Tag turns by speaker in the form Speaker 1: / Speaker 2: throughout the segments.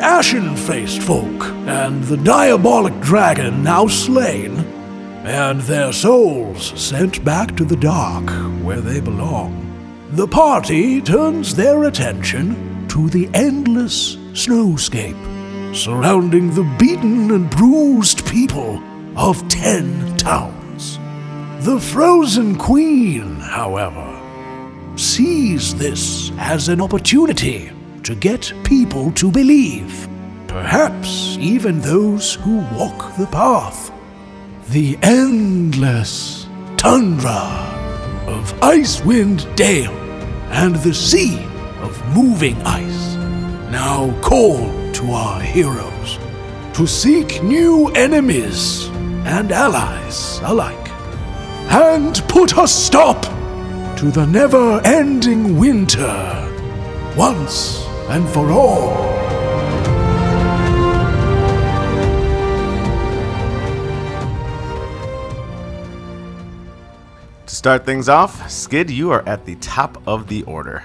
Speaker 1: ashen faced folk, and the diabolic dragon now slain, and their souls sent back to the dark where they belong, the party turns their attention to the endless snowscape surrounding the beaten and bruised people of ten towns. The frozen queen, however, sees this as an opportunity to get people to believe, perhaps even those who walk the path, the endless tundra of Icewind Dale and the sea of moving ice now call to our heroes to seek new enemies and allies alike and put a stop to the never ending winter once and for all.
Speaker 2: To start things off, Skid, you are at the top of the order.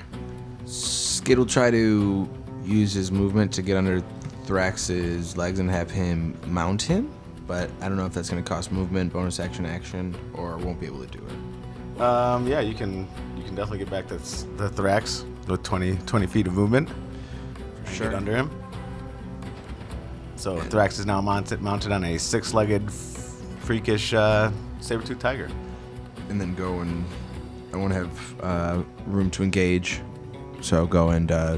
Speaker 3: Skid will try to use his movement to get under Thrax's legs and have him mount him, but I don't know if that's going to cost movement, bonus action, action, or won't be able to do it.
Speaker 2: Um, yeah, you can you can definitely get back to s- the Thrax with 20, 20 feet of movement. Get under him. So Thrax is now mounted mounted on a six-legged, f- freakish uh, saber-tooth tiger.
Speaker 3: And then go and I won't have uh, room to engage, so go and uh,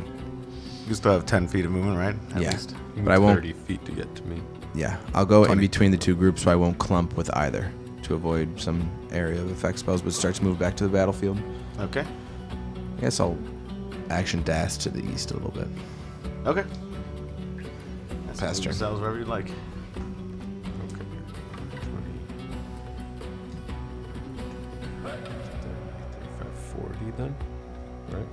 Speaker 2: You still have ten feet of movement, right? At
Speaker 3: Yeah.
Speaker 2: least.
Speaker 4: You
Speaker 3: But
Speaker 4: need
Speaker 3: I won't-
Speaker 4: 30 feet to get to me.
Speaker 3: yeah, I'll go in between the two groups, so I won't clump with either to avoid some area of effect spells, but start to move back to the battlefield.
Speaker 2: Okay.
Speaker 3: I guess I'll action dash to the east a little bit.
Speaker 2: Okay. That's
Speaker 3: Pass turn.
Speaker 2: Yourselves wherever you like.
Speaker 4: Okay. 20. 35, 40 then? Right?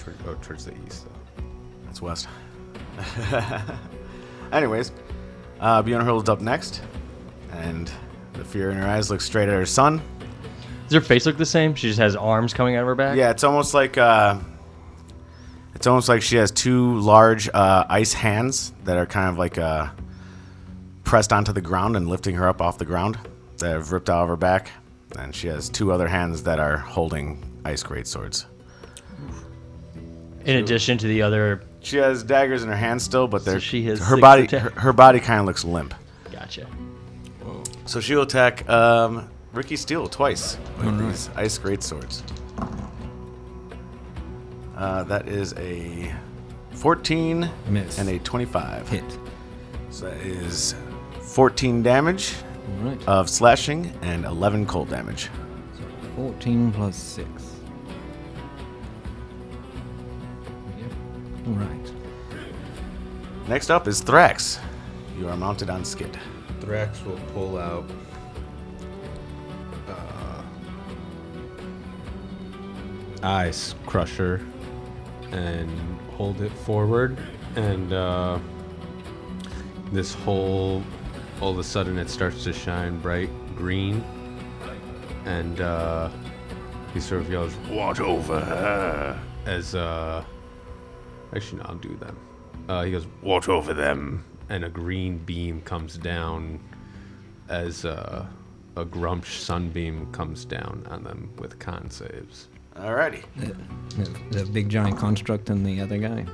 Speaker 4: Tw- oh, towards the east, though.
Speaker 2: That's west. Anyways, uh, Bjorn hurls up next, and the fear in her eyes looks straight at her son.
Speaker 5: Does her face look the same? She just has arms coming out of her back.
Speaker 2: Yeah, it's almost like uh, it's almost like she has two large uh, ice hands that are kind of like uh, pressed onto the ground and lifting her up off the ground that have ripped out of her back, and she has two other hands that are holding ice great swords.
Speaker 5: In addition to the other,
Speaker 2: She has daggers in her hands still, but they're
Speaker 5: she has
Speaker 2: her
Speaker 5: six
Speaker 2: body
Speaker 5: attack-
Speaker 2: her, her body kind of looks limp.
Speaker 5: gotcha.
Speaker 2: So she'll attack um, Ricky Steele twice with these ice great swords. Uh, that is a 14
Speaker 6: Miss.
Speaker 2: and a 25.
Speaker 6: Hit.
Speaker 2: So that is 14 damage
Speaker 6: All right.
Speaker 2: of slashing and 11 cold damage.
Speaker 6: 14 plus 6. Yep. All right.
Speaker 2: Next up is Thrax. You are mounted on Skid.
Speaker 4: Thrax will pull out. uh, Ice Crusher and hold it forward, and uh, this whole. All of a sudden, it starts to shine bright green, and uh, he sort of yells, "What over her?" As uh, Actually, no, I'll do them. Uh, he goes, Watch over them. And a green beam comes down as uh, a grumsh sunbeam comes down on them with con saves.
Speaker 2: Alrighty.
Speaker 6: The, the big giant construct and the other guy.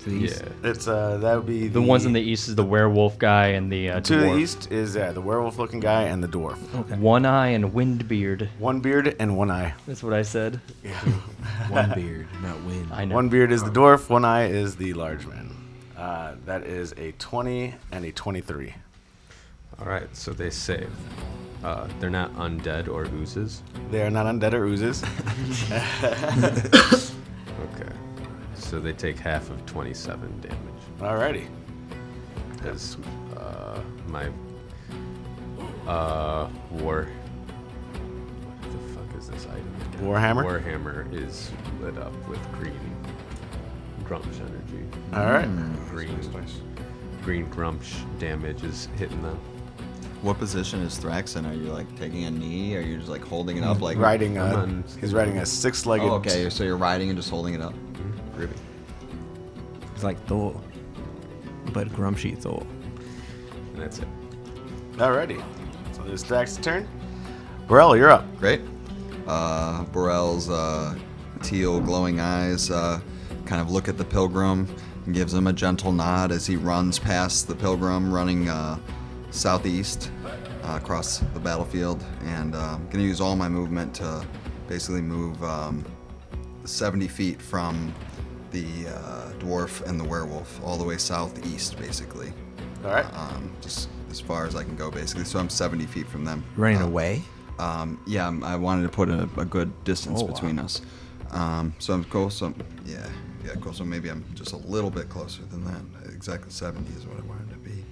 Speaker 6: To the east.
Speaker 4: Yeah.
Speaker 2: It's uh, that would be
Speaker 5: The ones in the east is the werewolf guy and the uh,
Speaker 2: to
Speaker 5: dwarf.
Speaker 2: the east is uh, the werewolf looking guy and the dwarf.
Speaker 6: Okay.
Speaker 5: One eye and wind beard.
Speaker 2: One beard and one eye.
Speaker 5: That's what I said.
Speaker 3: One beard, not wind.
Speaker 5: I know.
Speaker 2: One beard is the dwarf, one eye is the large man. Uh, that is a 20 and a 23.
Speaker 4: All right, so they save. Uh, they're not undead or oozes.
Speaker 2: They are not undead or oozes.
Speaker 4: Okay. So they take half of 27 damage.
Speaker 2: Alrighty.
Speaker 4: As uh, my uh, war. What the fuck is this item? again?
Speaker 2: Warhammer?
Speaker 4: Warhammer is lit up with green grumsh energy.
Speaker 2: Alright.
Speaker 7: Hmm.
Speaker 4: Green, green grumsh damage is hitting them.
Speaker 7: What position is Thrax in? Are you like taking a knee? Are you just like holding it up? Like
Speaker 2: Riding
Speaker 4: I'm
Speaker 2: a,
Speaker 4: on-
Speaker 2: he's riding a six legged.
Speaker 4: Mm-hmm,
Speaker 7: Oh, okay, so you're riding and just holding it up.
Speaker 4: Ruby.
Speaker 6: He's like Thor, but Grumpy Thor.
Speaker 4: And that's it.
Speaker 2: Alrighty. So it's Dax's turn. Burrell, you're up.
Speaker 7: Great. Uh, Burrell's uh, teal glowing eyes uh, kind of look at the pilgrim and gives him a gentle nod as he runs past the pilgrim, running uh, southeast uh, across the battlefield. And uh, I'm going to use all my movement to basically move um, 70 feet from the uh, dwarf and the werewolf, all the way southeast, basically.
Speaker 2: All right.
Speaker 7: Um, just as far as I can go, basically. So I'm 70 feet from them. Uh,
Speaker 3: Running away?
Speaker 7: Um, yeah, I'm- I wanted to put a, a good
Speaker 3: Oh,
Speaker 7: distance between us. Um, so I'm cool. So yeah, yeah, cool. So maybe I'm just a little bit closer than that. Exactly 70 is what I wanted to be.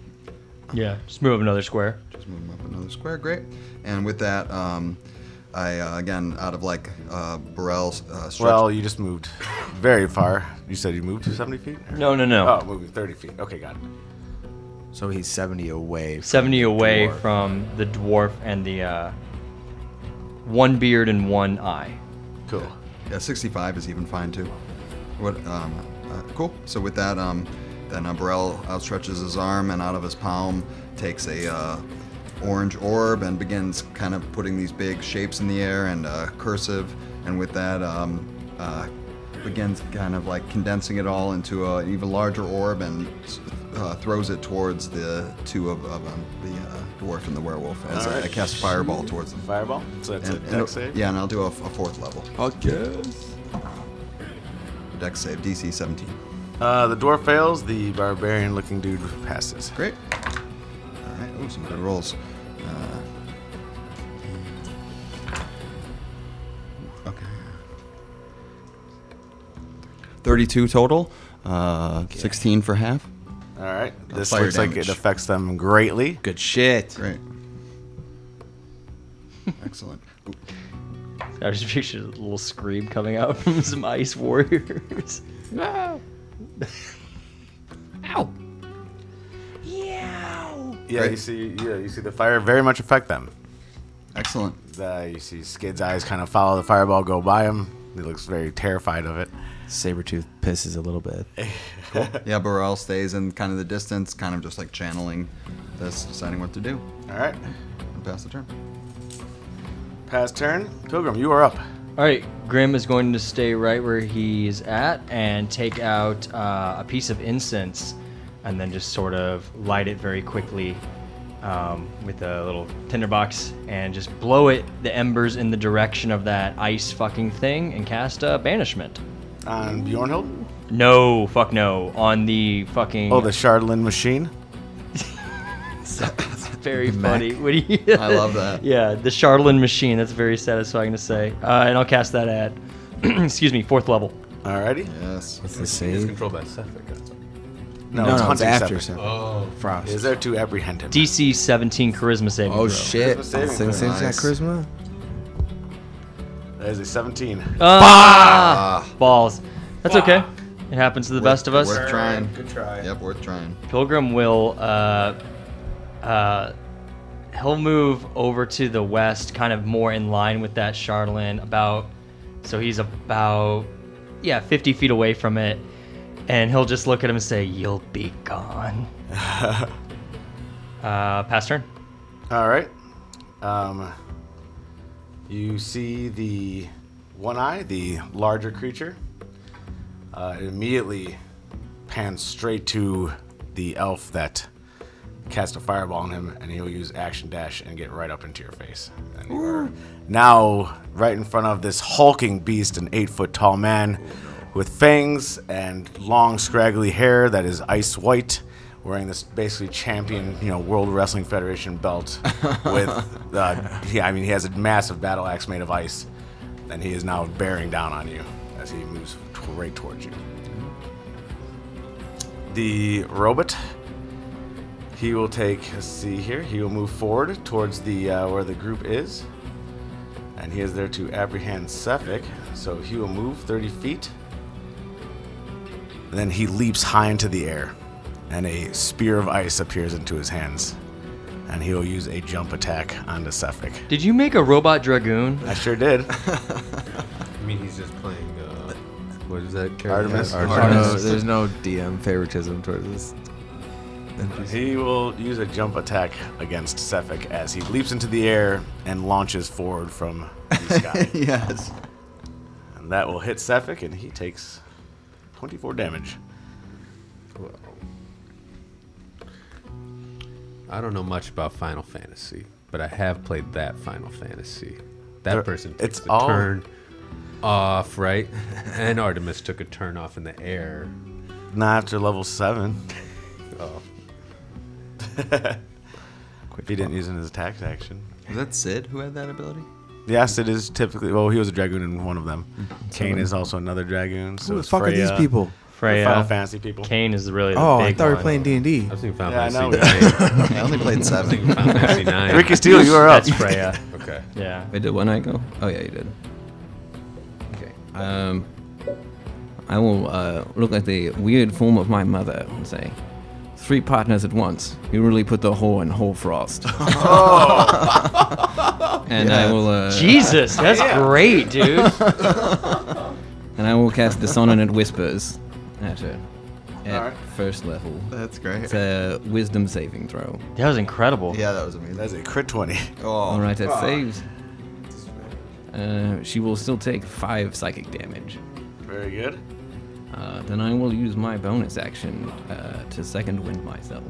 Speaker 5: Yeah. Just move up another square.
Speaker 7: Just move them up another square. Great. And with that, um, I uh, again out of like uh, Burrell's uh, stretch.
Speaker 2: Well, you just moved very far. You said you moved to 70 feet?
Speaker 5: No, no, no.
Speaker 2: Oh, moving 30 feet. Okay, got it.
Speaker 3: So he's 70 away. from
Speaker 5: 70
Speaker 3: the
Speaker 5: away
Speaker 3: dwarf.
Speaker 5: from the dwarf and the uh, one beard and one eye.
Speaker 2: Cool.
Speaker 7: yeah, 65 is even fine too. What? Um, uh, cool. So with that, um, then uh, Burrell outstretches his arm and out of his palm takes a uh, orange orb and begins kind of putting these big shapes in the air and uh, cursive. And with that, um, uh, begins kind of like condensing it all into a, an even larger orb and uh, throws it towards the two of, of um, the uh, dwarf and the werewolf as I, I cast fireball towards them.
Speaker 2: Fireball. So that's
Speaker 7: And-
Speaker 2: a
Speaker 7: and-
Speaker 2: deck save?
Speaker 7: Yeah, and I'll do a, a fourth level. Dex save, DC 17.
Speaker 2: Uh, the dwarf fails. The barbarian looking dude passes.
Speaker 7: Great. All right. Oh, some good rolls. Uh, okay. 32 total. Uh, 16 for half.
Speaker 2: All right. This
Speaker 7: fire
Speaker 2: looks like
Speaker 7: damage.
Speaker 2: it affects them greatly.
Speaker 3: Good shit.
Speaker 7: Great. Excellent. Ooh,
Speaker 5: I just pictured a little scream coming out from some ice warriors.
Speaker 2: Yeah,
Speaker 7: Great.
Speaker 2: you see. Yeah, you see the fire very much affect them.
Speaker 7: Excellent.
Speaker 2: Uh, you see Skid's eyes kind of follow the fireball go by him. He looks very terrified of it.
Speaker 3: Sabretooth pisses a little bit.
Speaker 7: Yeah, Burrell stays in kind of the distance, kind of just like channeling this, deciding what to do.
Speaker 2: All right.
Speaker 7: And pass the turn.
Speaker 2: Pass turn. Pilgrim, you are up.
Speaker 5: All right, Grim is going to stay right where he's at and take out uh, a piece of incense and then just sort of light it very quickly um, with a little tinderbox and just blow it, the embers in the direction of that ice fucking thing and cast uh, banishment.
Speaker 2: On Bjornhild.
Speaker 5: No, fuck no. On the fucking.
Speaker 2: Oh, the Shardlin machine.
Speaker 5: It's very funny. What do you?
Speaker 7: I love that.
Speaker 5: yeah, the Shardlin machine. That's very satisfying to say. Uh, and I'll cast that at, excuse me, fourth level.
Speaker 2: Alrighty.
Speaker 7: Yes.
Speaker 3: It's the
Speaker 4: It's
Speaker 3: same.
Speaker 4: controlled by Sethwick. that's all.
Speaker 2: No,
Speaker 3: no, it's
Speaker 2: hunting
Speaker 3: after
Speaker 2: separate.
Speaker 3: Sabretooth.
Speaker 4: Oh,
Speaker 3: Frost.
Speaker 2: Is there to apprehend him?
Speaker 5: DC 17 charisma saving.
Speaker 3: Oh
Speaker 5: throw.
Speaker 3: shit!
Speaker 2: Christmas
Speaker 3: Same,
Speaker 2: saving throw.
Speaker 3: same, same
Speaker 7: Nice.
Speaker 3: charisma.
Speaker 2: That is a 17.
Speaker 4: Uh,
Speaker 5: Ah, balls. That's okay. It happens to the best of us.
Speaker 7: Worth trying. Good
Speaker 4: try.
Speaker 7: Yep, worth trying.
Speaker 5: Pilgrim will uh, uh, he'll move over to the west, kind of more in line with that Charlin. About so he's about yeah, 50 feet away from it, and he'll just look at him and say, "You'll be gone." uh, pass turn.
Speaker 2: All right. Um, you see the one eye, the larger creature. Uh, it immediately pans straight to the elf that cast a fireball on him, and he'll use action dash and get right up into your face. And you are now right in front of this hulking beast, an eight foot tall man with fangs and long scraggly hair that is ice white, wearing this basically champion, you know, World Wrestling Federation belt. with, uh, yeah, I mean, he has a massive battle axe made of ice, and he is now bearing down on you as he moves t- right towards you. The robot he will take. Let's see here. He will move forward towards the uh, where the group is, and he is there to apprehend Sefik. So he will move 30 feet. Then he leaps high into the air, and a spear of ice appears into his hands, and he will use a jump attack onto Sefik.
Speaker 5: Did you make a robot dragoon?
Speaker 2: I sure did.
Speaker 4: I mean, he's just playing. Uh, What is that character?
Speaker 2: Artemis.
Speaker 3: There's no, there's no DM favoritism towards this.
Speaker 2: He will use a jump attack against Sefik as he leaps into the air and launches forward from the sky.
Speaker 7: yes.
Speaker 2: and that will hit Sefik, and he takes 24 damage.
Speaker 4: I don't know much about Final Fantasy, but I have played that Final Fantasy. That
Speaker 2: There-
Speaker 4: person took
Speaker 2: it's
Speaker 4: a
Speaker 2: all-
Speaker 4: turn off, right? and Artemis took a turn off in the air.
Speaker 2: Not after level 7.
Speaker 4: Oh,
Speaker 2: If he didn't use an attack action.
Speaker 7: Was that Sid who had that ability?
Speaker 2: Yes, it is typically. Well, he was a dragoon in one of them. Kane is also another dragoon. So
Speaker 8: Mm-hmm. Who the
Speaker 2: it's
Speaker 8: fuck are these
Speaker 2: Freya,
Speaker 8: people?
Speaker 2: the Final
Speaker 5: Freya.
Speaker 2: Fantasy people.
Speaker 5: Kane is really the
Speaker 8: Oh, I
Speaker 5: big
Speaker 8: thought we were
Speaker 5: one.
Speaker 8: playing D and D.
Speaker 4: I was thinking Final
Speaker 2: Yeah, I know.
Speaker 4: Fantasy. Nine.
Speaker 7: I only played
Speaker 4: I was thinking
Speaker 7: seven.
Speaker 4: Final Fantasy Nine.
Speaker 2: Ricky Steele, you are up.
Speaker 5: That's Freya.
Speaker 4: Okay.
Speaker 5: Yeah.
Speaker 6: I did one night go. Oh yeah, you did. Okay. Um, I will uh, look at the weird form of my mother and say, three partners at once. You really put the whole in whole frost. and I will. Uh,
Speaker 5: Oh. Jesus, that's great, dude.
Speaker 6: And I will cast dissonant whispers at her at
Speaker 7: Alright.
Speaker 6: first level.
Speaker 7: That's great.
Speaker 6: It's a wisdom saving throw.
Speaker 5: That was incredible.
Speaker 7: Yeah, that was amazing.
Speaker 2: That's a crit 20.
Speaker 7: oh,
Speaker 6: All right, that saves. Uh, she will still take five psychic damage.
Speaker 2: Very good.
Speaker 6: Uh, then I will use my bonus action uh, to second wind myself.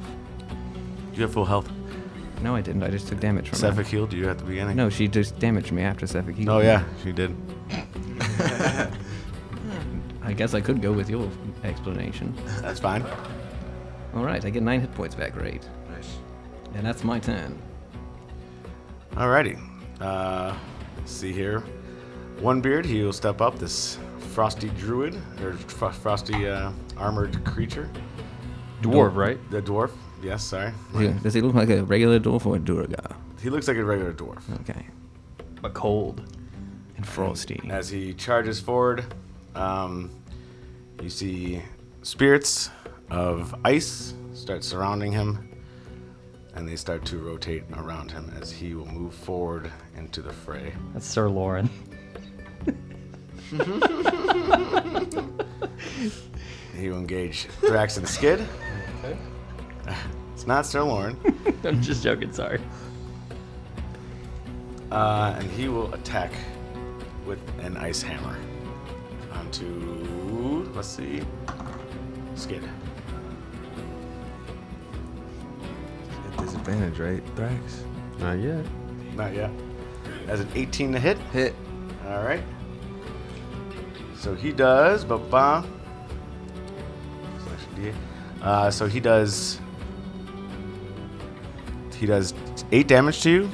Speaker 2: You have full health.
Speaker 6: No, I didn't. I just took damage from
Speaker 2: Sefik
Speaker 6: her.
Speaker 2: healed you at the beginning.
Speaker 6: No, she just damaged me after Sephic. healed
Speaker 2: Oh,
Speaker 6: me.
Speaker 2: yeah, she did.
Speaker 6: I guess I could go with your explanation.
Speaker 2: That's fine.
Speaker 6: All right, I get nine hit points back. Great.
Speaker 7: Nice.
Speaker 6: And that's my turn.
Speaker 2: Alrighty. Uh, let's see here. One beard, he will step up. This frosty druid or fro- frosty uh, armored creature,
Speaker 5: Dwarf, right?
Speaker 2: the dwarf. Yes, sorry.
Speaker 6: Yeah, Does he look like a regular dwarf or a durga?
Speaker 2: He looks like a regular dwarf.
Speaker 6: Okay.
Speaker 5: But cold.
Speaker 6: And frosty.
Speaker 2: As he charges forward, um, you see spirits of ice start surrounding him, and they start to rotate around him as he will move forward into the fray.
Speaker 5: That's Sir Lauren.
Speaker 2: He will engage Thrax and Skid. It's not Sir Lauren.
Speaker 5: I'm just joking, sorry.
Speaker 2: Uh, and he will attack with an ice hammer onto, let's see, Skid.
Speaker 3: At disadvantage, right? Thrax.
Speaker 4: Not yet.
Speaker 2: Not yet. As an 18 to hit.
Speaker 3: Hit.
Speaker 2: All right. So he does, but bah. Selection D8. Uh, so he does. He does eight damage to you,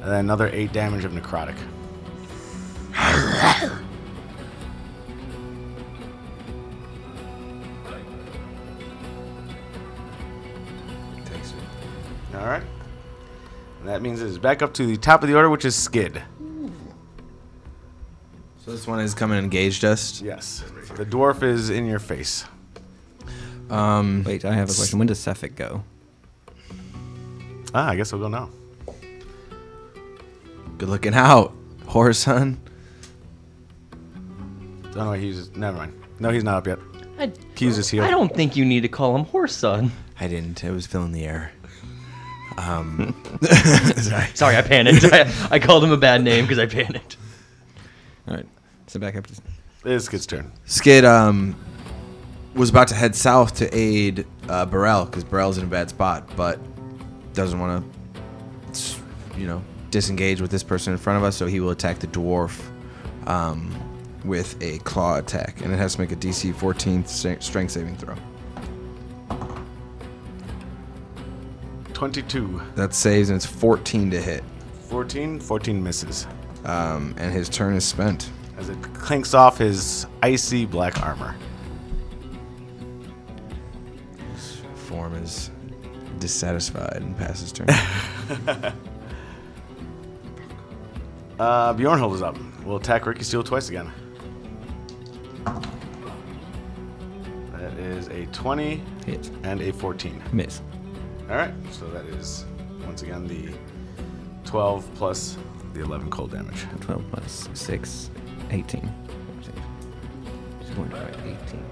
Speaker 2: and then another eight damage of necrotic.
Speaker 3: Takes it.
Speaker 2: All right. And that means it's back up to the top of the order, which is Skid.
Speaker 3: So this one has come and engaged us.
Speaker 2: Yes. The dwarf is in your face.
Speaker 3: Um,
Speaker 6: Wait, I have a question. When does Sephic go?
Speaker 2: Ah, I guess we'll go now.
Speaker 3: good looking out, horror son.
Speaker 2: Oh no, he's never mind. No, he's not up yet.
Speaker 5: I,
Speaker 2: He uses heal.
Speaker 5: I don't think you need to call him horse son.
Speaker 3: I didn't. I was filling the air.
Speaker 2: Um,
Speaker 5: Sorry, I panicked. I, I called him a bad name because I panicked.
Speaker 6: All right. So back up to.
Speaker 2: It's Skid's turn.
Speaker 3: Skid um, was about to head south to aid uh, Burrell because Burrell's in a bad spot, but doesn't want to, you know, disengage with this person in front of us. So he will attack the dwarf um, with a claw attack, and it has to make a DC 14 sa- strength saving throw.
Speaker 2: Twenty-two.
Speaker 3: That saves, and it's 14 to hit.
Speaker 2: 14, 14 misses.
Speaker 3: Um, and his turn is spent.
Speaker 2: as it clinks off his icy black armor.
Speaker 3: Form is dissatisfied and passes turn.
Speaker 2: Uh, Bjornhold is up. We'll attack Ricky Steele twice again. That is a 20
Speaker 6: Hit.
Speaker 2: and a 14.
Speaker 6: Miss.
Speaker 2: All right, so that is once again the 12 plus the 11 cold damage.
Speaker 6: 12 plus 6, 18. 25, 18.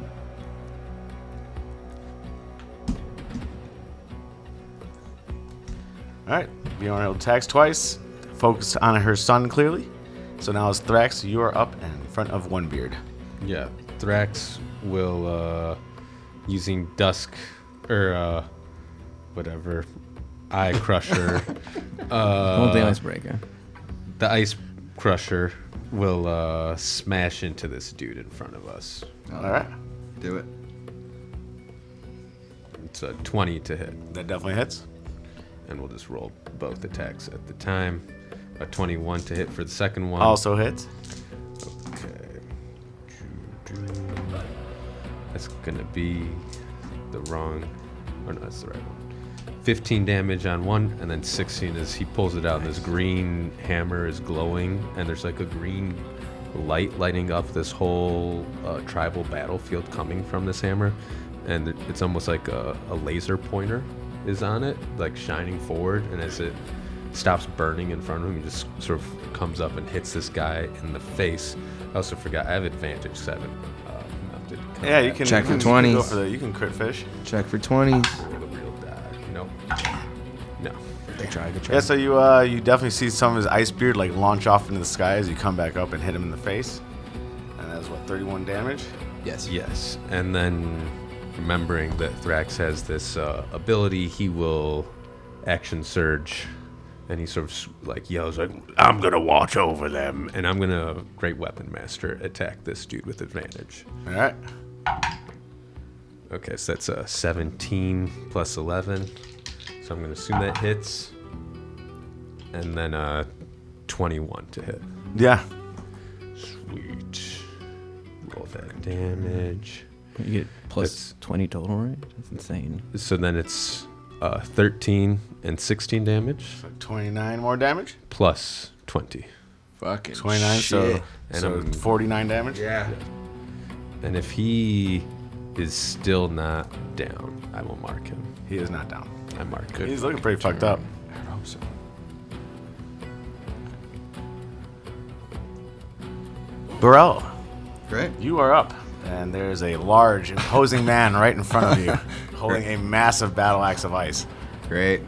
Speaker 2: All right, Bjorn attacks twice. Focused on her son clearly. So now it's Thrax. You are up in front of One Beard.
Speaker 4: Yeah, Thrax will, uh, using Dusk, or, uh, whatever, Eye Crusher, Uh,
Speaker 6: Hold the icebreaker.
Speaker 4: the Ice Crusher will, uh, smash into this dude in front of us.
Speaker 2: All right,
Speaker 7: Do it.
Speaker 4: It's a 20 to hit,
Speaker 2: that definitely hits.
Speaker 4: and we'll just roll both attacks at the time. A 21 to hit for the second one.
Speaker 2: Also hits.
Speaker 4: Okay. That's gonna be the wrong, or no, that's the right one. 15 damage on one, and then 16 as he pulls it out. And this green hammer is glowing, and there's like a green light lighting up this whole uh, tribal battlefield coming from this hammer, and it- it's almost like a, a laser pointer is on it, like shining forward, and as it stops burning in front of him. He just sort of comes up and hits this guy in the face. I also forgot I have advantage seven. Uh, mounted
Speaker 2: Yeah,
Speaker 4: combat.
Speaker 2: you can
Speaker 3: Check for
Speaker 2: you can- you can go
Speaker 3: 20s.
Speaker 2: for the- You can crit fish.
Speaker 3: Check for 20s.
Speaker 4: Roll the real die. Nope. No.
Speaker 3: Good try, good try.
Speaker 2: Yeah, so you uh, you definitely see some of his ice beard like launch off into the sky as you come back up and hit him in the face. And that is what 31 damage.
Speaker 3: Yes.
Speaker 4: Yes. And then remembering that Thrax has this uh, ability, he will action surge. And he sort of s- like yells like, "I'm gonna watch over them," and I'm gonna great weapon master attack this dude with advantage.
Speaker 2: All right,
Speaker 4: Okay, so that's a 17 plus 11. So I'm going to assume that hits. And then uh 21 to hit.
Speaker 2: yeah,
Speaker 4: Sweet. Roll that damage.
Speaker 6: You get plus
Speaker 4: That's-
Speaker 6: 20 total, right? That's insane.
Speaker 4: So then it's uh, 13 and 16 damage
Speaker 2: so 29 more damage.
Speaker 4: plus 20.
Speaker 3: Fucking
Speaker 2: 29,
Speaker 3: shit.
Speaker 2: so,
Speaker 4: And
Speaker 2: so
Speaker 4: I'm-
Speaker 2: 49 damage.
Speaker 3: yeah.
Speaker 4: And if he is still not down, I will mark him.
Speaker 2: He is not down.
Speaker 4: I mark him.
Speaker 2: He's looking pretty fucked up.
Speaker 4: I hope so.
Speaker 2: Burrell,
Speaker 7: Great.
Speaker 2: you are up. And there's a large, imposing man right in front of you, holding a massive battle axe of ice.
Speaker 7: Great.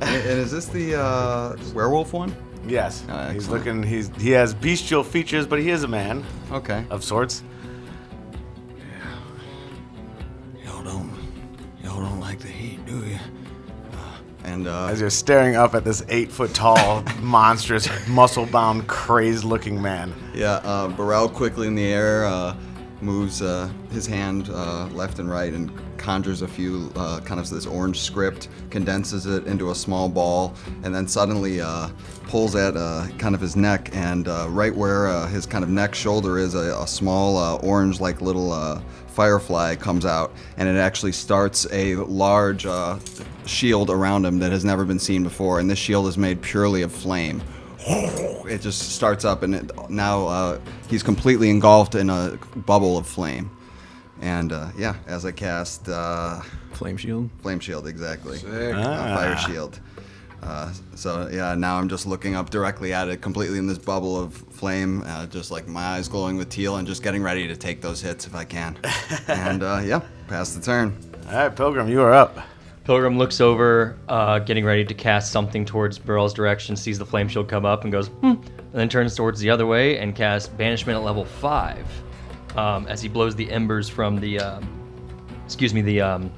Speaker 7: and and is this the uh, werewolf one?
Speaker 2: Yes,
Speaker 7: Ah,
Speaker 2: he's
Speaker 7: excellent.
Speaker 2: looking. He's he has bestial features, but he is a man
Speaker 7: Okay.
Speaker 2: of sorts.
Speaker 7: Y'all don't, y'all don't like the heat, do you? And uh,
Speaker 2: As you're staring up at this eight foot tall, monstrous, muscle bound, crazed looking man.
Speaker 7: yeah, uh, Burrell quickly in the air uh, moves uh, his hand uh, left and right and conjures a few uh, kind of this orange script, condenses it into a small ball, and then suddenly uh, pulls at uh, kind of his neck and uh, right where uh, his kind of neck shoulder is, a, a small uh, orange like little. Uh, firefly comes out and it actually starts a large uh, shield around him that has never been seen before and this shield is made purely of flame it just starts up and it, now uh, he's completely engulfed in a bubble of flame and uh, yeah as i cast uh,
Speaker 6: Flame shield. Ah.
Speaker 7: flame shield exactly
Speaker 3: Sick.
Speaker 7: Uh, fire shield uh, so yeah now i'm just looking up directly at it completely in this bubble of flame uh, just like my eyes glowing with teal and just getting ready to take those hits if i can and uh, yeah pass the turn
Speaker 2: All right, Pilgrim, you are up.
Speaker 5: Pilgrim looks over, uh, getting ready to cast something towards Burl's direction, sees the flame shield come up, and goes, hmm, and then turns towards the other way and casts Banishment at level 5 um, as he blows the embers from the, um, excuse me, the um,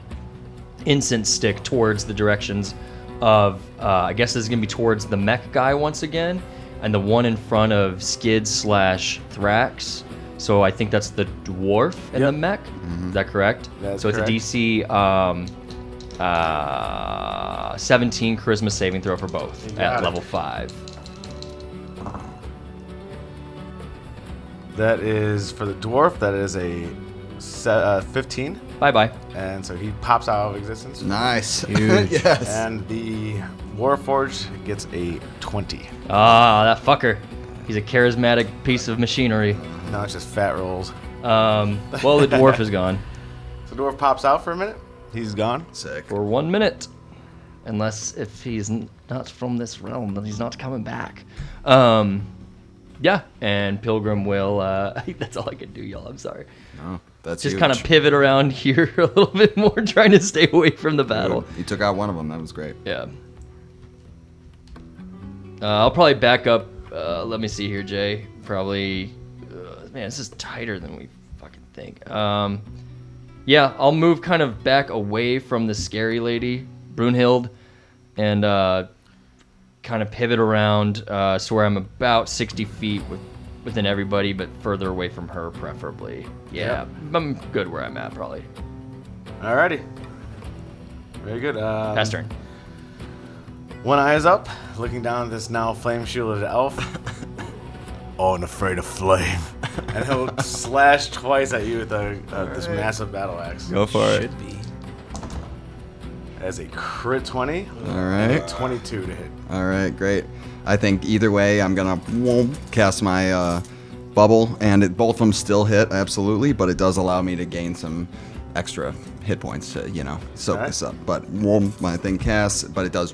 Speaker 5: incense stick towards the directions of, uh, I guess this is going to be towards the mech guy once again, and the one in front of Skid slash Thrax. So I think that's the dwarf and the mech. Is that correct?
Speaker 2: That's
Speaker 5: so it's
Speaker 2: Mm-hmm. correct.
Speaker 5: a DC um, uh, 17 charisma saving throw for both at level 5.
Speaker 2: That is for the dwarf. That is a se- uh, 15,
Speaker 5: Bye bye.
Speaker 2: and so he pops out of existence.
Speaker 7: nice
Speaker 6: Huge.
Speaker 7: yes
Speaker 2: And the warforged gets a 20.
Speaker 5: Ah, that fucker. He's a charismatic piece of machinery.
Speaker 2: Now it's just fat rolls.
Speaker 5: Um, well, the dwarf is gone
Speaker 2: So dwarf pops out for a minute. He's gone.
Speaker 7: sick
Speaker 5: for one minute. Unless if he's n- not from this realm, then he's not coming back. Um, Yeah, and Pilgrim will. Uh, that's all I can do, y'all. I'm sorry.
Speaker 6: Oh.
Speaker 7: No, that's
Speaker 5: Just
Speaker 7: huge.
Speaker 5: kind of pivot around here a little bit more, trying to stay away from the
Speaker 7: Dude,
Speaker 5: battle.
Speaker 7: You took out one of them. That was great.
Speaker 5: Yeah. Uh, I'll probably back up. Uh, let me see here, Jay. Probably, uh, man, this is tighter than we fucking think. Um, yeah, I'll move kind of back away from the scary lady, Brunhild, and uh, kind of pivot around uh, so where I'm about 60 feet with, within everybody, but further away from her, preferably. Yeah, I'm good where I'm at, probably.
Speaker 2: Alrighty. Very good. Um,
Speaker 5: Pass turn.
Speaker 2: One eye is up, looking down at this now flame shielded elf. oh, and afraid of flame. and he'll slash twice at you with a, uh, this massive battle axe.
Speaker 6: Go for it.
Speaker 2: As a crit 20.
Speaker 7: All
Speaker 2: and
Speaker 7: right.
Speaker 2: a 22 to hit.
Speaker 7: All right, great. I think either way, I'm gonna whoomp, cast my uh, bubble, and it, both of them still hit absolutely, but it does allow me to gain some extra hit points to you know soak
Speaker 2: Alright.
Speaker 7: this up. But whoomp, my thing casts, but it does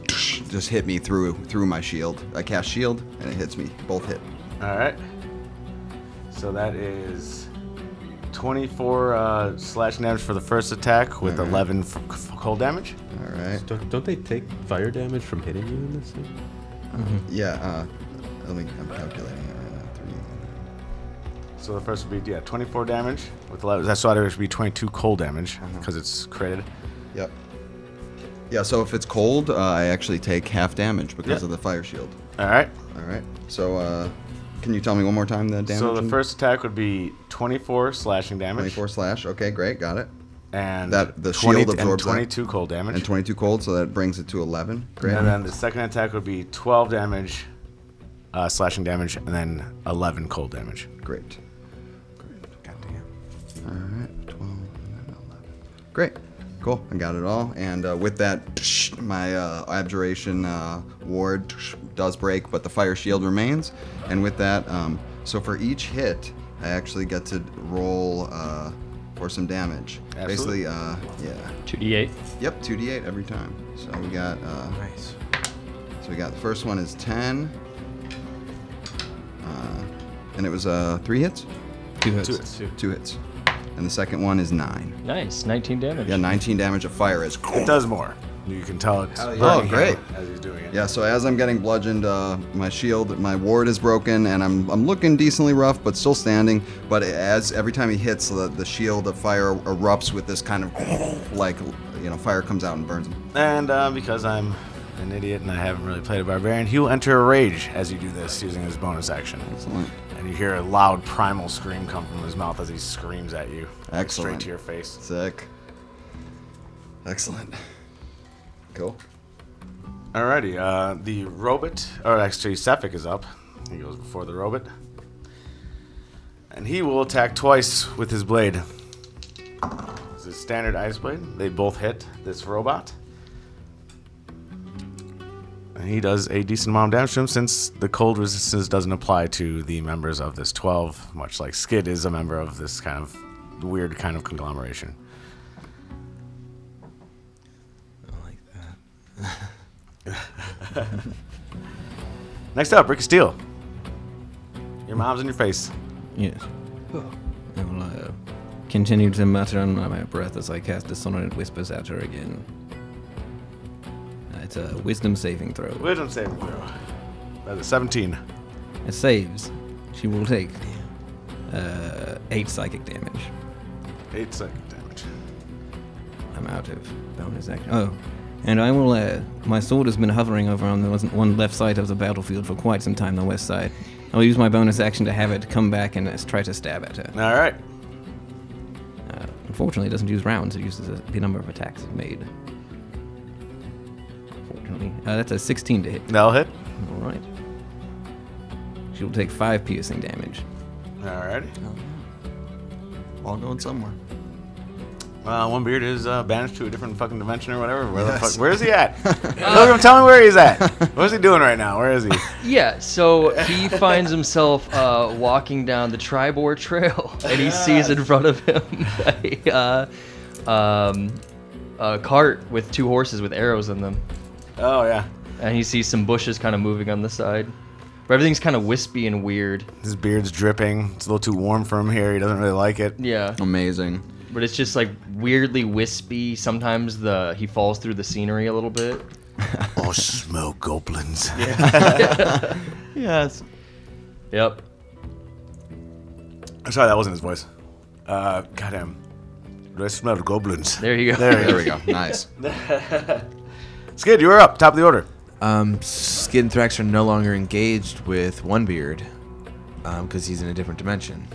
Speaker 7: just hit me through through my shield. I cast shield, and it hits me. Both hit.
Speaker 2: Alright. So that is 24 uh, slash damage for the first attack with 11 f- f- cold damage.
Speaker 7: All right.
Speaker 4: Don't, don't they take fire damage from hitting you in this thing?
Speaker 7: Yeah. Uh, let me. I'm calculating. it right now. Three.
Speaker 2: So the first would be, yeah, 24 damage with 11. That's why it would be 22 cold damage because it's critted.
Speaker 7: Uh-huh. Yep. Yeah. So if it's cold, uh, I actually take half damage because
Speaker 2: Yeah.
Speaker 7: of the fire shield.
Speaker 2: Alright.
Speaker 7: All right. So, uh, can you tell me one more time the damage?
Speaker 2: So the
Speaker 7: and-
Speaker 2: first attack would be 24 slashing damage.
Speaker 7: 24 slash. Okay, great, got it.
Speaker 2: And
Speaker 7: That- the
Speaker 2: 20
Speaker 7: shield
Speaker 2: and
Speaker 7: absorbs that.
Speaker 2: 22 cold damage.
Speaker 7: And
Speaker 2: And,
Speaker 7: 22 cold, so that brings it to 11. Great.
Speaker 2: then the second attack would be 12 damage, uh, slashing damage, and then 11 cold damage.
Speaker 7: Great.
Speaker 2: Goddamn.
Speaker 7: All right, 12 and then 11. Great. Cool. I got it all. And uh, with that, my uh, abjuration uh, ward does break, but the fire shield remains. And with that, um, so for each hit, I actually get to roll uh, for some damage.
Speaker 2: Absolutely.
Speaker 7: Basically, uh, yeah.
Speaker 5: 2d8.
Speaker 7: Yep, 2d8 every time. So we got. Uh,
Speaker 6: Nice.
Speaker 7: So we got the first one is 10. Uh, and it was uh, three hits?
Speaker 6: Two hits.
Speaker 7: Two hits. And the second one is nine.
Speaker 5: Nice, 19 damage.
Speaker 7: Yeah, 19 damage of fire is.
Speaker 2: It does more. You can tell it's
Speaker 7: yeah.
Speaker 2: burning
Speaker 7: Oh, great.
Speaker 2: him as he's doing it.
Speaker 7: Yeah, so as I'm getting bludgeoned, uh, my shield, my ward is broken, and I'm, I'm looking decently rough, but still standing. But as every time he hits, the, the shield of fire erupts with this kind of like, you know, fire comes out and burns him.
Speaker 2: And uh, because I'm an idiot and I haven't really played a barbarian, he will enter a rage as you do this using his bonus action.
Speaker 7: Excellent.
Speaker 2: And you hear a loud primal scream come from his mouth as he screams at you. like, Straight
Speaker 7: Excellent.
Speaker 2: to your face.
Speaker 7: Sick. Excellent. Cool.
Speaker 2: Alrighty, uh, the robot, or actually, Sefik is up. He goes before the robot. And he will attack twice with his blade. It's a standard ice blade. They both hit this robot. And he does a decent amount of damage to him since the cold resistance doesn't apply to the members of this 12, much like Skid is a member of this kind of weird kind of conglomeration. Next up, Ricky Steele. Your mom's in your face.
Speaker 6: Yes. I will uh, continue to mutter under my breath as I cast Dissonant Whispers at her again. Uh, It's a wisdom saving throw.
Speaker 2: Wisdom saving throw. That's a 17.
Speaker 6: It saves. She will take uh, 8 psychic damage.
Speaker 2: Eight second damage.
Speaker 6: I'm out of bonus action. Oh, and I will. Uh, my sword has been hovering over on the one- one left side of the battlefield for quite some time, the west side. I'll use my bonus action to have it come back and uh, try to stab at her.
Speaker 2: All right.
Speaker 6: Uh, unfortunately, it doesn't use rounds, it uses uh, the number of attacks it made. Fortunately. Uh, that's a 16 to hit.
Speaker 2: That'll hit.
Speaker 6: Alright. She will take 5 piercing damage.
Speaker 2: All right.
Speaker 7: All going somewhere.
Speaker 2: Uh, one beard is uh, banished to a different fucking dimension or whatever. Where the
Speaker 7: Yes.
Speaker 2: fuck? Where is he at? Pilgrim, tell me where he's at. What is he doing right now? Where is he?
Speaker 5: Yeah, so he finds himself uh, walking down the Tribor Trail, and he sees in front of him a, uh, um, a cart with two horses with arrows in them,
Speaker 2: Oh yeah.
Speaker 5: and he sees some bushes kind of moving on the side. But everything's kind of wispy and weird.
Speaker 2: His beard's dripping. It's a little too warm for him here. He doesn't really like it.
Speaker 5: Yeah.
Speaker 3: Amazing.
Speaker 5: But it's just like weirdly wispy. Sometimes the he falls through the scenery a little bit.
Speaker 2: Oh, smoke goblins.
Speaker 5: Yes. Yep.
Speaker 2: I'm sorry, that wasn't his voice. Uh, goddamn. Do I smell goblins?
Speaker 5: There you go.
Speaker 2: There
Speaker 3: There
Speaker 2: you
Speaker 3: we go. Nice.
Speaker 2: Skid, you were up. Top of the order.
Speaker 3: Um, Skid and Thrax are no longer engaged with One Beard because he's in a different dimension.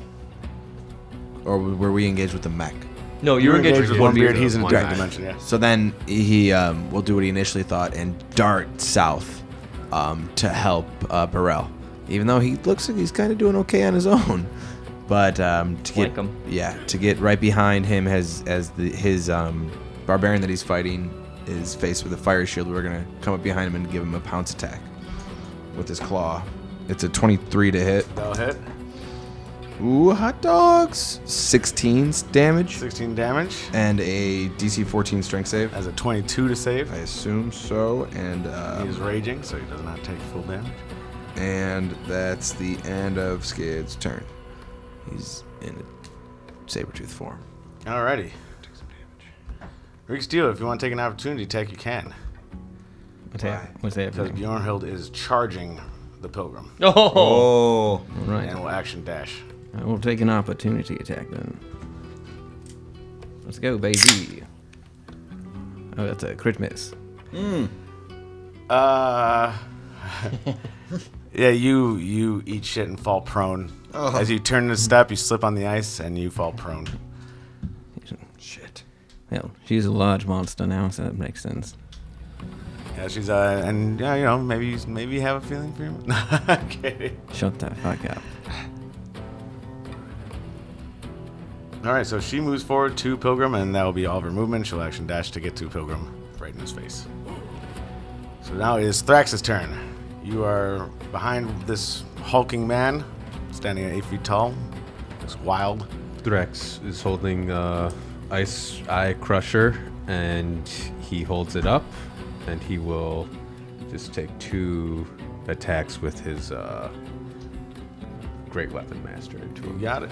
Speaker 3: Or were we engaged with the mech?
Speaker 5: No, you were engaged with one beard.
Speaker 2: He's in a different
Speaker 3: beard.
Speaker 2: dimension. Yeah.
Speaker 3: So then he um, will do what he initially thought and dart south um, to help uh, Burrell, even though he looks like he's kind of doing okay on his own. But um, to
Speaker 5: Flank
Speaker 3: get
Speaker 5: him.
Speaker 3: yeah, to get right behind him as as the, his um, barbarian that he's fighting is faced with a fire shield, we're gonna come up behind him and give him a pounce attack with his claw. It's a 23 to hit.
Speaker 2: That'll hit.
Speaker 3: Ooh, hot dogs! 16 damage
Speaker 2: 16 damage.
Speaker 3: and a DC 14 strength save.
Speaker 2: As a 22 to save.
Speaker 3: I assume so, and
Speaker 2: He's
Speaker 3: um,
Speaker 2: raging, so he does not take full damage.
Speaker 3: and that's the end of Skid's turn. He's in saber tooth form.
Speaker 2: Alrighty. Rick Steele, if you want to take an opportunity attack, you can.
Speaker 6: What's that? What's
Speaker 2: Because
Speaker 6: that?
Speaker 2: Bjornhild is charging the pilgrim
Speaker 5: Oh,
Speaker 3: Oh,
Speaker 6: All right.
Speaker 2: and will action dash.
Speaker 6: I will take an opportunity attack then. Let's go, baby. Oh, that's a crit miss.
Speaker 3: Hmm.
Speaker 2: Uh, yeah, you you eat shit and fall prone.
Speaker 7: Oh.
Speaker 2: As you turn to step, you slip on the ice and you fall prone.
Speaker 6: Shit. Well, she's a large monster now, so that makes sense.
Speaker 2: Yeah, she's uh, and yeah, you know, maybe maybe you have a feeling for him. I'm kidding.
Speaker 6: Shut the fuck up.
Speaker 2: All right, so she moves forward to Pilgrim, and that will be all of her movement. She'll action dash to get to Pilgrim, right in his face. So now it is Thrax's turn. You are behind this hulking man, standing at eight feet tall. It's wild.
Speaker 4: Threx is holding uh, Ice Eye Crusher, and he holds it up, and he will just take two attacks with his uh, Great Weapon Master into him.
Speaker 2: You got it.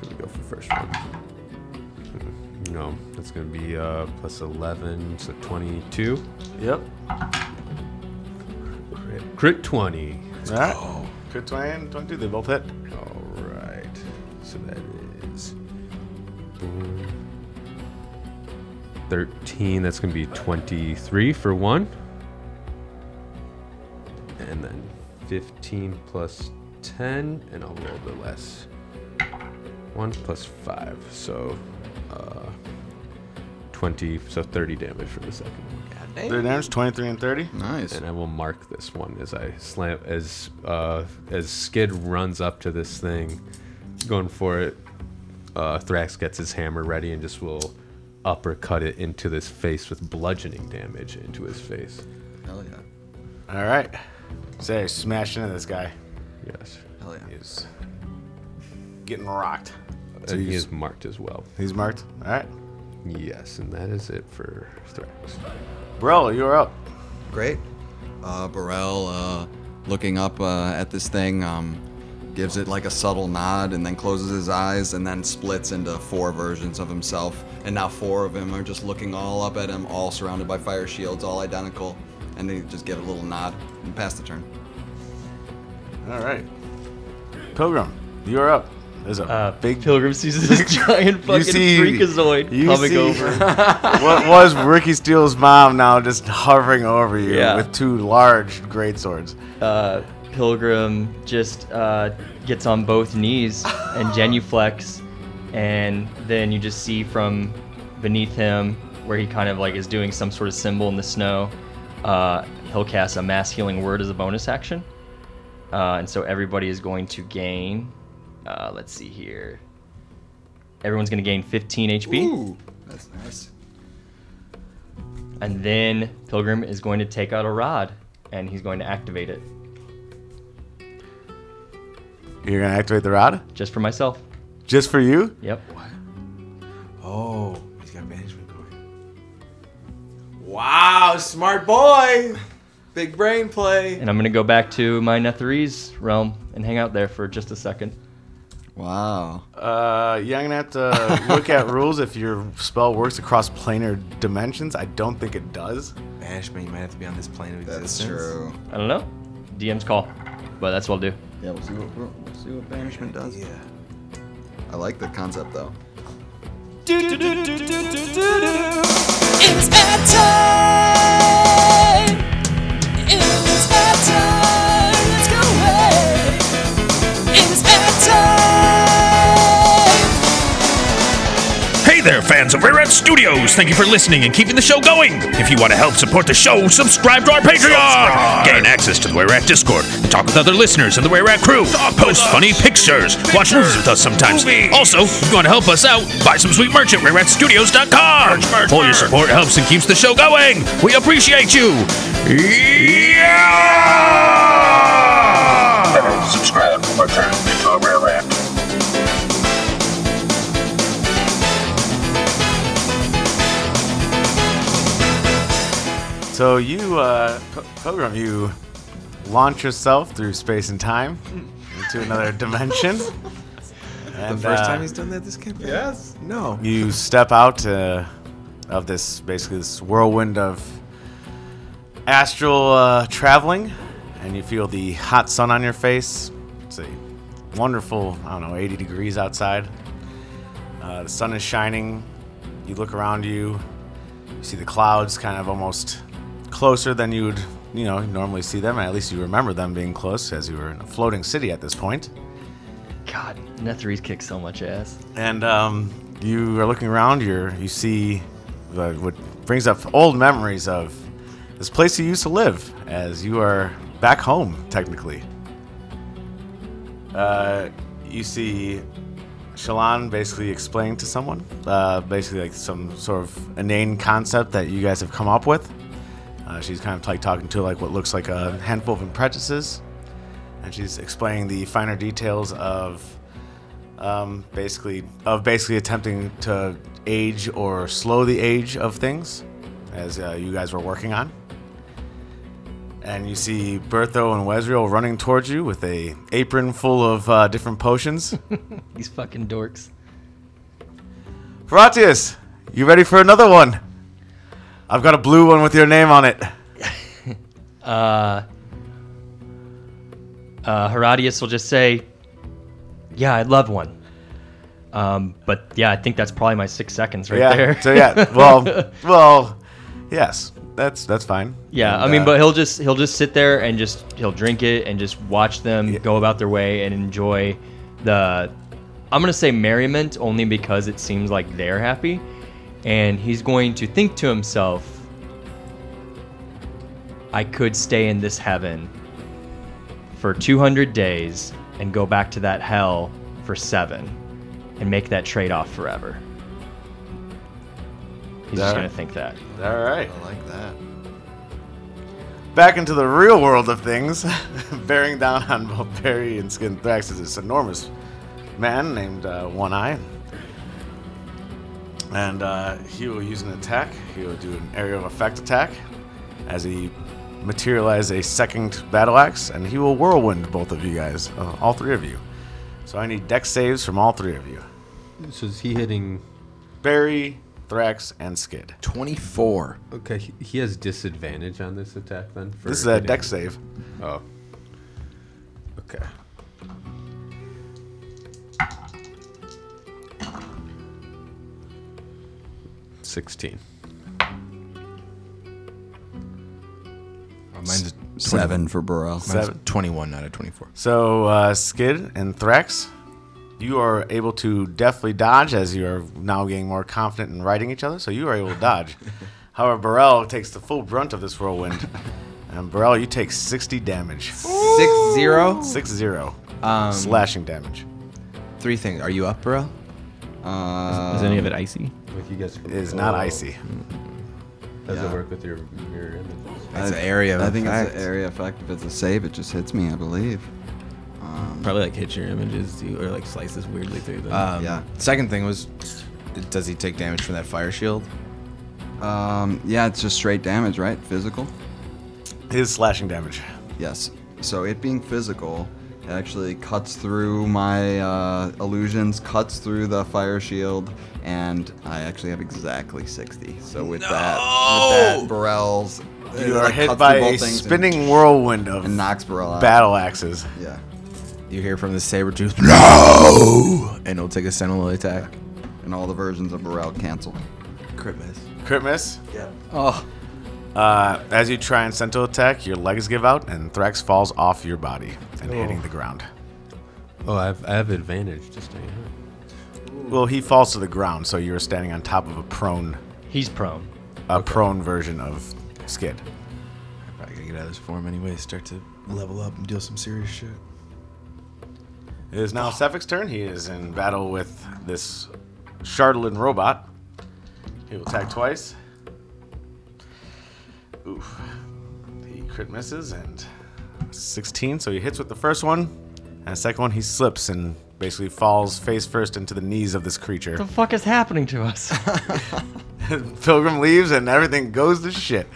Speaker 4: Here we go for first one. Hmm. No, that's going to be uh, plus 11, so 22.
Speaker 2: Yep.
Speaker 4: Crit, crit 20.
Speaker 2: All right. Crit 20 and 22, they both hit.
Speaker 4: All right. So that is boom. 13. That's going to be 23 for one. And then 15 plus 10. And I'll roll the less. 1 plus 5. So uh, 20. So 30 damage for the second one.
Speaker 2: Their damage 23 and 30.
Speaker 7: Nice.
Speaker 4: And I will mark this one as I slam as uh, as Skid runs up to this thing, going for it. Uh, Thrax gets his hammer ready and just will uppercut it into this face with bludgeoning damage into his face.
Speaker 7: Hell yeah.
Speaker 2: All right. So you're smashing into this guy.
Speaker 4: Yes,
Speaker 7: Hell yeah.
Speaker 2: He's getting rocked.
Speaker 4: and he is marked as well.
Speaker 2: He's marked. All right.
Speaker 4: Yes, and that is it for Thrax.
Speaker 2: Bro, you are up.
Speaker 7: Great. Uh, Burrell, uh, looking up uh, at this thing, um, gives it like a subtle nod and then closes his eyes and then splits into four versions of himself. And now four of him are just looking all up at him, all surrounded by fire shields, all identical. And they just give a little nod and pass the turn.
Speaker 2: All right. Pilgrim, you are up. There's a
Speaker 5: Uh,
Speaker 2: big
Speaker 5: Pilgrim sees this giant fucking
Speaker 2: see-
Speaker 5: freakazoid
Speaker 2: you
Speaker 5: coming
Speaker 2: see-
Speaker 5: over.
Speaker 2: what was Ricky Steele's mom now just hovering over you
Speaker 5: Yeah.
Speaker 2: with two large great swords.
Speaker 5: Uh, Pilgrim just uh, gets on both knees and genuflex, and then you just see from beneath him where he kind of like is doing some sort of symbol in the snow. Uh, he'll cast a mass healing word as a bonus action, uh, and so everybody is going to gain. Uh, let's see here. Everyone's going to gain 15 HP.
Speaker 7: Ooh, that's nice.
Speaker 5: And then Pilgrim is going to take out a rod and he's going to activate it
Speaker 2: You're gonna activate the rod?
Speaker 5: just for myself.
Speaker 2: Just for you?
Speaker 5: Yep.
Speaker 3: Oh, he's got management going. Wow, smart boy. Big brain play.
Speaker 5: And I'm gonna go back to my Netherese realm and hang out there for just a second.
Speaker 7: Wow.
Speaker 2: Uh, yeah, I'm gonna have to look at rules if your spell works across planar dimensions. I don't think it does.
Speaker 3: Banishment, you might have to be on this plane of
Speaker 7: That's
Speaker 3: existence.
Speaker 7: true.
Speaker 5: I don't know. DM's call, but that's what I'll do.
Speaker 7: Yeah, we'll see what we'll, we'll see what banishment does.
Speaker 3: Yeah.
Speaker 7: I like the concept though.
Speaker 8: It's bedtime. It's bedtime. Let's go away. It's bedtime.
Speaker 9: Hey there, fans of Rare Ant Studios! Thank you for listening and keeping the show going! If you want to help support the show, subscribe to our Patreon! Gain access to the Rare Ant Discord and talk with other listeners and the Rare Ant crew! Post funny pictures, watch movies with us sometimes. Also, if you want to help us out, buy some sweet merch at rareantstudios.com! All your support helps and keeps the show going! We appreciate you! Yeah! Subscribe to my channel, Rare Ant.
Speaker 2: So you, uh, P- Pilgrim, you launch yourself through space and time into another dimension.
Speaker 3: Hmm. The
Speaker 2: And,
Speaker 3: first
Speaker 2: uh,
Speaker 3: time he's done that this campaign? Yes. No.
Speaker 2: you step out uh, of this basically this whirlwind of astral uh, traveling, and you feel the hot sun on your face. It's a wonderful, I don't know, 80 degrees outside. Uh, the sun is shining. You look around you. You see the clouds kind of almost closer than you would, you know, normally see them. At least you remember them being close, as you were in a floating city at this point.
Speaker 5: God, Netherese kicks so much ass.
Speaker 2: And um, you are looking around. You you see the, what brings up old memories of this place you used to live, as you are back home technically. Uh, you see Shalon basically explaining to someone, uh, basically like some sort of inane concept that you guys have come up with. Uh, she's kind of like talking to like what looks like a handful of apprentices, and she's explaining the finer details of um, basically of basically attempting to age or slow the age of things, as uh, you guys were working on. And you see Bertho and Wesriel running towards you with a apron full of uh, different potions.
Speaker 5: These fucking dorks.
Speaker 2: Feratius, you ready for another one? I've got a blue one with your name on it.
Speaker 5: Uh, Herodias will just say, "Yeah, I'd love one." Um, but yeah, I think that's probably my six seconds right
Speaker 2: yeah.
Speaker 5: there.
Speaker 2: So yeah. Well. well. Yes. That's that's fine.
Speaker 5: Yeah,
Speaker 2: And,
Speaker 5: I mean,
Speaker 2: uh,
Speaker 5: but he'll just he'll just sit there and just he'll drink it and just watch them go about their way and enjoy the I'm going to say merriment only because it seems like they're happy and he's going to think to himself I could stay in this heaven for 200 days and go back to that hell for 7 and make that trade off forever. He's just
Speaker 2: That-
Speaker 5: going to think that.
Speaker 2: all right.
Speaker 7: I like that.
Speaker 2: Back into the real world of things, bearing down on Valperi and Skinthrax is this enormous man named uh, One Eye. And uh, he will use an attack. He will do an area of effect attack as he materialize a second battle axe, and he will whirlwind both of you guys, uh, all three of you. So I need deck saves from all three of you
Speaker 4: So is he hitting?
Speaker 2: Barry, Thrax, and Skid.
Speaker 3: 24.
Speaker 4: Okay, he he has disadvantage on this attack then. For
Speaker 2: This is a
Speaker 4: hitting-
Speaker 2: deck save.
Speaker 4: Oh. Okay. Sixteen.
Speaker 3: Mine's
Speaker 7: Seven for Burrell.
Speaker 3: Mine's
Speaker 2: Seven.
Speaker 3: 21, not a 24.
Speaker 2: So, uh, Skid and Thrax, you are able to deftly dodge as you are now getting more confident in riding each other, so you are able to dodge. However, Burrell takes the full brunt of this whirlwind. and Burrell, you take 60 damage.
Speaker 3: Six zero. Um,
Speaker 2: Six zero. slashing damage.
Speaker 3: Three things. Are you up, Uh, bro?
Speaker 6: Is any of it icy?
Speaker 4: Like you guys.
Speaker 2: It is not icy.
Speaker 4: Does it work with your mirror images?
Speaker 3: That's an area of
Speaker 7: I think it's
Speaker 3: effect.
Speaker 7: an area effect. If it's a save, it just hits me, I believe. Um,
Speaker 6: Probably like hits your images too, or like slices weirdly through them.
Speaker 3: Um,
Speaker 7: Yeah.
Speaker 3: Second thing was, does he take damage from that fire shield?
Speaker 7: Um, yeah, it's just straight damage, right? Physical.
Speaker 2: It is slashing damage.
Speaker 7: Yes. So it being physical it actually cuts through my uh, illusions, cuts through the fire shield, and I actually have exactly 60. So with that, with that, Burrell's it,
Speaker 2: You are
Speaker 7: like,
Speaker 2: hit
Speaker 7: cuts
Speaker 2: by
Speaker 7: through both
Speaker 2: a
Speaker 7: things
Speaker 2: spinning whirlwind of
Speaker 7: and, and knocks Burrell out.
Speaker 2: battle axes.
Speaker 7: Yeah.
Speaker 3: You hear from the saber tooth, no, and it'll take a sentinel attack.
Speaker 7: And all the versions of Burrell cancel.
Speaker 3: Crit miss.
Speaker 2: Crit miss.
Speaker 7: Oh,
Speaker 2: Uh, as you try and sento attack, your legs give out and Thrax falls off your body and hitting the ground.
Speaker 4: Oh, I have, I have advantage to stay hurt.
Speaker 2: Well, he falls to the ground, so you're standing on top of a prone,
Speaker 5: He's prone.
Speaker 2: a prone version of Skid.
Speaker 3: Probably gotta get out of this form anyway. Start to level up and deal some serious shit.
Speaker 2: It is now Sephick's turn. He is in battle with this Shardlin robot. He will attack twice. Oof. He crit misses and 16, so he hits with the first one. And the second one, he slips and basically falls face first into the knees of this creature.
Speaker 5: What the fuck is happening to us?
Speaker 2: Pilgrim leaves and everything goes to shit.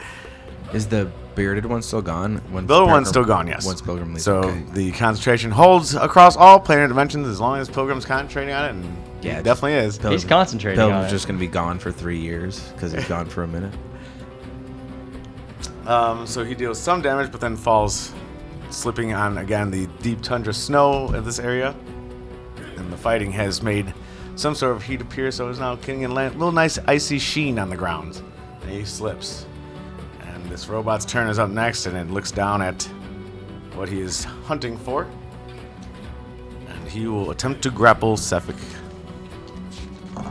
Speaker 3: Is the bearded one still gone? Once
Speaker 2: The other one's
Speaker 3: Pilgrim-
Speaker 2: still gone, yes.
Speaker 3: Once Pilgrim leaves.
Speaker 2: So
Speaker 3: okay.
Speaker 2: the concentration holds across all planar dimensions as long as Pilgrim's concentrating on it, and
Speaker 3: Yeah,
Speaker 2: it definitely is.
Speaker 5: He's concentrating on
Speaker 3: Pilgrim's
Speaker 5: it.
Speaker 3: just gonna be gone for three years because he's gone for a minute.
Speaker 2: Um, so he deals some damage, but then falls, slipping on again the deep tundra snow of this area. And the fighting has made some sort of heat appear, so it's now getting a li- little nice icy sheen on the ground. And he slips. And this robot's turn is up next, and it looks down at what he is hunting for. And he will attempt to grapple Suffolk. And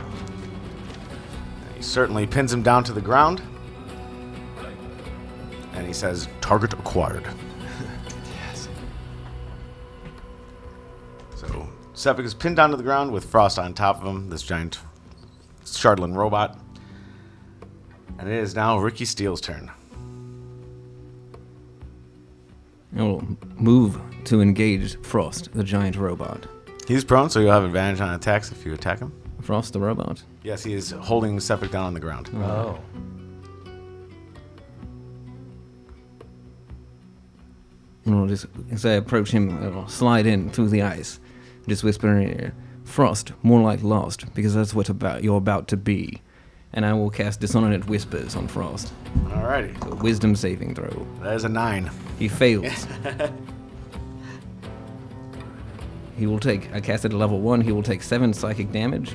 Speaker 2: he certainly pins him down to the ground and he says, "Target acquired." yes. So Sephic is pinned down to the ground with Frost on top of him. This giant Shardlin robot, and it is now Ricky Steele's turn.
Speaker 6: I will move to engage Frost, the giant robot.
Speaker 2: He's prone, so you'll have advantage on attacks if you attack him.
Speaker 6: Frost the robot.
Speaker 2: Yes, he is holding Sephic down on the ground.
Speaker 5: oh.
Speaker 6: And I'll just, as I approach him, I'll slide in through the ice. Just whisper in his ear, Frost, more like lost, because that's what about you're about to be. And I will cast Dissonant Whispers on Frost.
Speaker 2: Alrighty,
Speaker 6: A wisdom saving throw.
Speaker 2: that is a nine.
Speaker 6: He fails. he will take, I cast it at level 1, he will take 7 psychic damage.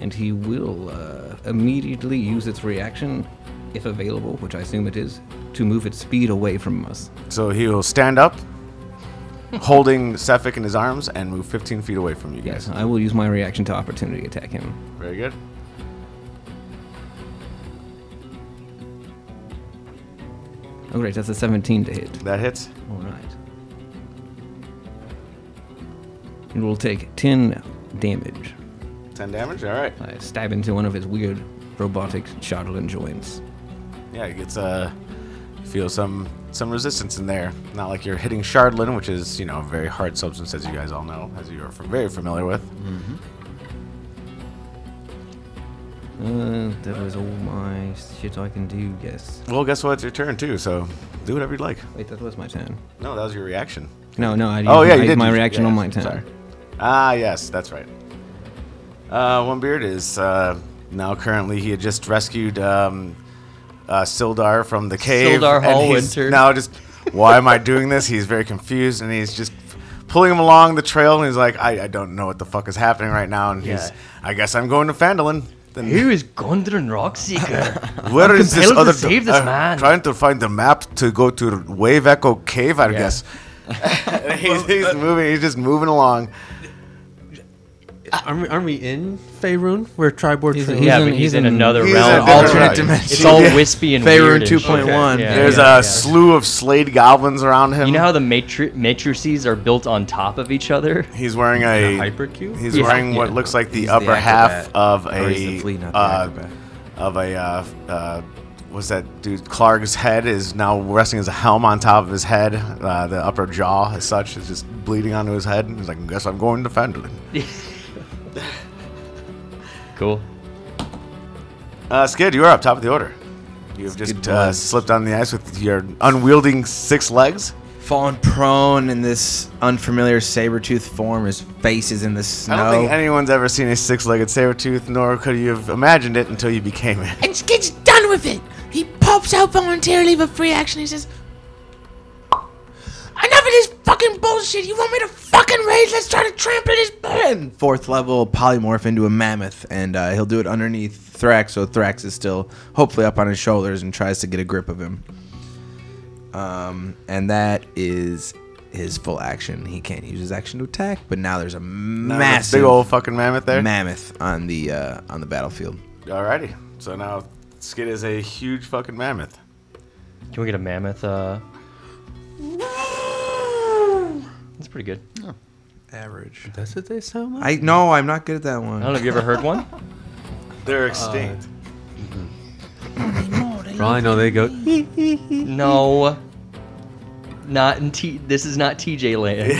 Speaker 6: And he will uh, immediately use its reaction, if available, which I assume it is, to move its speed away from us.
Speaker 2: So he will stand up, holding Sephic in his arms, and move 15 feet away from you guys.
Speaker 6: Yes, I will use my reaction to opportunity attack him.
Speaker 2: Very good.
Speaker 6: Oh, great, that's a 17 to hit.
Speaker 2: That hits.
Speaker 6: All right. It will take 10 damage.
Speaker 2: 10 damage. All right.
Speaker 6: I stab into one of his weird robotic Shardlin joints.
Speaker 2: Yeah, it gets uh feel some some resistance in there. Not like you're hitting shardlin, which is you know a very hard substance, as you guys all know, as you are f- very familiar with.
Speaker 6: Uh, that was all my shit I can do, yes.
Speaker 2: Well, guess what? It's your turn too, so do whatever you'd like.
Speaker 6: Wait, that was my turn.
Speaker 2: No, that was your reaction.
Speaker 6: No, no, I used,
Speaker 2: Oh yeah,
Speaker 6: I
Speaker 2: you
Speaker 6: used
Speaker 2: did
Speaker 6: my
Speaker 2: use-
Speaker 6: reaction
Speaker 2: yeah,
Speaker 6: on
Speaker 2: yeah,
Speaker 6: my turn.
Speaker 2: sorry. Ah, yes, that's right. Uh, one beard is uh, now currently he had just rescued um, uh, Sildar from the cave.
Speaker 5: Sildar
Speaker 2: and he's
Speaker 5: Hallwinter.
Speaker 2: Now just why am I doing this? He's very confused and he's just pulling him along the trail and he's like, I, I don't know what the fuck is happening right now. And he's
Speaker 5: Yeah.
Speaker 2: I guess I'm going to Fandolin. Then
Speaker 5: Who is Gondran Rockseeker?
Speaker 2: where is this
Speaker 5: compelled to
Speaker 2: other?
Speaker 5: save this
Speaker 2: I'm
Speaker 5: man.
Speaker 2: Trying to find the map to go to Wave Echo Cave, I guess. And he's,
Speaker 3: Uh,
Speaker 2: he's moving. He's just moving along.
Speaker 4: Aren't we, aren't we in Faerun? We're Tribord
Speaker 6: He's-
Speaker 4: Faerun.
Speaker 6: he's
Speaker 5: yeah,
Speaker 6: in-
Speaker 5: but he's,
Speaker 6: he's
Speaker 5: in,
Speaker 6: in-
Speaker 5: another
Speaker 2: He's
Speaker 5: realm.
Speaker 2: in a different
Speaker 5: Alternate-
Speaker 2: dimension.
Speaker 5: It's all
Speaker 2: Yeah.
Speaker 5: wispy and
Speaker 3: Faerun
Speaker 5: weird. and shit.
Speaker 3: 2.1.
Speaker 5: Yeah,
Speaker 2: There's
Speaker 5: yeah,
Speaker 2: a
Speaker 5: yeah.
Speaker 2: slew of slayed goblins around him.
Speaker 5: You know how the matri- matrices are built on top of each other?
Speaker 2: he's wearing a,
Speaker 4: hypercube?
Speaker 2: He's
Speaker 5: Yeah.
Speaker 2: wearing what
Speaker 6: Yeah.
Speaker 2: looks like the
Speaker 3: He's the
Speaker 2: upper half
Speaker 3: acrobat.
Speaker 2: of
Speaker 3: Or he's the
Speaker 2: a
Speaker 3: flea, not the
Speaker 2: uh,
Speaker 3: acrobat.
Speaker 2: of a uh, uh, what's that dude? Clark's head is now resting as a helm on top of his head. Uh, the upper jaw, as such, is just bleeding onto his head. And he's like, I "Guess I'm going to Fandolin."
Speaker 5: Cool.
Speaker 2: Uh, Skid, you are up top of the order. You've just
Speaker 3: good
Speaker 2: uh,
Speaker 3: words.
Speaker 2: slipped on the ice with your unwielding six legs.
Speaker 3: Fallen prone in this unfamiliar saber-toothed form, his face is in the snow.
Speaker 2: I don't think anyone's ever seen a six-legged saber tooth, nor could you have imagined it until you became it.
Speaker 10: and just gets done with it. He pops out voluntarily for free action. He says, "Enough of this fucking bullshit. You want me to fucking rage? Let's try to trample this
Speaker 3: and fourth level polymorph into a mammoth, and uh, he'll do it underneath Thrax, so Thrax is still hopefully up on his shoulders and tries to get a grip of him. Um, and that is his full action. He can't use his action to attack, but now there's a
Speaker 2: Now this
Speaker 3: massive
Speaker 2: big old fucking mammoth there.
Speaker 3: mammoth on the uh, on the battlefield.
Speaker 2: Alrighty. So now Skid is a huge fucking mammoth.
Speaker 5: Can we get a mammoth? Uh... That's pretty good.
Speaker 3: Average.
Speaker 4: That's what they sound like.
Speaker 3: I no, I'm not good at that
Speaker 5: I don't
Speaker 3: one.
Speaker 5: know if you ever heard one.
Speaker 2: They're
Speaker 5: Uh,
Speaker 2: extinct.
Speaker 4: For all I know, they go.
Speaker 5: No. Not in T. This is not TJ land.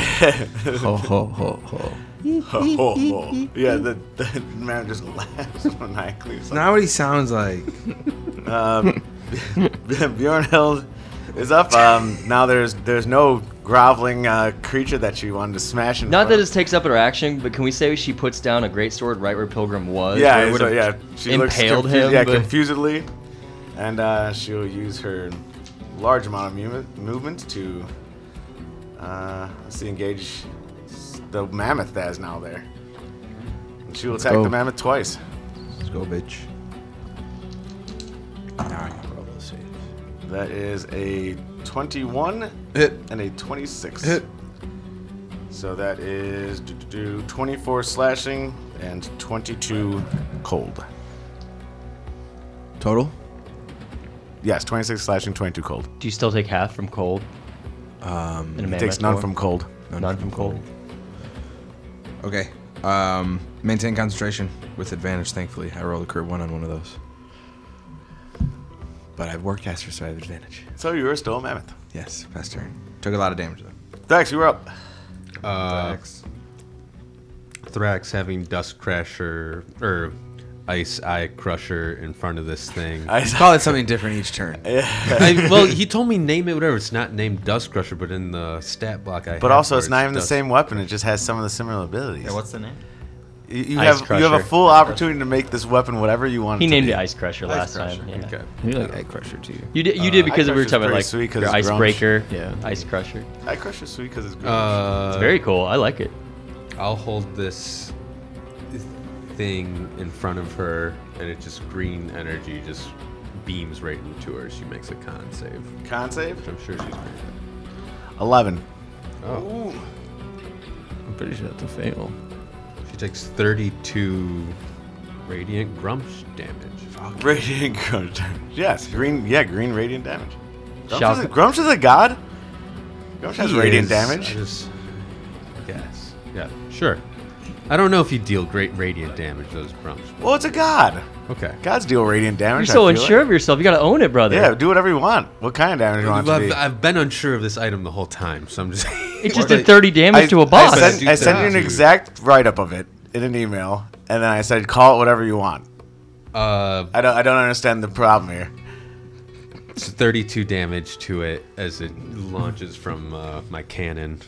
Speaker 6: Ho, ho, ho, ho.
Speaker 2: Ho, ho, ho. Oh. Yeah, the, the mammoth just laughs maniacally. It's like,
Speaker 3: Not what he sounds like. Um,
Speaker 2: Bjorn Hill is up. Um, now there's there's no groveling uh, creature that you wanted to smash. In
Speaker 5: Not
Speaker 2: front
Speaker 5: that
Speaker 2: of.
Speaker 5: it takes up her action, but can we say she puts down a great sword right where Pilgrim was? where
Speaker 2: Yeah,
Speaker 5: it
Speaker 2: so,
Speaker 5: would've
Speaker 2: yeah. She looks
Speaker 5: impaled
Speaker 2: confu-
Speaker 5: him.
Speaker 2: Yeah,
Speaker 5: but-
Speaker 2: confusedly, and uh, she'll use her large amount of movement, movement to uh, let's see, engage s- the mammoth that is now there. And she will attack
Speaker 3: go.
Speaker 2: the mammoth twice.
Speaker 3: Let's go, bitch. Now I gotta roll those saves.
Speaker 2: That is a 21
Speaker 7: Hit.
Speaker 2: and a 26.
Speaker 7: Hit.
Speaker 2: So that is do, do, do, 24 slashing and 22 cold.
Speaker 3: Total?
Speaker 2: Yes, 26 slashing, 22 cold.
Speaker 5: Do you still take half from cold? Um,
Speaker 2: Takes none from cold.
Speaker 5: none, from cold.
Speaker 3: Okay. Um, maintain concentration with advantage. Thankfully, I rolled a crit one on one of those. But I've worked caster, so I have advantage.
Speaker 2: So you are still a mammoth.
Speaker 3: Yes, past turn. Took a lot of damage though.
Speaker 2: Dax, you were up.
Speaker 4: Uh, Thrax having dust crasher or ice eye crusher in front of this thing.
Speaker 3: Call it something different each turn.
Speaker 4: I, well, he told me name it whatever. It's not named dust crusher, but in the stat block I.
Speaker 2: But
Speaker 4: have
Speaker 2: also,
Speaker 4: where
Speaker 2: it's not even the
Speaker 4: dust-
Speaker 2: same weapon. It just has some of the similar abilities.
Speaker 11: what's the name?
Speaker 2: you, you
Speaker 5: Ice
Speaker 2: have you have a
Speaker 5: Crusher.
Speaker 2: full opportunity to make this weapon whatever you want.
Speaker 5: He
Speaker 2: it to
Speaker 5: named
Speaker 2: be.
Speaker 5: it Ice Crusher last time. yeah.
Speaker 4: Okay.
Speaker 6: You like Egg Crusher too.
Speaker 5: You did, you did because we were
Speaker 2: Uh, Crusher's
Speaker 5: talking about
Speaker 2: pretty
Speaker 5: like
Speaker 2: sweet 'cause
Speaker 5: your
Speaker 2: it's grunge.
Speaker 5: Icebreaker,
Speaker 6: Yeah.
Speaker 5: Ice Crusher.
Speaker 2: I crush it sweet because it's good.
Speaker 4: Uh,
Speaker 5: Very cool. I like it.
Speaker 4: I'll hold this thing in front of her, and it just green energy just beams right into her. She makes a con save.
Speaker 2: Con save
Speaker 4: I'm sure she's. Gonna,
Speaker 2: eleven.
Speaker 4: oh,
Speaker 6: I'm pretty sure that's a fail.
Speaker 4: she takes 32 radiant grumps damage.
Speaker 2: Radiant grunge. damage. Yes, green. Yeah, green radiant damage. Grumsh
Speaker 5: Shout-
Speaker 2: is, a, Grumsh is a god. Grumsh has
Speaker 4: He
Speaker 2: radiant
Speaker 4: is- I
Speaker 2: damage.
Speaker 4: just guess. Yeah, sure. I don't know if you deal great radiant damage those grumps.
Speaker 2: Well, it's a god.
Speaker 4: Okay.
Speaker 2: Gods deal radiant damage.
Speaker 5: You're so
Speaker 2: I feel
Speaker 5: unsure
Speaker 2: like.
Speaker 5: of yourself. You got to own it, brother.
Speaker 2: Yeah, do whatever you want. What kind of damage you want it to
Speaker 4: I've,
Speaker 2: be?
Speaker 4: I've been unsure of this item the whole time, so I'm just.
Speaker 5: It just did 30 damage to a boss.
Speaker 2: I sent, I sent you an
Speaker 4: Dude.
Speaker 2: exact write up of it in an email, and then I said, call it whatever you want.
Speaker 4: uh,
Speaker 2: I don't, I don't understand the problem here.
Speaker 4: it's 32 damage to it as it launches from uh, my cannon.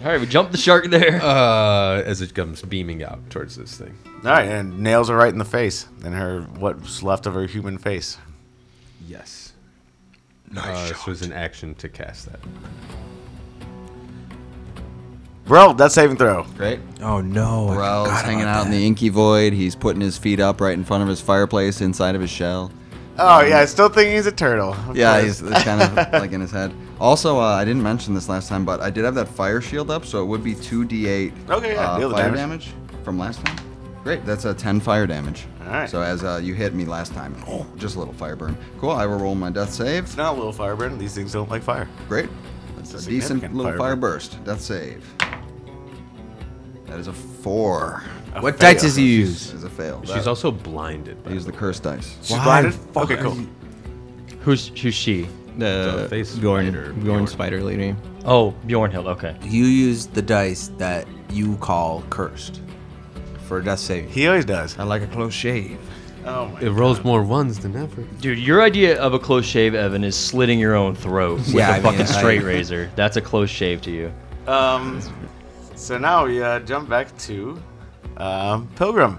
Speaker 5: All right, we jumped the shark there.
Speaker 4: Uh, as it comes beaming out towards this thing.
Speaker 2: All right, and nails her right in the face, and her what's left of her human face.
Speaker 4: Yes. uh, This was an action to cast that.
Speaker 2: Bro, that's saving throw.
Speaker 11: Great.
Speaker 3: Oh no! I
Speaker 7: Morel's
Speaker 3: forgot
Speaker 7: hanging
Speaker 3: about
Speaker 7: out in the inky void. He's putting his feet up right in front of his fireplace inside of his shell.
Speaker 2: Oh yeah, I still think he's a turtle. Of
Speaker 7: Yeah,
Speaker 2: course.
Speaker 7: he's it's kind of like in his head. Also, uh, I didn't mention this last time, but I did have that fire shield up, so it would be 2d8
Speaker 2: Okay, yeah,
Speaker 7: uh,
Speaker 2: deal the
Speaker 7: fire
Speaker 2: damage.
Speaker 7: damage. from last time. Great, that's a 10 fire damage.
Speaker 2: All right.
Speaker 7: So as uh, you hit me last time, oh, just a little fire burn. Cool, I will roll my death
Speaker 2: It's
Speaker 7: save.
Speaker 2: not a little fireburn. These things don't like fire.
Speaker 7: Great. That's
Speaker 2: a
Speaker 7: a decent
Speaker 2: significant
Speaker 7: little
Speaker 2: fire
Speaker 7: fire,
Speaker 2: burn.
Speaker 7: burst. Death save. That is a 4.
Speaker 2: A
Speaker 3: What
Speaker 2: fail.
Speaker 3: dice does he use?
Speaker 7: That is a fail.
Speaker 4: She's also blinded by
Speaker 7: Use the
Speaker 4: the
Speaker 7: curse dice.
Speaker 2: She's
Speaker 3: Why
Speaker 2: blinded.
Speaker 3: the fuck
Speaker 2: Okay,
Speaker 3: are
Speaker 2: cool.
Speaker 3: you-
Speaker 5: Who's who's she?
Speaker 6: The
Speaker 4: The face
Speaker 6: Gorn,
Speaker 4: spider,
Speaker 6: Gorn
Speaker 4: Bjorn.
Speaker 6: spider lady.
Speaker 5: Oh, Bjornhild. Okay.
Speaker 3: You use the dice that you call cursed. for a death save.
Speaker 2: He always does.
Speaker 3: I like a close shave.
Speaker 2: Oh my.
Speaker 4: It rolls more ones than ever.
Speaker 5: Dude, your idea of a close shave, Evan, is slitting your own throat with
Speaker 3: Yeah,
Speaker 5: a
Speaker 3: I mean,
Speaker 5: fucking
Speaker 3: I-
Speaker 5: straight razor. That's a close shave to you.
Speaker 2: Um, so now we uh, jump back to um, Pilgrim.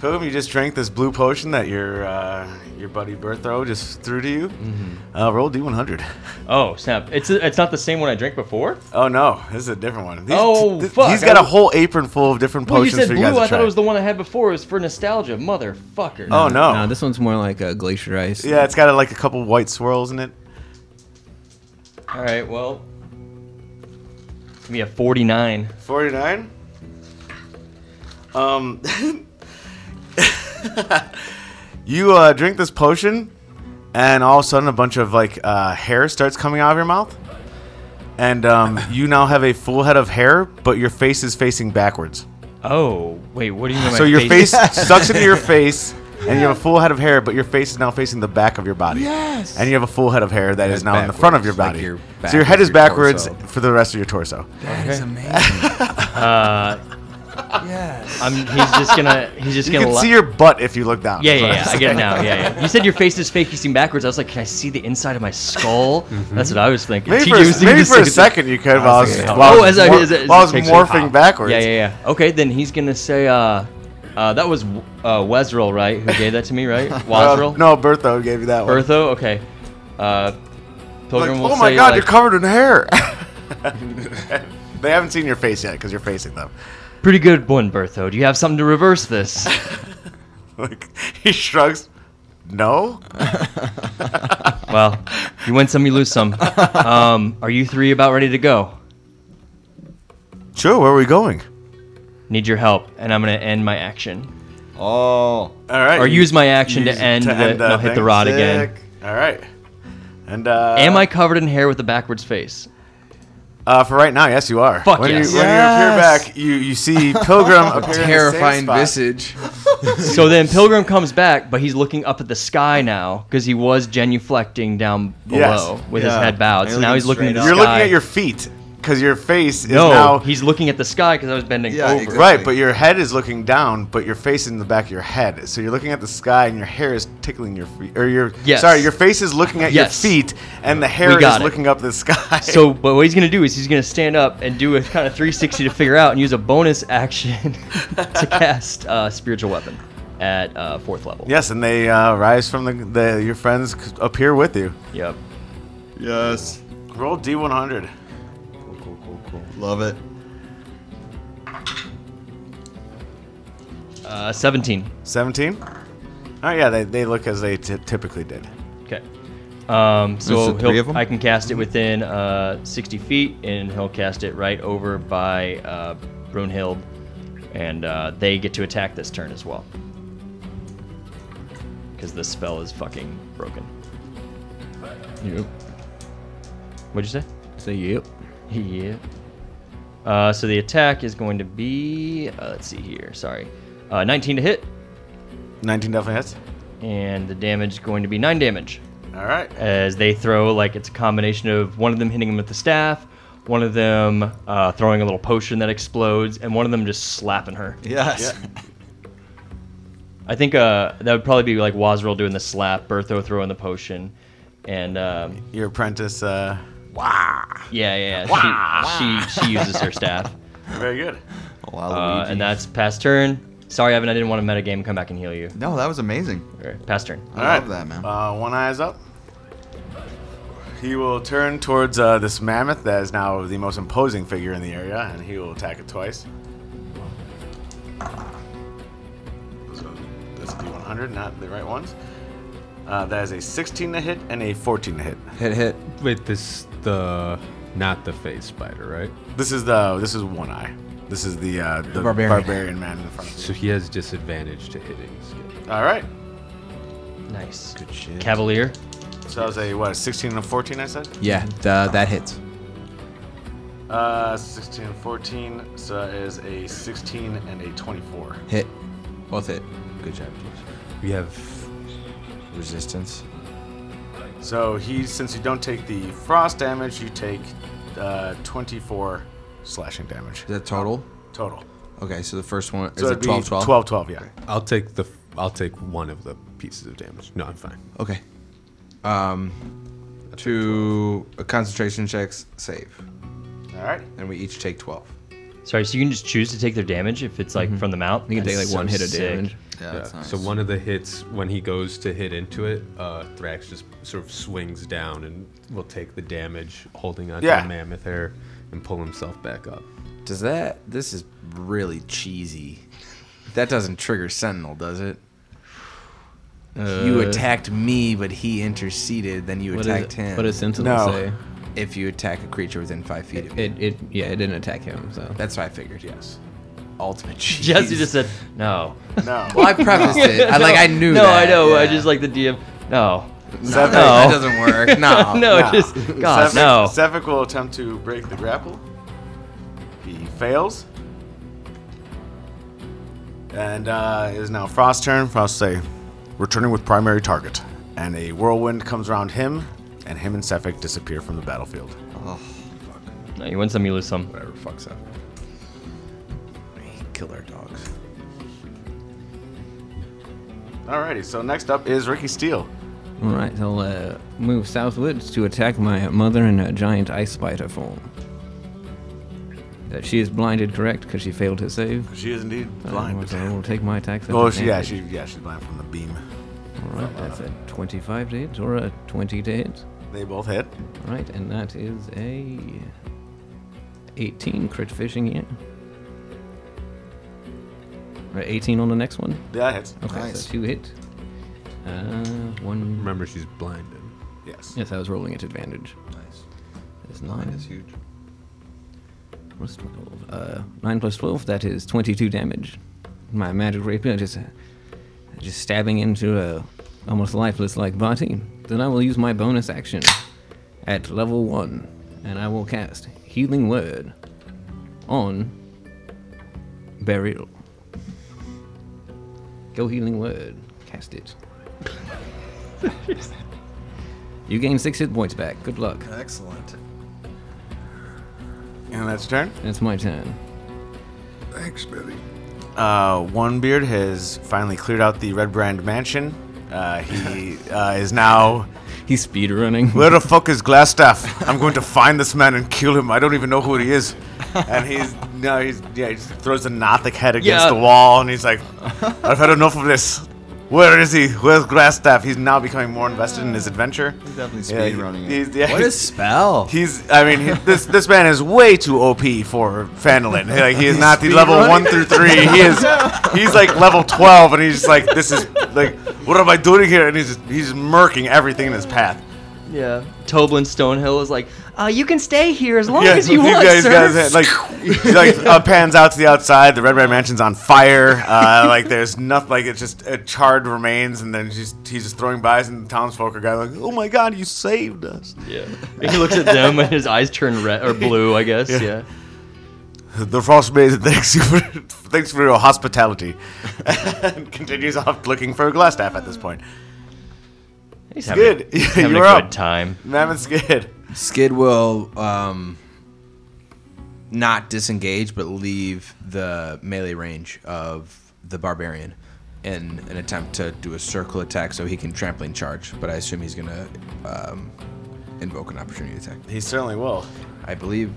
Speaker 2: Pilgrim, you just drank this blue potion that your uh, your buddy Berthro just threw to you.
Speaker 7: Mm-hmm.
Speaker 2: Uh, roll D100.
Speaker 5: Oh snap! It's it's not the same one I drank before.
Speaker 2: Oh no, this is a different one. These-
Speaker 5: Oh,
Speaker 2: th-
Speaker 5: fuck,
Speaker 2: He's got
Speaker 5: I
Speaker 2: a
Speaker 5: was-
Speaker 2: whole apron full of different
Speaker 5: Well, you
Speaker 2: potions
Speaker 5: said
Speaker 2: for
Speaker 5: blue.
Speaker 2: you guys to
Speaker 5: I
Speaker 2: try.
Speaker 5: thought it was the one I had before. It was for nostalgia, motherfucker.
Speaker 2: oh no.
Speaker 6: No, this one's more like a glacier ice.
Speaker 2: yeah, it's got like a couple white swirls in it.
Speaker 5: All right, well, give me a forty-nine.
Speaker 2: 49 um you uh, drink this potion and all of a sudden a bunch of like uh, hair starts coming out of your mouth and um, you now have a full head of hair but your face is facing backwards
Speaker 5: Oh wait, what do you mean?
Speaker 2: so your face sucks into your face and you have a full head of hair but your face is now facing the back of your body yes and you have a full head of hair that is now in the front of your
Speaker 3: backwards, like
Speaker 2: body
Speaker 3: your
Speaker 2: so your head
Speaker 3: backwards,
Speaker 2: is
Speaker 3: your
Speaker 2: backwards
Speaker 3: torso.
Speaker 2: for the rest of your torso
Speaker 5: Uh, I'm, he's just gonna. He's just
Speaker 2: you
Speaker 5: gonna.
Speaker 2: can
Speaker 5: li-
Speaker 2: see your butt if you look down
Speaker 5: yeah,
Speaker 2: That's
Speaker 5: yeah,
Speaker 2: what
Speaker 5: yeah.
Speaker 2: I'm
Speaker 5: I get it now. Yeah, yeah. You said your face is facing backwards. I was like, can I see the inside of my skull? That's what I was thinking.
Speaker 2: Maybe
Speaker 5: She
Speaker 2: for, a-
Speaker 5: using
Speaker 2: maybe
Speaker 5: the
Speaker 2: for a
Speaker 5: same-
Speaker 2: second you could while Mm-hmm. I was,
Speaker 5: Oh,
Speaker 2: while I
Speaker 5: as
Speaker 2: was,
Speaker 5: I-
Speaker 2: mor-
Speaker 5: as I- as
Speaker 2: while I
Speaker 5: it
Speaker 2: was
Speaker 5: takes me-
Speaker 2: morphing backwards.
Speaker 5: Yeah, yeah, yeah. Okay, then he's gonna say, uh, uh, that was uh, Wezrel, right? Who gave that to me, right?
Speaker 2: Uh,
Speaker 5: Wazrel?
Speaker 2: no, Bertho gave you that one.
Speaker 5: Bertho? Okay. Uh,
Speaker 2: Like,
Speaker 5: Pilgrim will
Speaker 2: oh my
Speaker 5: say,
Speaker 2: god,
Speaker 5: like,
Speaker 2: you're covered in hair. they haven't seen your face yet because you're facing them.
Speaker 5: pretty good one, Bertho. Do you have something to reverse this?
Speaker 2: Like he shrugs. No.
Speaker 5: well, you win some, you lose some. Um, are you three about ready to go?
Speaker 2: Sure. Where are we going?
Speaker 5: Need your help, and I'm gonna end my action
Speaker 3: Oh,
Speaker 2: All right.
Speaker 5: or
Speaker 2: you-
Speaker 5: use my action to
Speaker 2: use-
Speaker 5: end the.
Speaker 2: end
Speaker 5: no, hit the
Speaker 2: thing.
Speaker 5: rod again.
Speaker 2: Sick. All right. And uh,
Speaker 5: Am I covered in hair with a backwards face?
Speaker 2: Uh, for right now, yes, you are.
Speaker 5: Fuck
Speaker 2: when
Speaker 5: yes.
Speaker 2: You, when you appear back, you, you see Pilgrim appear
Speaker 3: terrifying
Speaker 2: in the same spot.
Speaker 3: visage.
Speaker 5: So then Pilgrim comes back, but he's looking up at the sky now because he was genuflecting down
Speaker 2: Yes.
Speaker 5: below with his
Speaker 3: Yeah.
Speaker 5: head bowed. So
Speaker 3: And
Speaker 5: now he's
Speaker 3: looking
Speaker 5: looking at the
Speaker 2: You're
Speaker 5: sky.
Speaker 2: looking at your feet because your face is
Speaker 5: no,
Speaker 2: now
Speaker 5: he's looking at the sky because I was bending
Speaker 3: Yeah,
Speaker 5: over.
Speaker 3: exactly.
Speaker 2: Right, but your head is looking down, but your face is in the back of your head. So you're looking at the sky, and your hair is tickling your feet. Or your
Speaker 5: Yes.
Speaker 2: sorry, your face is looking at
Speaker 5: Yes.
Speaker 2: your feet, and the
Speaker 5: We
Speaker 2: hair is
Speaker 5: got it.
Speaker 2: looking up at the sky.
Speaker 5: So, but what he's gonna do is he's gonna stand up and do a kind of 360 to figure out and use a bonus action to cast uh, spiritual weapon at uh, fourth level.
Speaker 2: yes, and they uh, rise from the, the your friends c- appear with you.
Speaker 5: Yep.
Speaker 7: Yes.
Speaker 2: Roll d100.
Speaker 7: Love it.
Speaker 5: Uh, 17.
Speaker 2: 17. Oh yeah, they, they look as they t- typically did.
Speaker 5: Okay. Um, so
Speaker 3: it three
Speaker 5: he'll-
Speaker 3: of 'em?
Speaker 5: I can cast it within uh, 60 feet, and he'll cast it right over by uh, Brunhild, and uh, they get to attack this turn as well. Because the spell is fucking broken.
Speaker 6: Yep.
Speaker 5: What'd you say?
Speaker 6: Say yep.
Speaker 5: Yeah. Uh, so the attack is going to be. Uh, let's see here. Sorry. Uh, 19 to hit,
Speaker 2: 19 definitely hits.
Speaker 5: and the damage is going to be 9 damage.
Speaker 2: All right.
Speaker 5: as they throw like it's a combination of one of them hitting him with the staff one of them uh, throwing a little potion that explodes and one of them just slapping her
Speaker 3: Yes.
Speaker 5: i think uh, that would probably be like wazril doing the slap bertho throwing the potion and um,
Speaker 2: Your apprentice. Uh,
Speaker 5: yeah yeah, yeah. She, she, she uses her staff
Speaker 2: very good.
Speaker 5: uh, and that's past turn sorry evan i didn't want to metagame and come back and heal you
Speaker 7: No, that was amazing.
Speaker 5: Alright, past turn
Speaker 7: I
Speaker 2: All right,
Speaker 7: love that, man.
Speaker 2: Uh, one eye is up. He will turn towards uh, this mammoth that is now the most imposing figure in the area, and he will attack it twice. So that's D100, not the right ones. Uh, that is a 16 to hit and a 14 to hit.
Speaker 3: Hit, hit.
Speaker 4: Wait, this the not the face spider, right?
Speaker 2: This is the this is one eye. This is the uh, the barbarian.
Speaker 3: Barbarian.
Speaker 2: man in front of
Speaker 4: So he has disadvantage to hitting. skill.
Speaker 2: you. All right.
Speaker 5: nice good shit cavalier
Speaker 2: So that was a what a 16 and a 14. I said.
Speaker 3: Yeah, the, that hits.
Speaker 2: Uh, 16 and 14. So that is a 16 and a 24.
Speaker 3: Hit. Both hit. Good job, dude.
Speaker 4: We have
Speaker 3: Resistance.
Speaker 2: So he, since you don't take the frost damage, you take uh, 24 slashing damage
Speaker 3: Is that total?
Speaker 2: total.
Speaker 3: Okay, so the first one is
Speaker 2: So
Speaker 3: it
Speaker 2: it'd be
Speaker 3: 12 12?
Speaker 2: 12, 12, yeah.
Speaker 4: I'll take the. I'll take one of the pieces of damage. No, I'm fine.
Speaker 3: Okay. Um, two concentration checks, save.
Speaker 2: All right.
Speaker 3: And we each take 12.
Speaker 5: Sorry, so you can just choose to take their damage if it's like from the mouth.
Speaker 6: You can take like
Speaker 5: That's
Speaker 6: one
Speaker 5: so
Speaker 6: hit of
Speaker 5: sick.
Speaker 6: damage.
Speaker 7: Mm-hmm. Yeah,
Speaker 4: Yeah.
Speaker 7: that's nice.
Speaker 4: So one of the hits, when he goes to hit into it, uh, Thrax just sort of swings down and will take the damage, holding onto
Speaker 2: Yeah.
Speaker 4: the mammoth hair and pull himself back up.
Speaker 3: Does that. This is really cheesy. That doesn't trigger Sentinel, does it? you attacked me, but he interceded, then you
Speaker 6: Uh, What is
Speaker 3: attacked
Speaker 6: it-
Speaker 3: him.
Speaker 6: What does Sentinel
Speaker 2: No.
Speaker 6: say?
Speaker 3: if you attack a creature within five feet of you.
Speaker 6: It, it yeah, it didn't attack him. So
Speaker 3: That's what I figured, yes. Ultimate cheese.
Speaker 5: Jesse just said no.
Speaker 2: No.
Speaker 3: Well, I prefaced it. I, like, I knew
Speaker 5: No,
Speaker 3: that.
Speaker 5: I know. I
Speaker 3: yeah.
Speaker 5: just like the DM. No,
Speaker 2: Sevik-
Speaker 5: No.
Speaker 3: That doesn't work. No.
Speaker 5: no,
Speaker 2: Nah.
Speaker 5: just God,
Speaker 2: Sevik-
Speaker 5: no.
Speaker 2: Sevik will attempt to break the grapple. He fails. And uh, it is now Frost's turn. Frost say, returning with primary target. And a whirlwind comes around him, and him and Sefik disappear from the battlefield.
Speaker 5: no. You win some, you lose some.
Speaker 4: Whatever fucks up.
Speaker 3: Kill our dogs.
Speaker 2: Alrighty, so next up is Ricky Steele.
Speaker 6: all right, I'll uh, move southwards to attack my mother in her giant ice spider form. That she is blinded, correct? Because she failed her save.
Speaker 2: She is indeed
Speaker 6: Uh,
Speaker 2: blind.
Speaker 6: so I will take my attacks. at
Speaker 2: Oh, she, yeah,
Speaker 6: advantage.
Speaker 2: she, yeah, she's blind from the beam. uh,
Speaker 6: All right, that's a 25 to hit or a 20 to hit.
Speaker 2: They both hit.
Speaker 6: All right, and that is a 18 crit fishing yeah. Right, 18 on the next one.
Speaker 2: Yeah, hits.
Speaker 6: Okay,
Speaker 7: Nice.
Speaker 6: so two hit. Uh, one.
Speaker 4: Remember, she's blinded.
Speaker 2: Yes.
Speaker 6: Yes, I was rolling at advantage.
Speaker 7: Nice.
Speaker 6: That's nine.
Speaker 7: Mine is huge.
Speaker 6: Plus 12. Uh, 9 plus 12, that is 22 damage. My magic rapier just, just stabbing into a almost lifeless like body. Then I will use my bonus action at level 1, and I will cast Healing Word on Burial. Go Healing Word. Cast it. you gain 6 hit points back. Good luck.
Speaker 7: Excellent.
Speaker 2: And that's your turn.
Speaker 6: That's my turn.
Speaker 7: Thanks, Billy.
Speaker 2: Uh, One Beard has finally cleared out the Red Brand Mansion. Uh, he uh, is now.
Speaker 6: He's speedrunning.
Speaker 2: Where the fuck is Glassstaff? I'm going to find this man and kill him. I don't even know who he is. And he's no, he's yeah, he just throws the Nothic head against
Speaker 5: Yeah.
Speaker 2: the wall, and he's like, "I've had enough of this. Where is he? Where's Glassstaff?" He's now becoming more invested in his adventure. He's
Speaker 7: definitely speedrunning it.
Speaker 2: He's, yeah,
Speaker 3: What a spell.
Speaker 2: He's. I mean, he, this this man is way too OP for Fandolin. Like he is not the level one through three. He is. He's like level twelve, and he's just like, this is like, what am I doing here? And he's just, he's murking everything in his path.
Speaker 5: Yeah. Toblin Stonehill is like, uh, you can stay here as long as you
Speaker 2: these
Speaker 5: want,
Speaker 2: guys-
Speaker 5: sir.
Speaker 2: guys had, like, he, like uh, pans out to the outside. The Red Red Mansion's on fire. Uh, like there's nothing. Like it's just uh, charred remains, and then just he's just throwing bys, and the townsfolk are kind of like, oh my god, you saved us.
Speaker 5: yeah. He looks at them and his eyes turn red or blue. I guess. Yeah.
Speaker 2: The frost maiden thanks you for thanks for your hospitality, and continues off looking for a glass staff at this point.
Speaker 5: He's having,
Speaker 2: good.
Speaker 5: A, he's having a
Speaker 2: You're
Speaker 5: good
Speaker 2: up.
Speaker 5: time.
Speaker 2: Mammoth's good.
Speaker 3: Skid will um, not disengage, but leave the melee range of the barbarian in an attempt to do a circle attack so he can trampoline charge. But I assume he's going to um, invoke an opportunity attack.
Speaker 2: He certainly will.
Speaker 3: I believe.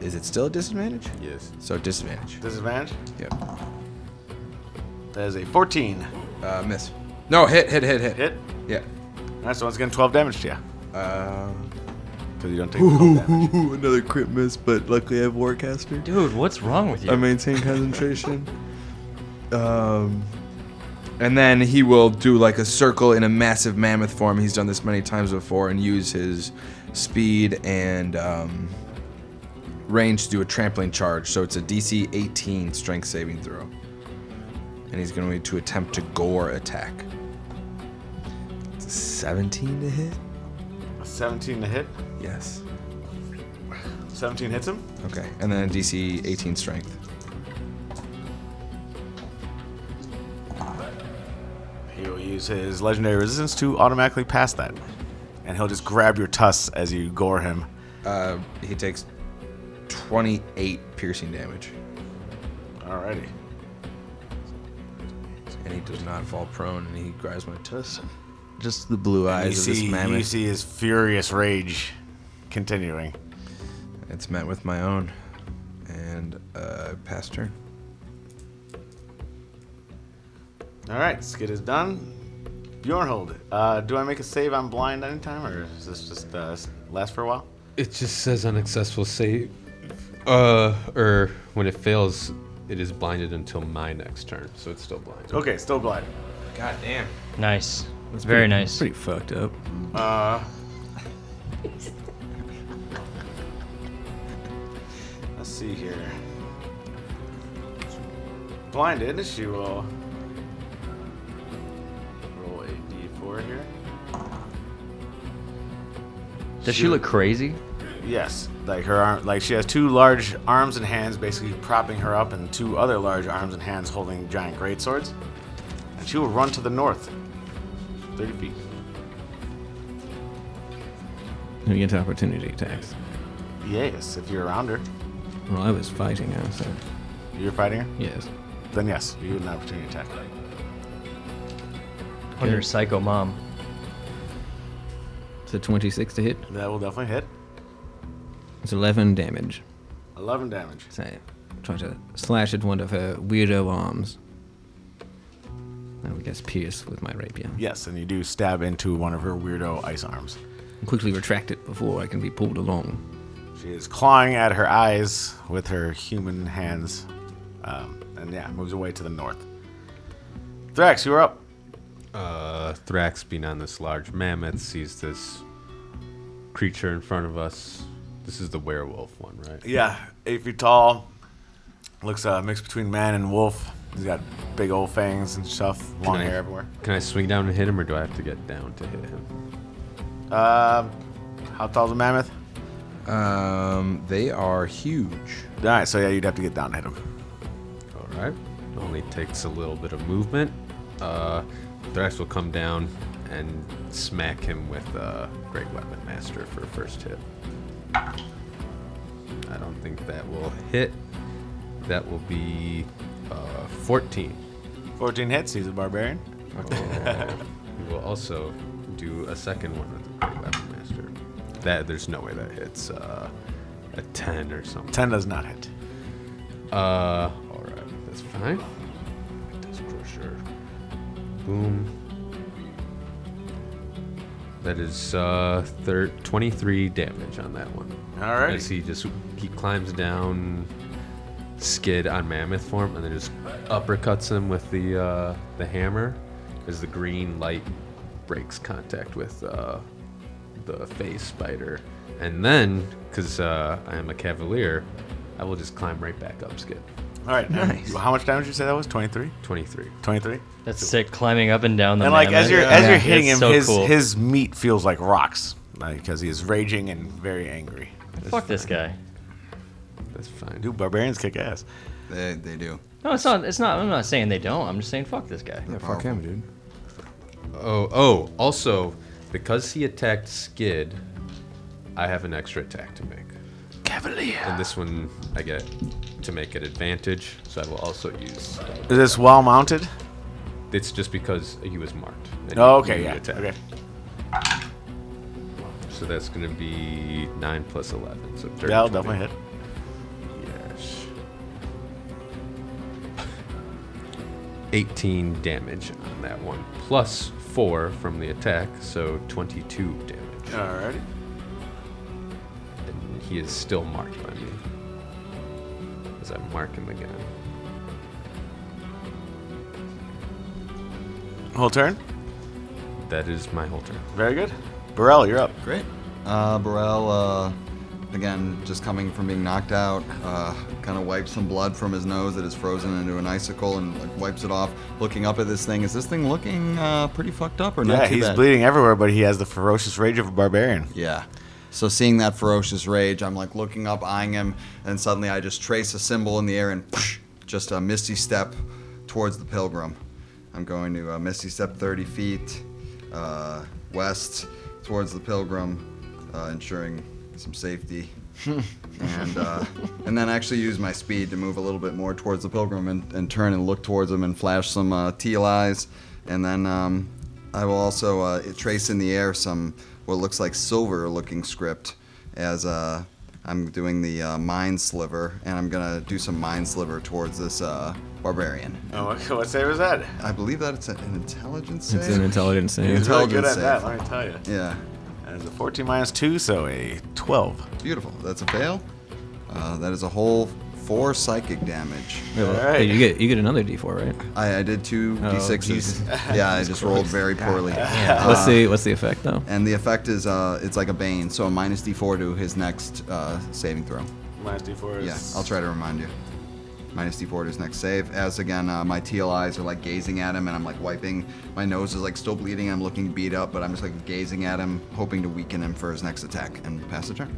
Speaker 3: Is it still a disadvantage?
Speaker 4: Yes.
Speaker 3: So disadvantage.
Speaker 2: Disadvantage.
Speaker 3: Yep.
Speaker 2: That is a 14
Speaker 3: Uh, miss. No, hit, hit, hit, hit.
Speaker 2: hit.
Speaker 3: Yeah.
Speaker 2: That's once again 12 damage to you
Speaker 3: Uh,
Speaker 2: because you don't take 12 damage.
Speaker 7: Ooh, another crit miss, but luckily I have Warcaster.
Speaker 5: Dude, what's wrong with you?
Speaker 7: I maintain concentration. um,
Speaker 3: And then he will do like a circle in a massive mammoth form. He's done this many times before and use his speed and um, range to do a trampling charge. So it's a DC 18 strength saving throw. And he's going to need to attempt to gore attack. It's a 17 to hit?
Speaker 2: 17 to hit.
Speaker 3: Yes.
Speaker 2: 17 hits him.
Speaker 3: Okay. And then a DC 18 strength.
Speaker 2: He will use his legendary resistance to automatically pass that, and he'll just grab your tusks as you gore him.
Speaker 3: Uh, he takes 28 piercing damage.
Speaker 2: Alrighty.
Speaker 3: and he does not fall prone, and he grabs my tusk. Just the blue
Speaker 2: You
Speaker 3: eyes of this
Speaker 2: see, you
Speaker 3: mammoth.
Speaker 2: see his furious rage continuing.
Speaker 3: It's met with my own, and uh, past turn.
Speaker 2: All right, skid is done. Bjornhold, uh, do I make a save on blind anytime, or is this just uh, s- last for a while?
Speaker 4: It just says unsuccessful save. Uh, or when it fails, it is blinded until my next turn, so it's still blind.
Speaker 2: Okay, still blind.
Speaker 3: God damn.
Speaker 5: Nice. It's very nice.
Speaker 6: Pretty fucked up.
Speaker 2: Uh, Let's see here. Blinded, she will roll a d4 here.
Speaker 5: Does she look crazy?
Speaker 2: Yes, like her arm, like she has two large arms and hands basically propping her up, and two other large arms and hands holding giant greatswords. And she will run to the north, 30 feet.
Speaker 6: You get opportunity attacks.
Speaker 2: Yes, if you're around her,
Speaker 6: Well, I was fighting her, so
Speaker 2: you're fighting her.
Speaker 6: yes.
Speaker 2: Then yes, you have an opportunity attack.
Speaker 5: Under psycho mom.
Speaker 6: It's a 26 to hit.
Speaker 2: That will definitely hit.
Speaker 6: It's 11 damage.
Speaker 2: 11 damage.
Speaker 6: So try to slash at one of her weirdo arms. Now we guess pierce with my rapier.
Speaker 2: Yes, and you do stab into one of her weirdo ice arms.
Speaker 6: Quickly retract it before I can be pulled along.
Speaker 2: She is clawing at her eyes with her human hands. Um, and yeah, moves away to the north. Thrax, you are up.
Speaker 4: Uh, Thrax, being on this large mammoth, sees this creature in front of us. This is the werewolf one, right?
Speaker 2: Yeah, eight feet tall. Looks a uh, mix between man and wolf. He's got big old fangs and stuff, long
Speaker 4: I-
Speaker 2: hair everywhere.
Speaker 4: Can I swing down and hit him, or do I have to get down to hit him?
Speaker 2: Uh, how tall's a mammoth?
Speaker 3: Um, they are huge.
Speaker 2: All right, so yeah, you'd have to get down to hit him.
Speaker 4: All right. Only takes a little bit of movement. Uh, Thrax will come down and smack him with uh, Great Weapon Master for first hit. I don't think that will hit. That will be uh, 14.
Speaker 2: 14 hits, he's a barbarian.
Speaker 4: We will also do a second one with the Great Weapon Master. That there's no way that hits uh, a 10 or something.
Speaker 2: 10 does not hit.
Speaker 4: Uh, all right, that's fine. That's crusher. Boom. That is uh, thir- 23 damage on that one.
Speaker 2: All right.
Speaker 4: As he just he climbs down, skid on mammoth form, and then just uppercuts him with the uh, the hammer, as the green light breaks contact with uh, the face spider, and then because uh, I am a cavalier, I will just climb right back up, skid.
Speaker 2: All right, and how much damage did you say that was? 23?
Speaker 4: 23.
Speaker 2: 23?
Speaker 5: That's sick. Climbing up and down the
Speaker 2: and like as
Speaker 5: mammoth.
Speaker 2: you're as you're
Speaker 5: It's
Speaker 2: hitting him,
Speaker 5: so
Speaker 2: his
Speaker 5: cool.
Speaker 2: his meat feels like rocks because he is raging and very angry.
Speaker 5: Fuck this guy.
Speaker 4: That's fine.
Speaker 2: Do barbarians kick ass?
Speaker 7: They, they do.
Speaker 5: No, it's not. It's not. I'm not saying they don't. I'm just saying fuck this guy.
Speaker 3: Yeah, fuck him, dude.
Speaker 4: Oh, oh, also, because he attacked Skid, I have an extra attack to make. Cavalier. And this one I get to make an advantage, so I will also use.
Speaker 2: Is this well mounted?
Speaker 4: It's just because he was marked. and he-
Speaker 2: Oh,
Speaker 4: he
Speaker 2: okay, yeah,
Speaker 4: attacked.
Speaker 2: okay.
Speaker 4: So that's going to be 9 plus 11. So 30,
Speaker 2: That'll definitely hit.
Speaker 4: Yes. 18 damage on that one, plus 4 from the attack, so 22 damage.
Speaker 2: Alrighty.
Speaker 4: and he is still marked by me. As I mark him again.
Speaker 2: Whole turn.
Speaker 4: That is my whole turn.
Speaker 2: Very good. Burrell, you're up.
Speaker 7: Great. Uh, Burrell, uh, again, just coming from being knocked out, uh, kind of wipes some blood from his nose that is frozen into an icicle and like, wipes it off. Looking up at this thing, is this thing looking uh, pretty fucked up or not?
Speaker 2: Yeah,
Speaker 7: too
Speaker 2: he's
Speaker 7: bad?
Speaker 2: bleeding everywhere, but he has the ferocious rage of a barbarian.
Speaker 7: Yeah. So seeing that ferocious rage, I'm like looking up, eyeing him, and suddenly I just trace a symbol in the air and just a misty step towards the pilgrim. I'm going to uh, misty step 30 feet uh, west towards the pilgrim, uh, ensuring some safety. and uh, and then actually use my speed to move a little bit more towards the pilgrim and, and turn and look towards him and flash some uh, teal eyes, and then um, I will also uh, trace in the air some what looks like silver-looking script as uh, I'm doing the uh, mind sliver, and I'm gonna do some mind sliver towards this uh, barbarian.
Speaker 2: Oh, what, what save was that?
Speaker 7: I believe that it's an intelligence save.
Speaker 6: It's an intelligence
Speaker 2: He's
Speaker 6: save.
Speaker 2: really good
Speaker 7: Intelligence
Speaker 2: at that,
Speaker 7: save.
Speaker 2: let me tell you.
Speaker 7: yeah,
Speaker 2: That is a 14 minus 2, so a 12.
Speaker 7: beautiful. That's a fail. Uh, that is a whole four psychic damage.
Speaker 2: All
Speaker 6: Hey,
Speaker 2: right.
Speaker 6: you get you get another D4, right?
Speaker 7: I, I did two
Speaker 6: Oh,
Speaker 7: d6s.
Speaker 6: jeez.
Speaker 7: Yeah, I just rolled very poorly.
Speaker 6: what's the what's the effect though?
Speaker 7: And the effect is uh, it's like a bane, so a minus d4 to his next uh, saving throw.
Speaker 2: Minus D4 is.
Speaker 7: Yeah, I'll try to remind you. Minus d4 to his next save. As again, uh, my teal eyes are like gazing at him, and I'm like wiping. My nose is like still bleeding. I'm looking beat up, but I'm just like gazing at him, hoping to weaken him for his next attack and pass the turn.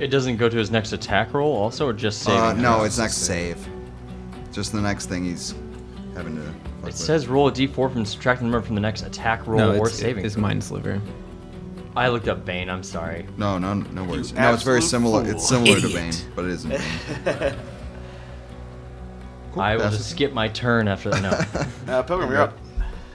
Speaker 5: It doesn't go to his next attack roll, also, or just saving.
Speaker 7: Uh, no,
Speaker 5: throw?
Speaker 7: it's next save. Just the next thing he's having to. fuck
Speaker 5: It
Speaker 7: with.
Speaker 5: says roll a d4 from subtracting the number from the next attack roll
Speaker 6: No,
Speaker 5: or
Speaker 6: it's,
Speaker 5: saving.
Speaker 6: it's mind sliver.
Speaker 5: I looked up Bane. I'm sorry.
Speaker 7: No, no, no worries. No, it's very
Speaker 2: absolute
Speaker 7: similar.
Speaker 2: fool.
Speaker 7: It's similar to Bane,
Speaker 9: Idiot.
Speaker 7: but it isn't. Bane. Cool,
Speaker 5: I will
Speaker 7: that's
Speaker 5: just
Speaker 7: it.
Speaker 5: skip my turn after that. No.
Speaker 2: Uh, Pilgrim, you're up.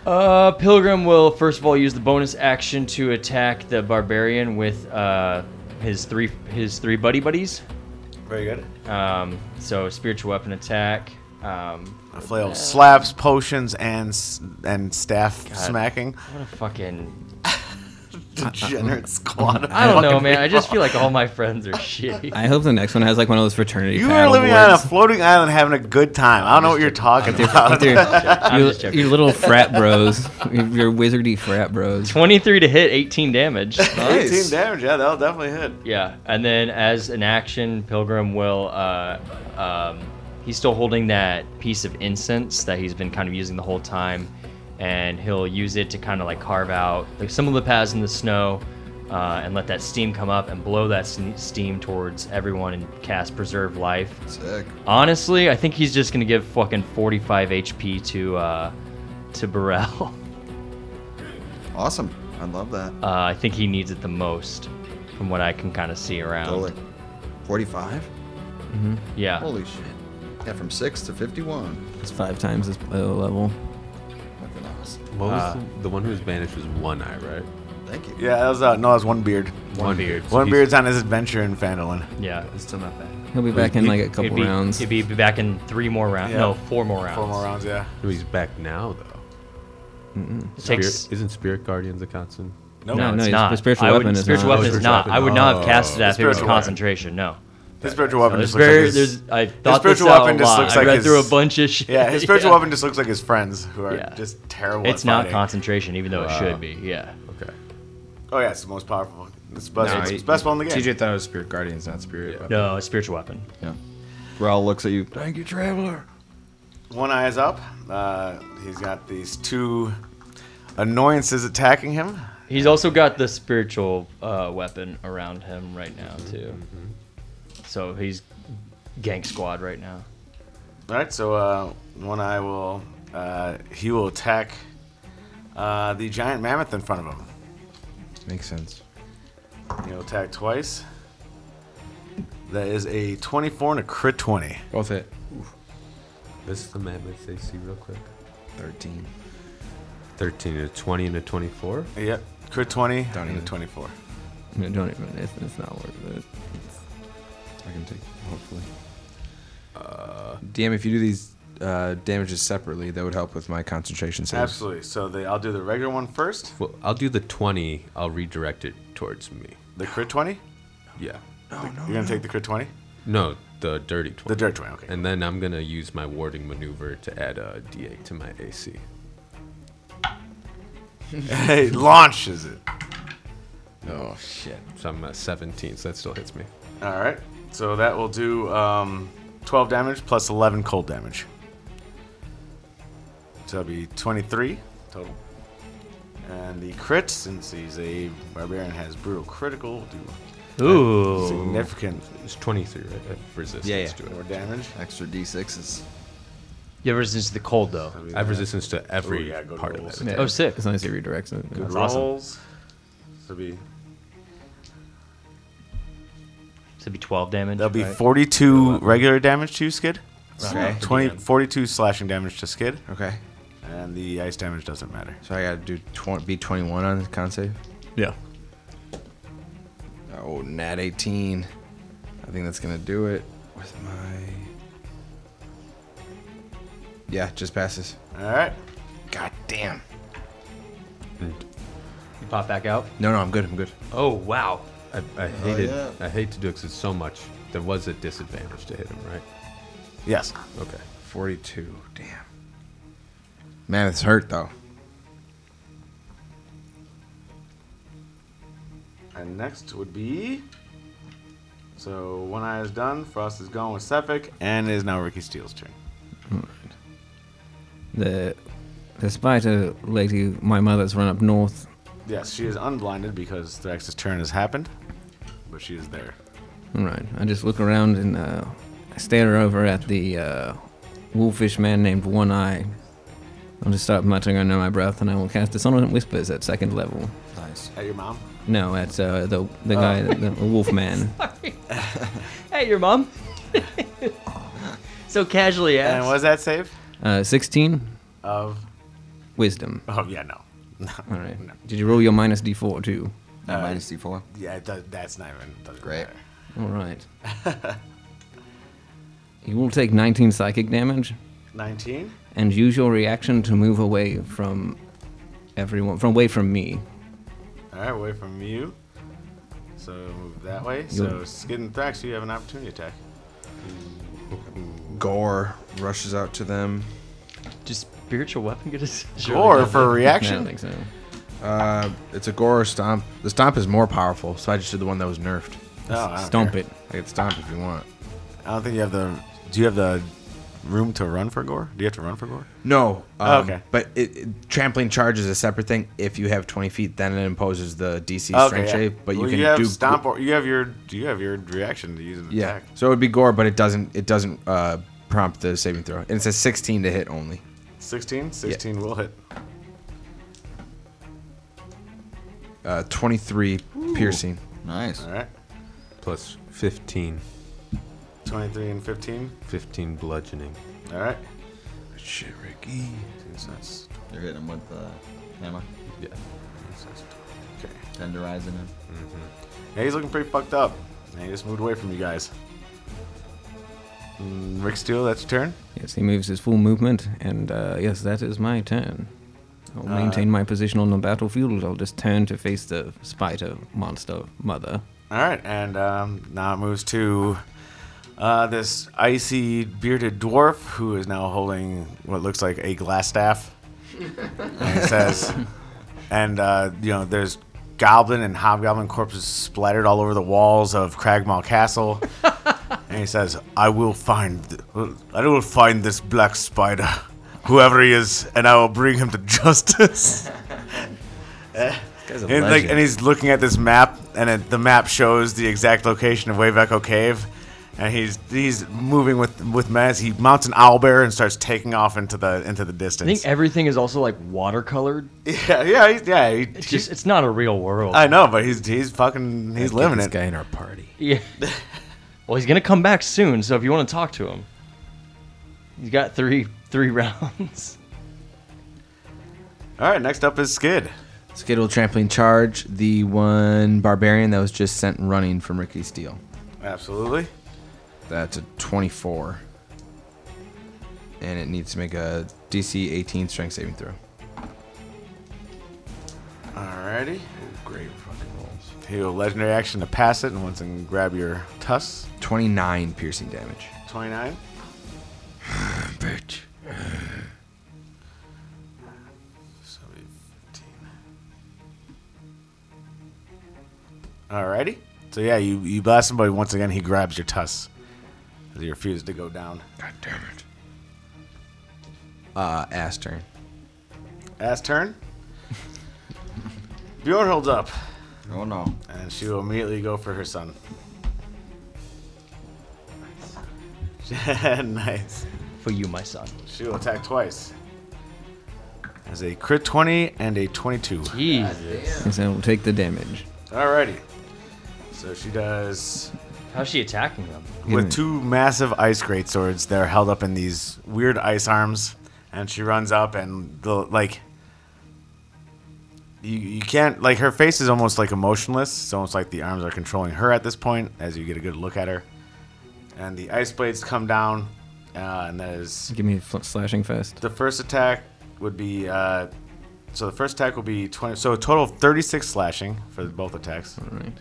Speaker 5: Uh, Pilgrim will first of all use the bonus action to attack the barbarian with uh, his three his three buddy buddies.
Speaker 2: Very good.
Speaker 5: Um, so spiritual weapon attack. Um,
Speaker 2: A flail of slaps, potions, and s- and staff smacking.
Speaker 5: what a fucking
Speaker 2: Degenerate squad. of
Speaker 5: I don't know,
Speaker 2: fucking
Speaker 5: man. I just
Speaker 2: people.
Speaker 5: feel like all my friends are shitty.
Speaker 6: I hope the next one has like one of those fraternity.
Speaker 2: You are
Speaker 6: paddle
Speaker 2: living on a
Speaker 6: boards.
Speaker 2: floating island having a good time. I don't know what you're talking about.
Speaker 6: With your,
Speaker 5: I'm
Speaker 6: your-
Speaker 5: just joking.
Speaker 6: your little frat bros, your your wizardy frat bros.
Speaker 5: Twenty three to hit, eighteen damage.
Speaker 2: 18 damage, yeah, that'll definitely hit.
Speaker 5: Yeah, and then as an action, Pilgrim will. Uh, um, he's still holding that piece of incense that he's been kind of using the whole time, and he'll use it to kind of like carve out like some of the paths in the snow, uh, and let that steam come up and blow that sne- steam towards everyone and cast Preserve Life.
Speaker 7: Sick.
Speaker 5: Honestly, I think he's just gonna give fucking 45 HP to uh, to Burrell.
Speaker 7: Awesome. I love that.
Speaker 5: Uh, I think he needs it the most, from what I can kind of see around.
Speaker 7: Totally. 45?
Speaker 5: Yeah.
Speaker 7: Holy shit. Yeah, from 6 to 51.
Speaker 6: It's five times this uh, level.
Speaker 7: Fucking awesome.
Speaker 4: What was
Speaker 2: Uh,
Speaker 5: Uh,
Speaker 4: the, the one who was banished was One Eye, right?
Speaker 7: Thank you.
Speaker 2: Yeah, that was uh, no, that was one beard.
Speaker 4: One Beard.
Speaker 2: One beard's on his adventure in Fandolin.
Speaker 5: Yeah.
Speaker 3: Still not bad.
Speaker 6: He'll be back in like a couple
Speaker 5: it'd be,
Speaker 6: rounds.
Speaker 5: It'd be back in three more rounds.
Speaker 2: Yeah.
Speaker 5: No, four more rounds.
Speaker 2: Four more rounds, yeah.
Speaker 4: No, he's back now though.
Speaker 5: It
Speaker 4: Spirit,
Speaker 5: takes.
Speaker 4: isn't Spirit Guardians a constant?
Speaker 2: Nope.
Speaker 5: No,
Speaker 6: No,
Speaker 5: it's
Speaker 6: his-
Speaker 5: not.
Speaker 6: his spiritual
Speaker 5: I would-
Speaker 6: weapon is
Speaker 5: spiritual
Speaker 6: not.
Speaker 5: weapon
Speaker 4: Oh,
Speaker 5: is
Speaker 4: spiritual
Speaker 5: not.
Speaker 4: weapon.
Speaker 5: I would not have casted
Speaker 2: Oh.
Speaker 5: that if it was
Speaker 2: Spiritual weapon.
Speaker 5: concentration. No.
Speaker 2: His spiritual weapon
Speaker 5: There's
Speaker 2: just looks
Speaker 5: very.
Speaker 2: like his,
Speaker 5: There's. I thought
Speaker 2: spiritual
Speaker 5: this out
Speaker 2: weapon
Speaker 5: a
Speaker 2: just
Speaker 5: lot.
Speaker 2: looks
Speaker 5: I
Speaker 2: like
Speaker 5: read
Speaker 2: his-
Speaker 5: through a bunch of shit.
Speaker 2: yeah, his spiritual weapon just looks like his friends who are
Speaker 5: Yeah.
Speaker 2: just terrible.
Speaker 5: It's
Speaker 2: at
Speaker 5: not
Speaker 2: fighting.
Speaker 5: concentration, even though it
Speaker 4: Wow.
Speaker 5: should be. Yeah.
Speaker 4: Okay.
Speaker 2: Oh yeah, it's the most powerful. It's the best,
Speaker 3: No,
Speaker 2: it's
Speaker 3: he-
Speaker 2: the best one in the game.
Speaker 3: TJ thought it was Spirit Guardians, not Spirit. Weapon.
Speaker 5: No, it's spiritual weapon.
Speaker 7: Yeah. Raul looks at you. Thank you, Traveler.
Speaker 2: One eye is up. Uh, he's got these two annoyances attacking him.
Speaker 5: He's also got the spiritual uh, weapon around him right now too.
Speaker 2: Mm-hmm.
Speaker 5: So he's gang squad right now.
Speaker 2: All right, so uh, one eye will uh, he will attack uh, the giant mammoth in front of him.
Speaker 3: Makes sense.
Speaker 2: He'll attack twice. That is a 24 and a crit 20.
Speaker 3: Both hit.
Speaker 4: This is the Mammoth AC real quick.
Speaker 3: 13.
Speaker 4: 13 to 20 and a 24.
Speaker 2: Yep, crit 20
Speaker 3: Don't
Speaker 2: and a
Speaker 3: even.
Speaker 2: 24.
Speaker 6: No, don't even. It's, it's not worth it.
Speaker 3: I can take, hopefully. Uh, DM, if you do these uh, damages separately, that would help with my concentration saves.
Speaker 2: Absolutely. So the, I'll do the regular one first.
Speaker 4: Well, I'll do the 20. I'll redirect it towards me.
Speaker 2: The crit 20.
Speaker 4: Yeah.
Speaker 2: You're gonna take the crit 20.
Speaker 4: Oh, No, the dirty 20.
Speaker 2: The dirt 20. Okay.
Speaker 4: And then I'm going to use my warding maneuver to add a d8 to my AC.
Speaker 2: Hey, launches it.
Speaker 4: Oh, shit. So I'm at 17, so that still hits me.
Speaker 2: All right. So that will do um, 12 damage plus 11 cold damage. So that'll be 23 total. And the crit, since he's a barbarian, has brutal critical. Will do
Speaker 5: Ooh.
Speaker 2: significant
Speaker 4: It's 23, right? I have resistance
Speaker 3: Yeah, yeah.
Speaker 4: to it.
Speaker 2: more damage.
Speaker 7: Extra d6s.
Speaker 5: You have resistance to the cold though.
Speaker 4: I have resistance to every
Speaker 2: yeah, go to
Speaker 4: part of
Speaker 2: rolls.
Speaker 4: that.
Speaker 6: Yeah,
Speaker 5: Oh, sick.
Speaker 6: As long as he redirects it.
Speaker 2: Rolls.
Speaker 5: awesome.
Speaker 2: So it'll be
Speaker 5: it'd be 12 damage.
Speaker 2: That'll be
Speaker 5: right?
Speaker 2: 42 regular damage to Skid.
Speaker 3: Okay.
Speaker 2: 20, 42 slashing damage to Skid.
Speaker 3: Okay.
Speaker 2: And the ice damage doesn't matter.
Speaker 3: So I gotta do tw- be 21 on the con save.
Speaker 6: Yeah.
Speaker 3: Oh, nat 18. I think that's gonna do it with my. Yeah, just passes.
Speaker 2: All right.
Speaker 3: God damn.
Speaker 5: You pop back out.
Speaker 3: No, no, I'm good. I'm good. Oh,
Speaker 5: Oh wow.
Speaker 4: I, I hated.
Speaker 7: yeah.
Speaker 4: I hate to do it 'cause it's so much. There was a disadvantage to hit him, right?
Speaker 2: Yes.
Speaker 4: Okay.
Speaker 3: 42. Damn. Man, it's hurt though.
Speaker 2: And next would be. So one eye is done. Frost is gone with Sephic, and it is now Ricky Steele's turn.
Speaker 6: The the spider lady, my mother's run up north.
Speaker 2: Yes, she is unblinded because Thrax's turn has happened, but she is there.
Speaker 6: All right. I just look around and uh, I stare over at the uh, wolfish man named One Eye. I'll just start muttering under my breath, and I will cast Dissonant Whispers at second level.
Speaker 7: Nice.
Speaker 2: At your mom.
Speaker 6: No, at uh, the
Speaker 2: Oh.
Speaker 6: the guy, the, the wolf man.
Speaker 5: Hey, your mom. so casually asked.
Speaker 2: And was that save?
Speaker 6: Uh, Sixteen,
Speaker 2: Of.
Speaker 6: wisdom.
Speaker 2: Oh yeah, no. No.
Speaker 6: All right. Did you roll your minus d4 too?
Speaker 2: Uh,
Speaker 7: Now minus d4.
Speaker 2: Yeah, it does, that's not even. Doesn't
Speaker 7: Great.
Speaker 2: matter.
Speaker 6: All right. you will take 19 psychic damage
Speaker 2: Nineteen.
Speaker 6: and use your reaction to move away from everyone, from away from me.
Speaker 2: All right, away from you. So move that way. So Skid and Thrax, you have an opportunity attack.
Speaker 3: Gore rushes out to them.
Speaker 5: Does spiritual weapon get us?
Speaker 2: Or for
Speaker 6: I don't
Speaker 2: reaction.
Speaker 6: think so.
Speaker 3: Uh, it's a Gore stomp. The stomp is more powerful, so I just did the one that was nerfed.
Speaker 2: No, I don't
Speaker 6: Stomp
Speaker 2: care.
Speaker 6: it.
Speaker 3: I can stomp if you want.
Speaker 2: Oh, I don't think you have the. Do you have the room to run for Gore? Do you have to run for Gore?
Speaker 3: No. Um,
Speaker 2: okay.
Speaker 3: But it, it- trampling charge is a separate thing. If you have 20 feet, then it imposes the DC strength
Speaker 2: yeah.
Speaker 3: save. But you
Speaker 2: Well,
Speaker 3: can
Speaker 2: have
Speaker 3: do
Speaker 2: stomp or you have your do you have your reaction to use an
Speaker 3: Yeah.
Speaker 2: attack?
Speaker 3: So it would be Gore, but it doesn't it doesn't uh, prompt the saving throw. And it's a 16 to hit only.
Speaker 2: 16? 16 will hit.
Speaker 3: Uh, 23 piercing.
Speaker 7: Nice.
Speaker 2: All right.
Speaker 4: Plus 15.
Speaker 2: 23 and 15.
Speaker 4: 15 bludgeoning.
Speaker 2: All right.
Speaker 3: Shit, Ricky.
Speaker 2: That's-
Speaker 7: You're hitting him with
Speaker 3: uh,
Speaker 7: the hammer,
Speaker 4: Yeah.
Speaker 2: Okay. Mm-hmm.
Speaker 7: tenderizing him.
Speaker 2: Yeah, he's looking pretty fucked up. And he just moved away from you guys. Mm, Rick Steele, that's your turn.
Speaker 6: Yes, he moves his full movement, and uh, yes, that is my turn. I'll
Speaker 2: Uh,
Speaker 6: maintain my position on the battlefield. I'll just turn to face the spider monster mother.
Speaker 2: All right, and um, now it moves to uh, this icy bearded dwarf who is now holding what looks like a glass staff. and it says, and uh, you know, there's goblin and hobgoblin corpses splattered all over the walls of Cragmaw Castle. and he says, "I will find, th- I will find this black spider, whoever he is, and I will bring him to justice." And, like, and he's looking at this map, and it, the map shows the exact location of Wave Echo Cave. And he's he's moving with with Maz. He mounts an owl bear and starts taking off into the into the
Speaker 5: I think
Speaker 2: distance.
Speaker 5: everything is also like watercolored.
Speaker 2: yeah, yeah, he's, yeah. Uh, He,
Speaker 5: It's just it's not a real world.
Speaker 2: I know, but he's he's fucking he's living
Speaker 3: this
Speaker 2: it.
Speaker 3: guy in our party.
Speaker 5: yeah. well, he's gonna come back soon, so if you want to talk to him, he's got three three rounds.
Speaker 2: All right, next up is Skid.
Speaker 3: Skittle trampling charge. The one barbarian that was just sent running from Ricky Steele.
Speaker 2: Absolutely.
Speaker 3: That's a 24. And it needs to make a DC 18 strength saving throw.
Speaker 2: Alrighty. Great fucking rolls. He'll legendary action to pass it, and once and grab your tusks.
Speaker 3: 29 piercing damage.
Speaker 2: Twenty nine.
Speaker 3: Bitch.
Speaker 2: Alrighty. So yeah, you you blast him, but once again he grabs your tusks. 'Cause He refuses to go down.
Speaker 3: God damn it. Uh, ass turn.
Speaker 2: Ass turn. Bjorn holds up,
Speaker 7: Oh no.
Speaker 2: and she will immediately go for her son. nice.
Speaker 5: For you, my son.
Speaker 2: She will attack twice. As a crit 20 and a 22.
Speaker 5: Jesus.
Speaker 6: Yes, I will take the damage.
Speaker 2: Alrighty. So she does
Speaker 5: How's she attacking them?
Speaker 2: with two massive ice great swords that are held up in these weird ice arms, and she runs up and the like. You, you can't like her face is almost like emotionless. It's almost like the arms are controlling her at this point as you get a good look at her, and the ice blades come down, uh, and that is
Speaker 6: Give me a fl- slashing fist.
Speaker 2: the first attack would be. Uh, so the first attack will be twenty. So a total of thirty-six slashing for both attacks,
Speaker 6: All right.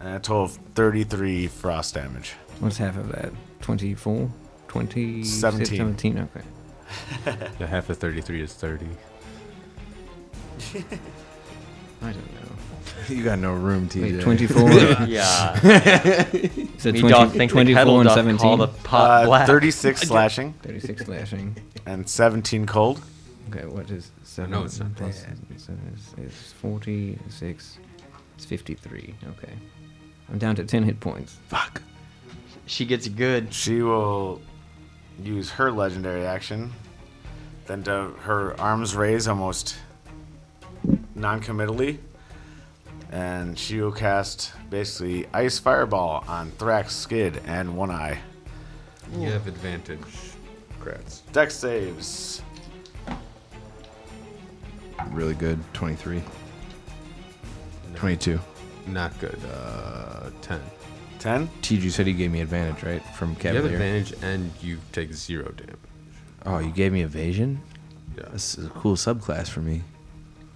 Speaker 2: and a total of thirty-three frost damage.
Speaker 6: What's half of that? 24? 20?
Speaker 2: Seventeen.
Speaker 6: 17, okay.
Speaker 4: The half of 33 is 30.
Speaker 6: I don't know.
Speaker 3: You got no room, TJ.
Speaker 6: Wait, 24? Is
Speaker 5: Yeah.
Speaker 6: it
Speaker 5: Me
Speaker 6: 20
Speaker 5: don't think the
Speaker 6: 24
Speaker 5: kettle
Speaker 6: and
Speaker 5: doth
Speaker 6: 17?
Speaker 5: call the pot
Speaker 2: Uh,
Speaker 5: black.
Speaker 2: thirty-six slashing.
Speaker 6: 36 slashing.
Speaker 2: and 17 cold.
Speaker 6: Okay, what is seven?
Speaker 4: No, it's not plus.
Speaker 6: that? Seven is, is 46. It's 53. Okay. I'm down to 10 hit points. Fuck.
Speaker 5: She gets good.
Speaker 2: She will use her legendary action. Then to her arms raise almost non committally. And she will cast basically Ice Fireball on Thrax, Skid, and One Eye.
Speaker 4: You have advantage. Congrats.
Speaker 2: Dex saves.
Speaker 3: Really good. 23. 22.
Speaker 4: Not good. Uh, 10.
Speaker 2: 10.
Speaker 3: TJ said he gave me advantage, right? From
Speaker 4: You have
Speaker 3: Cavalier.
Speaker 4: advantage and you take zero damage.
Speaker 3: oh, you gave me evasion?
Speaker 4: Yeah.
Speaker 3: This is a cool subclass for me.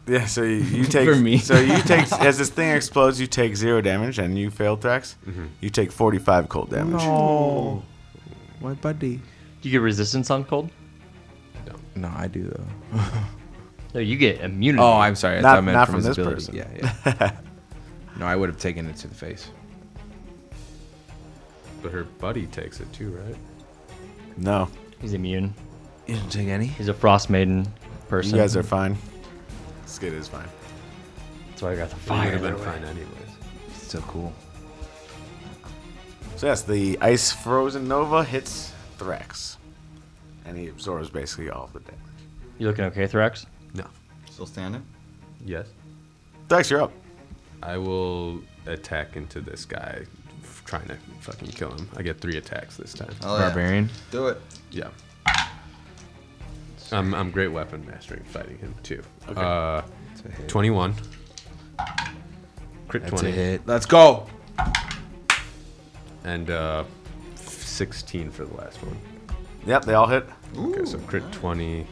Speaker 2: Yeah, so you, you take.
Speaker 6: For me.
Speaker 2: So you take. as this thing explodes, you take zero damage and you fail Thrax.
Speaker 5: Mm-hmm.
Speaker 2: You take 45 cold damage.
Speaker 3: Oh. My buddy.
Speaker 5: Do you get resistance on cold?
Speaker 3: No, I do though.
Speaker 5: No, you get immunity.
Speaker 3: Oh, I'm sorry. I
Speaker 2: Not-
Speaker 3: thought I meant
Speaker 2: not
Speaker 3: from,
Speaker 2: from
Speaker 3: his
Speaker 2: this
Speaker 3: ability.
Speaker 2: person.
Speaker 3: Yeah, yeah. no, I would have taken it to the face.
Speaker 4: But her buddy takes it too, right?
Speaker 2: No.
Speaker 5: He's immune.
Speaker 3: You didn't take any?
Speaker 5: He's a frost maiden person.
Speaker 2: You guys are fine. Skid is fine.
Speaker 5: That's why I got the
Speaker 4: It
Speaker 5: fire.
Speaker 4: would have
Speaker 5: that
Speaker 4: been
Speaker 5: way.
Speaker 4: fine anyways.
Speaker 3: So cool.
Speaker 2: So yes, the ice frozen nova hits Thrax, and he absorbs basically all of the damage.
Speaker 5: You looking okay, Thrax?
Speaker 4: No.
Speaker 7: Still standing?
Speaker 4: Yes.
Speaker 2: Thrax, you're up.
Speaker 4: I will attack into this guy, f- trying to fucking kill him. I get three attacks this time.
Speaker 7: Oh, yeah.
Speaker 3: Barbarian.
Speaker 7: Do it.
Speaker 4: Yeah. I'm, I'm great weapon mastering fighting him too. Okay. Uh, 21. Crit
Speaker 3: That's
Speaker 4: 20.
Speaker 3: a hit. Let's go.
Speaker 4: And uh, 16 for the last one.
Speaker 2: Yep, they all hit.
Speaker 4: okay, so crit 20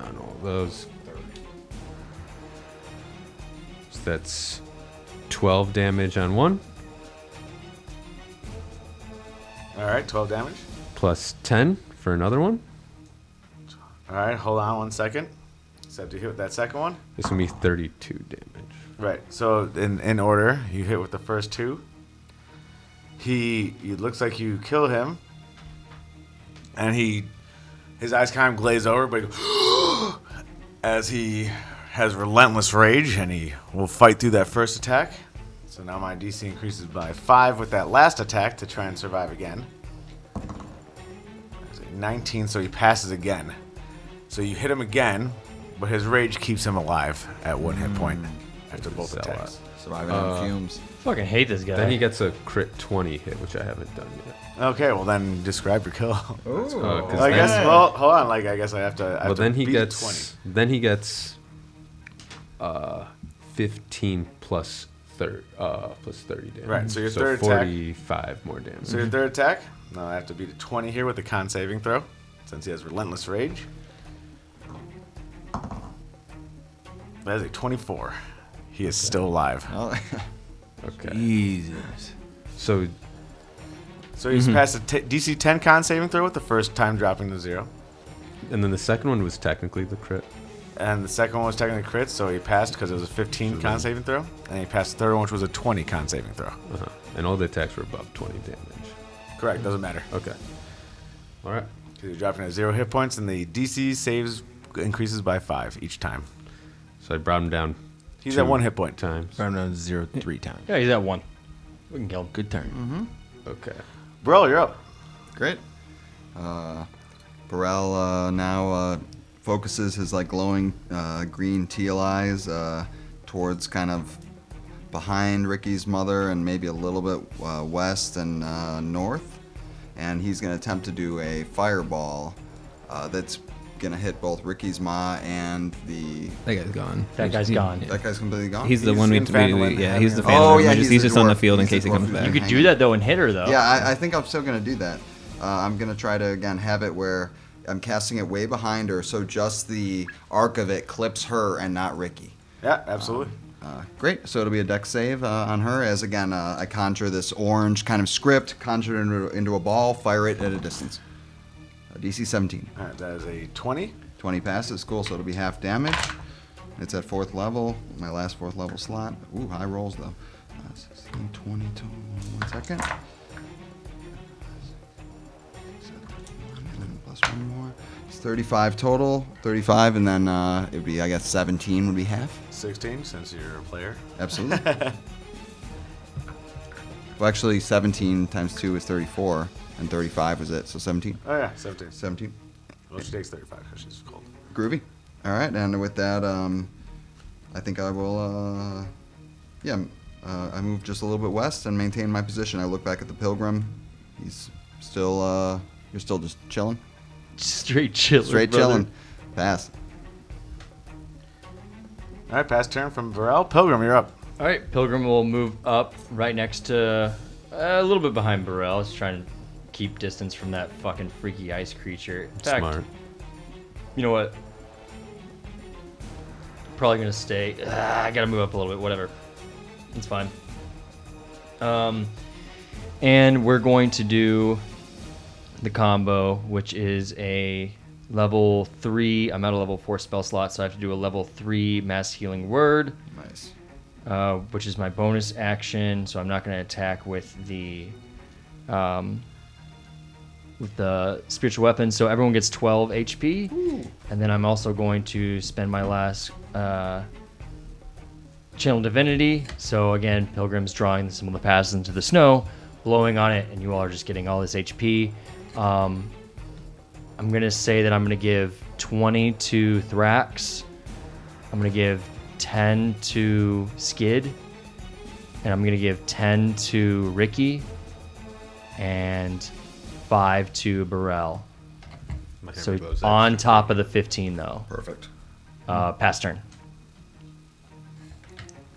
Speaker 4: on all those. So that's 12 damage on one,
Speaker 2: All right, 12 damage.
Speaker 4: plus 10 for another one.
Speaker 2: All right, hold on one second. Except you hit with that second one.
Speaker 4: This will be 32 damage.
Speaker 2: Right. So in in order, you hit with the first two. He it looks like you kill him, and he his eyes kind of glaze over, but he goes, as he has relentless rage, and he will fight through that first attack. So now my DC increases by five with that last attack to try and survive again. That's a 19, so he passes again. So you hit him again, but his rage keeps him alive at one hit point after both
Speaker 4: Mm. Sell
Speaker 2: attacks.
Speaker 4: out.
Speaker 7: Surviving on fumes.
Speaker 5: Uh, Fucking hate this guy.
Speaker 4: Uh, Then he gets a crit 20 hit, which I haven't done yet.
Speaker 2: Okay, well then Mm, describe your kill.
Speaker 4: Uh, 'cause then-
Speaker 2: I guess. Well, hold on. Like I guess I have to. I have
Speaker 4: well,
Speaker 2: to
Speaker 4: then he
Speaker 2: beat a
Speaker 4: gets. Then he gets. Uh, 15 plus thir- uh, plus 30 damage.
Speaker 2: Right, so your
Speaker 4: so
Speaker 2: third attack-
Speaker 4: 45 more damage.
Speaker 2: So your third attack. No, I have to beat a twenty here with a con saving throw, since he has relentless rage. That is a twenty-four. He is still alive.
Speaker 7: Oh,
Speaker 4: okay.
Speaker 3: Jesus.
Speaker 4: So Mm-hmm.
Speaker 2: So he's passed a t- DC ten con saving throw with the first time dropping to zero,
Speaker 4: and then the second one was technically the crit.
Speaker 2: and the second one was technically crit, so he passed because it was a
Speaker 4: Mm-hmm.
Speaker 2: fifteen con saving throw, and he passed the third one, which was a twenty con saving throw.
Speaker 4: Uh-huh. And all the attacks were above 20 damage.
Speaker 2: Correct. Doesn't matter.
Speaker 4: Okay. All right.
Speaker 2: So You're dropping at zero hit points, and the DC saves increases by five each time.
Speaker 4: So I brought him down
Speaker 2: He's
Speaker 4: Two.
Speaker 2: at one hit point.
Speaker 4: times.
Speaker 3: Round down to zero three times.
Speaker 5: yeah, he's at one. We can kill him.
Speaker 3: Good turn.
Speaker 4: Mm-hmm. Okay.
Speaker 2: Bro, you're up.
Speaker 7: Great. Uh, Burrell uh, now uh, focuses his like glowing uh, green teal eyes uh, towards kind of behind Ricky's mother and maybe a little bit uh, west and uh, north. And he's going to attempt to do a fireball uh, that's going to hit both Ricky's ma and the.
Speaker 6: That guy's gone.
Speaker 5: That guy's gone.
Speaker 7: That guy's completely gone.
Speaker 6: He's the one we,
Speaker 2: in Van
Speaker 6: we-
Speaker 2: Lemon.
Speaker 6: yeah, he's the
Speaker 2: Oh,
Speaker 6: fan.
Speaker 7: yeah,
Speaker 6: he's,
Speaker 7: he's
Speaker 6: he's
Speaker 7: the
Speaker 6: just on the
Speaker 7: dwarf.
Speaker 6: field in
Speaker 7: He's the
Speaker 6: case he
Speaker 7: dwarf
Speaker 6: comes
Speaker 7: who's
Speaker 6: back.
Speaker 5: You could do that though and hit her though.
Speaker 7: Yeah, I, I think I'm still going to do that. Uh, I'm going to try to, again, have it where I'm casting it way behind her, so just the arc of it clips her and not Ricky.
Speaker 2: Yeah, absolutely.
Speaker 7: Uh, great. So it'll be a deck save uh, on her as, again, uh, I conjure this orange kind of script, conjure it into, into a ball, fire it at a distance. Uh, DC 17.
Speaker 2: All right, that is a 20.
Speaker 7: 20 passes, cool, so it'll be half damage. It's at fourth level, my last fourth level slot. Ooh, high rolls though. Uh, 16, 20 total. One second. And then plus one more. It's 35 total, 35, and then uh, it would be, I guess, 17 would be half.
Speaker 2: 16, since you're a player.
Speaker 7: Absolutely. well, actually, 17 times 2 is 34, and 35 was it, so 17.
Speaker 2: Oh, yeah, 17.
Speaker 7: 17.
Speaker 2: Well, she takes 35 because she's cold.
Speaker 7: Groovy. All right, and with that, um, I think I will. Uh, yeah, m- uh, I move just a little bit west and maintain my position. I look back at the pilgrim. He's still. Uh, you're still just chilling.
Speaker 5: Straight chilling.
Speaker 7: Straight
Speaker 5: brother.
Speaker 7: chilling. Pass.
Speaker 2: All right, pass turn from Varel. Pilgrim, you're up.
Speaker 5: All right, Pilgrim will move up right next to uh, a little bit behind Burrell. He's trying to keep distance from that fucking freaky ice creature. In fact,
Speaker 4: Smart.
Speaker 5: you know what? Probably gonna stay. Ah, I gotta move up a little bit. Whatever, it's fine. Um, and we're going to do the combo, which is a level three. I'm at a level four spell slot, so I have to do a level three mass healing word
Speaker 7: Nice.
Speaker 5: uh, which is my bonus action. So I'm not going to attack with the um, with the spiritual weapon. So everyone gets 12 HP, and then I'm also going to spend my last uh, channel divinity. So again, pilgrims drawing some of the paths into the snow, blowing on it, and you all are just getting all this HP. Um, I'm gonna say that I'm gonna give 20 to Thrax. I'm gonna give 10 to Skid, and I'm gonna give 10 to Ricky, and five to Burrell.
Speaker 4: My
Speaker 5: So
Speaker 4: everybows
Speaker 5: on top of the 15 though.
Speaker 7: Perfect.
Speaker 5: Uh, pass turn.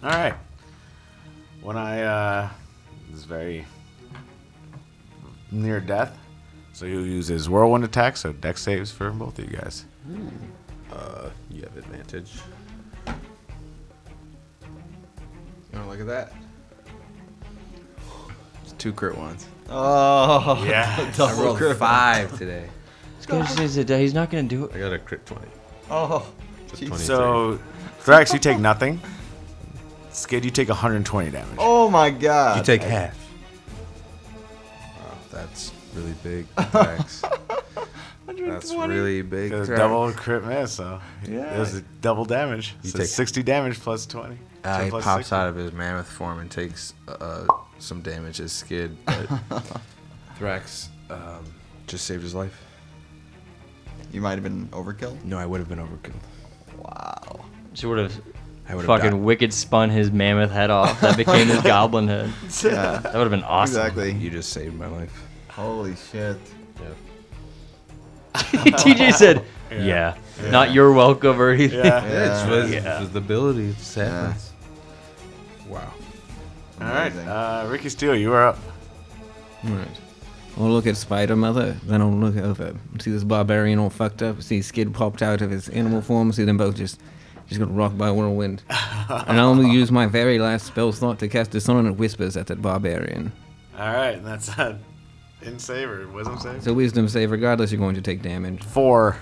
Speaker 2: All right. When I uh, is very near death, so he'll use his whirlwind attack. So deck saves for both of you guys.
Speaker 4: actually. Hmm. Uh, You have advantage.
Speaker 3: Oh, look at that. It's two crit ones.
Speaker 7: Oh,
Speaker 2: Yeah.
Speaker 3: I rolled five today.
Speaker 5: He's not gonna do it.
Speaker 4: I got a crit 20.
Speaker 7: Oh.
Speaker 4: Just 20
Speaker 2: so Thrax, you take nothing. Skid, you take 120 damage.
Speaker 7: Oh my God.
Speaker 4: you take half.
Speaker 3: That's really big. Thanks. That's really big.
Speaker 2: It was
Speaker 3: Thrax.
Speaker 2: double crit miss, so yeah. it was double damage.
Speaker 3: You
Speaker 2: so
Speaker 3: take-
Speaker 2: 60 damage plus 20.
Speaker 3: Uh,
Speaker 2: So
Speaker 3: he
Speaker 2: plus
Speaker 3: pops
Speaker 2: 60.
Speaker 3: out of his mammoth form and takes uh, some damage as Skid, but Thrax um, just saved his life.
Speaker 7: You might have been overkill.
Speaker 3: No, I would have been overkill.
Speaker 7: Wow.
Speaker 5: She would have
Speaker 3: I would
Speaker 5: fucking
Speaker 3: have died.
Speaker 5: wicked spun his mammoth head off. That became his goblin head. That would have been awesome.
Speaker 7: Exactly.
Speaker 3: You just saved my life.
Speaker 7: Holy shit.
Speaker 5: TJ said, yeah. Not you're welcome or anything.
Speaker 2: Yeah.
Speaker 4: It's
Speaker 7: Yeah.
Speaker 4: with, it's with the ability. It just happens. Wow.
Speaker 2: All right.
Speaker 7: Amazing.
Speaker 2: Uh, Ricky Steele, you are up.
Speaker 6: Right. I'll look at Spider Mother, then I'll look over. See this barbarian all fucked up. See Skid popped out of his animal form. See them both just, just got rocked by a whirlwind. and I'll use my very last spell slot to cast Dissonant Whispers at that barbarian.
Speaker 2: All right. And that's uh, in save or wisdom save?
Speaker 6: So wisdom save, regardless, you're going to take damage.
Speaker 2: Four.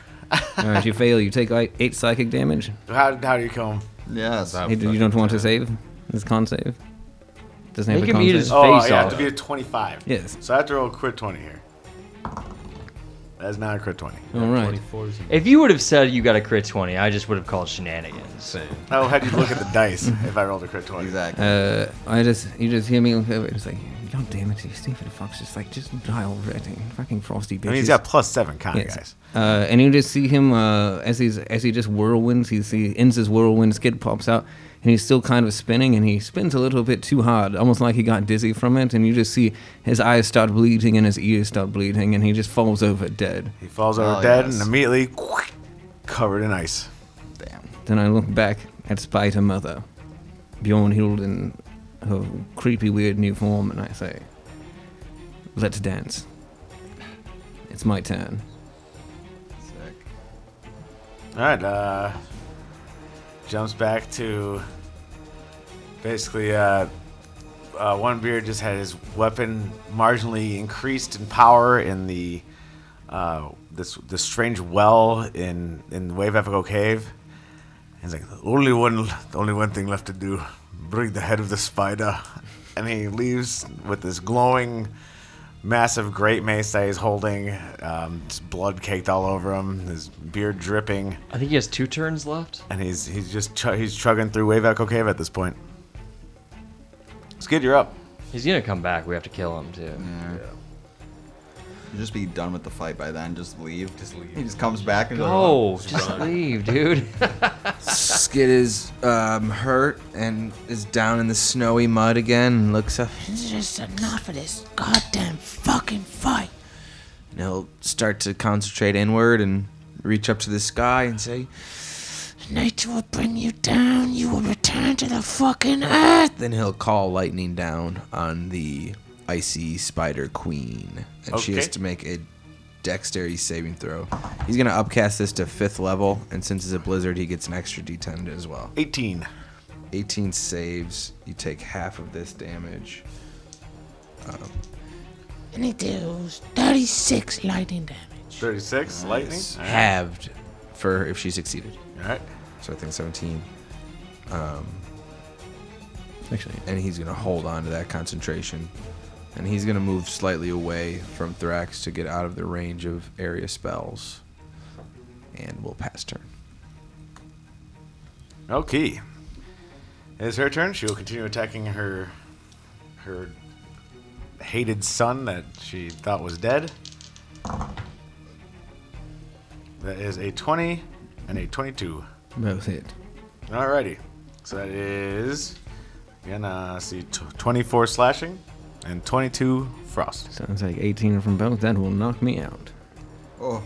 Speaker 6: Or if you fail, you take eight, eight psychic damage.
Speaker 2: How, how do you come?
Speaker 7: Yes.
Speaker 6: Hey, you don't want to save? This con save? Doesn't have a
Speaker 5: Make him
Speaker 6: con
Speaker 5: eat
Speaker 6: save?
Speaker 5: his
Speaker 2: Oh,
Speaker 5: face
Speaker 2: yeah, I have
Speaker 5: off.
Speaker 2: to be a 25.
Speaker 6: Yes.
Speaker 2: So I have to roll a crit 20 here. That's not a crit 20.
Speaker 6: All right.
Speaker 4: 24 is
Speaker 5: If you would have said you got a crit 20, I just would have called shenanigans.
Speaker 4: insane.
Speaker 2: Oh, had you look at the dice if I rolled a crit 20.
Speaker 7: Exactly.
Speaker 6: Uh, I just, you just hear me look over. It's like, God damn it, you stupid fox. Just like, just die already. Fucking frosty bitches.
Speaker 2: I mean, he's got plus seven con,
Speaker 6: Yes.
Speaker 2: guys.
Speaker 6: Uh, and you just see him uh, as he's as he just whirlwinds. He, he ends his whirlwind. Skid pops out. and he's still kind of spinning, and he spins a little bit too hard, almost like he got dizzy from it. And you just see his eyes start bleeding and his ears start bleeding, and he just falls over dead.
Speaker 2: He falls over
Speaker 7: Oh,
Speaker 2: dead
Speaker 7: yes.
Speaker 2: and immediately covered in ice.
Speaker 6: Then I look back at Spider Mother, Bjorn Hild in her creepy, weird new form, and I say, Let's dance. It's my turn.
Speaker 2: All right. Uh, jumps back to basically uh, uh, one beard just had his weapon marginally increased in power in the uh, this this strange well in in Wave Epico Cave. He's like the only one, the only one thing left to do: bring the head of the spider. And he leaves with this glowing, massive great mace that he's holding, um, just blood caked all over him, his beard dripping
Speaker 5: I think he has two turns left.
Speaker 2: and he's he's just chug he's chugging through Wave Echo Cave at this point. Skid, you're up.
Speaker 5: He's gonna come back. We have to kill him too.
Speaker 7: Just be done with the fight by then. Just leave. Just leave. He just comes back and
Speaker 5: Oh, just leave, dude.
Speaker 3: Skid is um, hurt and is down in the snowy mud again and looks up.
Speaker 10: It's just enough of this goddamn fucking fight.
Speaker 3: And he'll start to concentrate inward and reach up to the sky and say,
Speaker 10: Nature will bring you down. You will return to the fucking earth.
Speaker 3: Then he'll call lightning down on the icy spider queen. And she has
Speaker 2: Okay.
Speaker 3: to make a dexterity saving throw. He's going to upcast this to fifth level. And since it's a blizzard, he gets an extra d10 as well.
Speaker 2: 18.
Speaker 3: 18 saves. You take half of this damage. Um,
Speaker 10: And it deals 36 lightning damage.
Speaker 2: 36. Lightning.
Speaker 3: Halved for if she succeeded.
Speaker 2: All right.
Speaker 3: So I think 17.
Speaker 6: Actually,
Speaker 3: and he's gonna hold on to that concentration. And he's gonna move slightly away from Thrax to get out of the range of area spells. And we'll pass turn.
Speaker 2: Okay. It is her turn. She will continue attacking her her hated son that she thought was dead. That is a 20 and a 22.
Speaker 6: both hit.
Speaker 2: Alrighty. So that is again uh, let's see tw 24 slashing and 22 frost.
Speaker 6: Sounds like 18 from both. That will knock me out.
Speaker 7: Oh,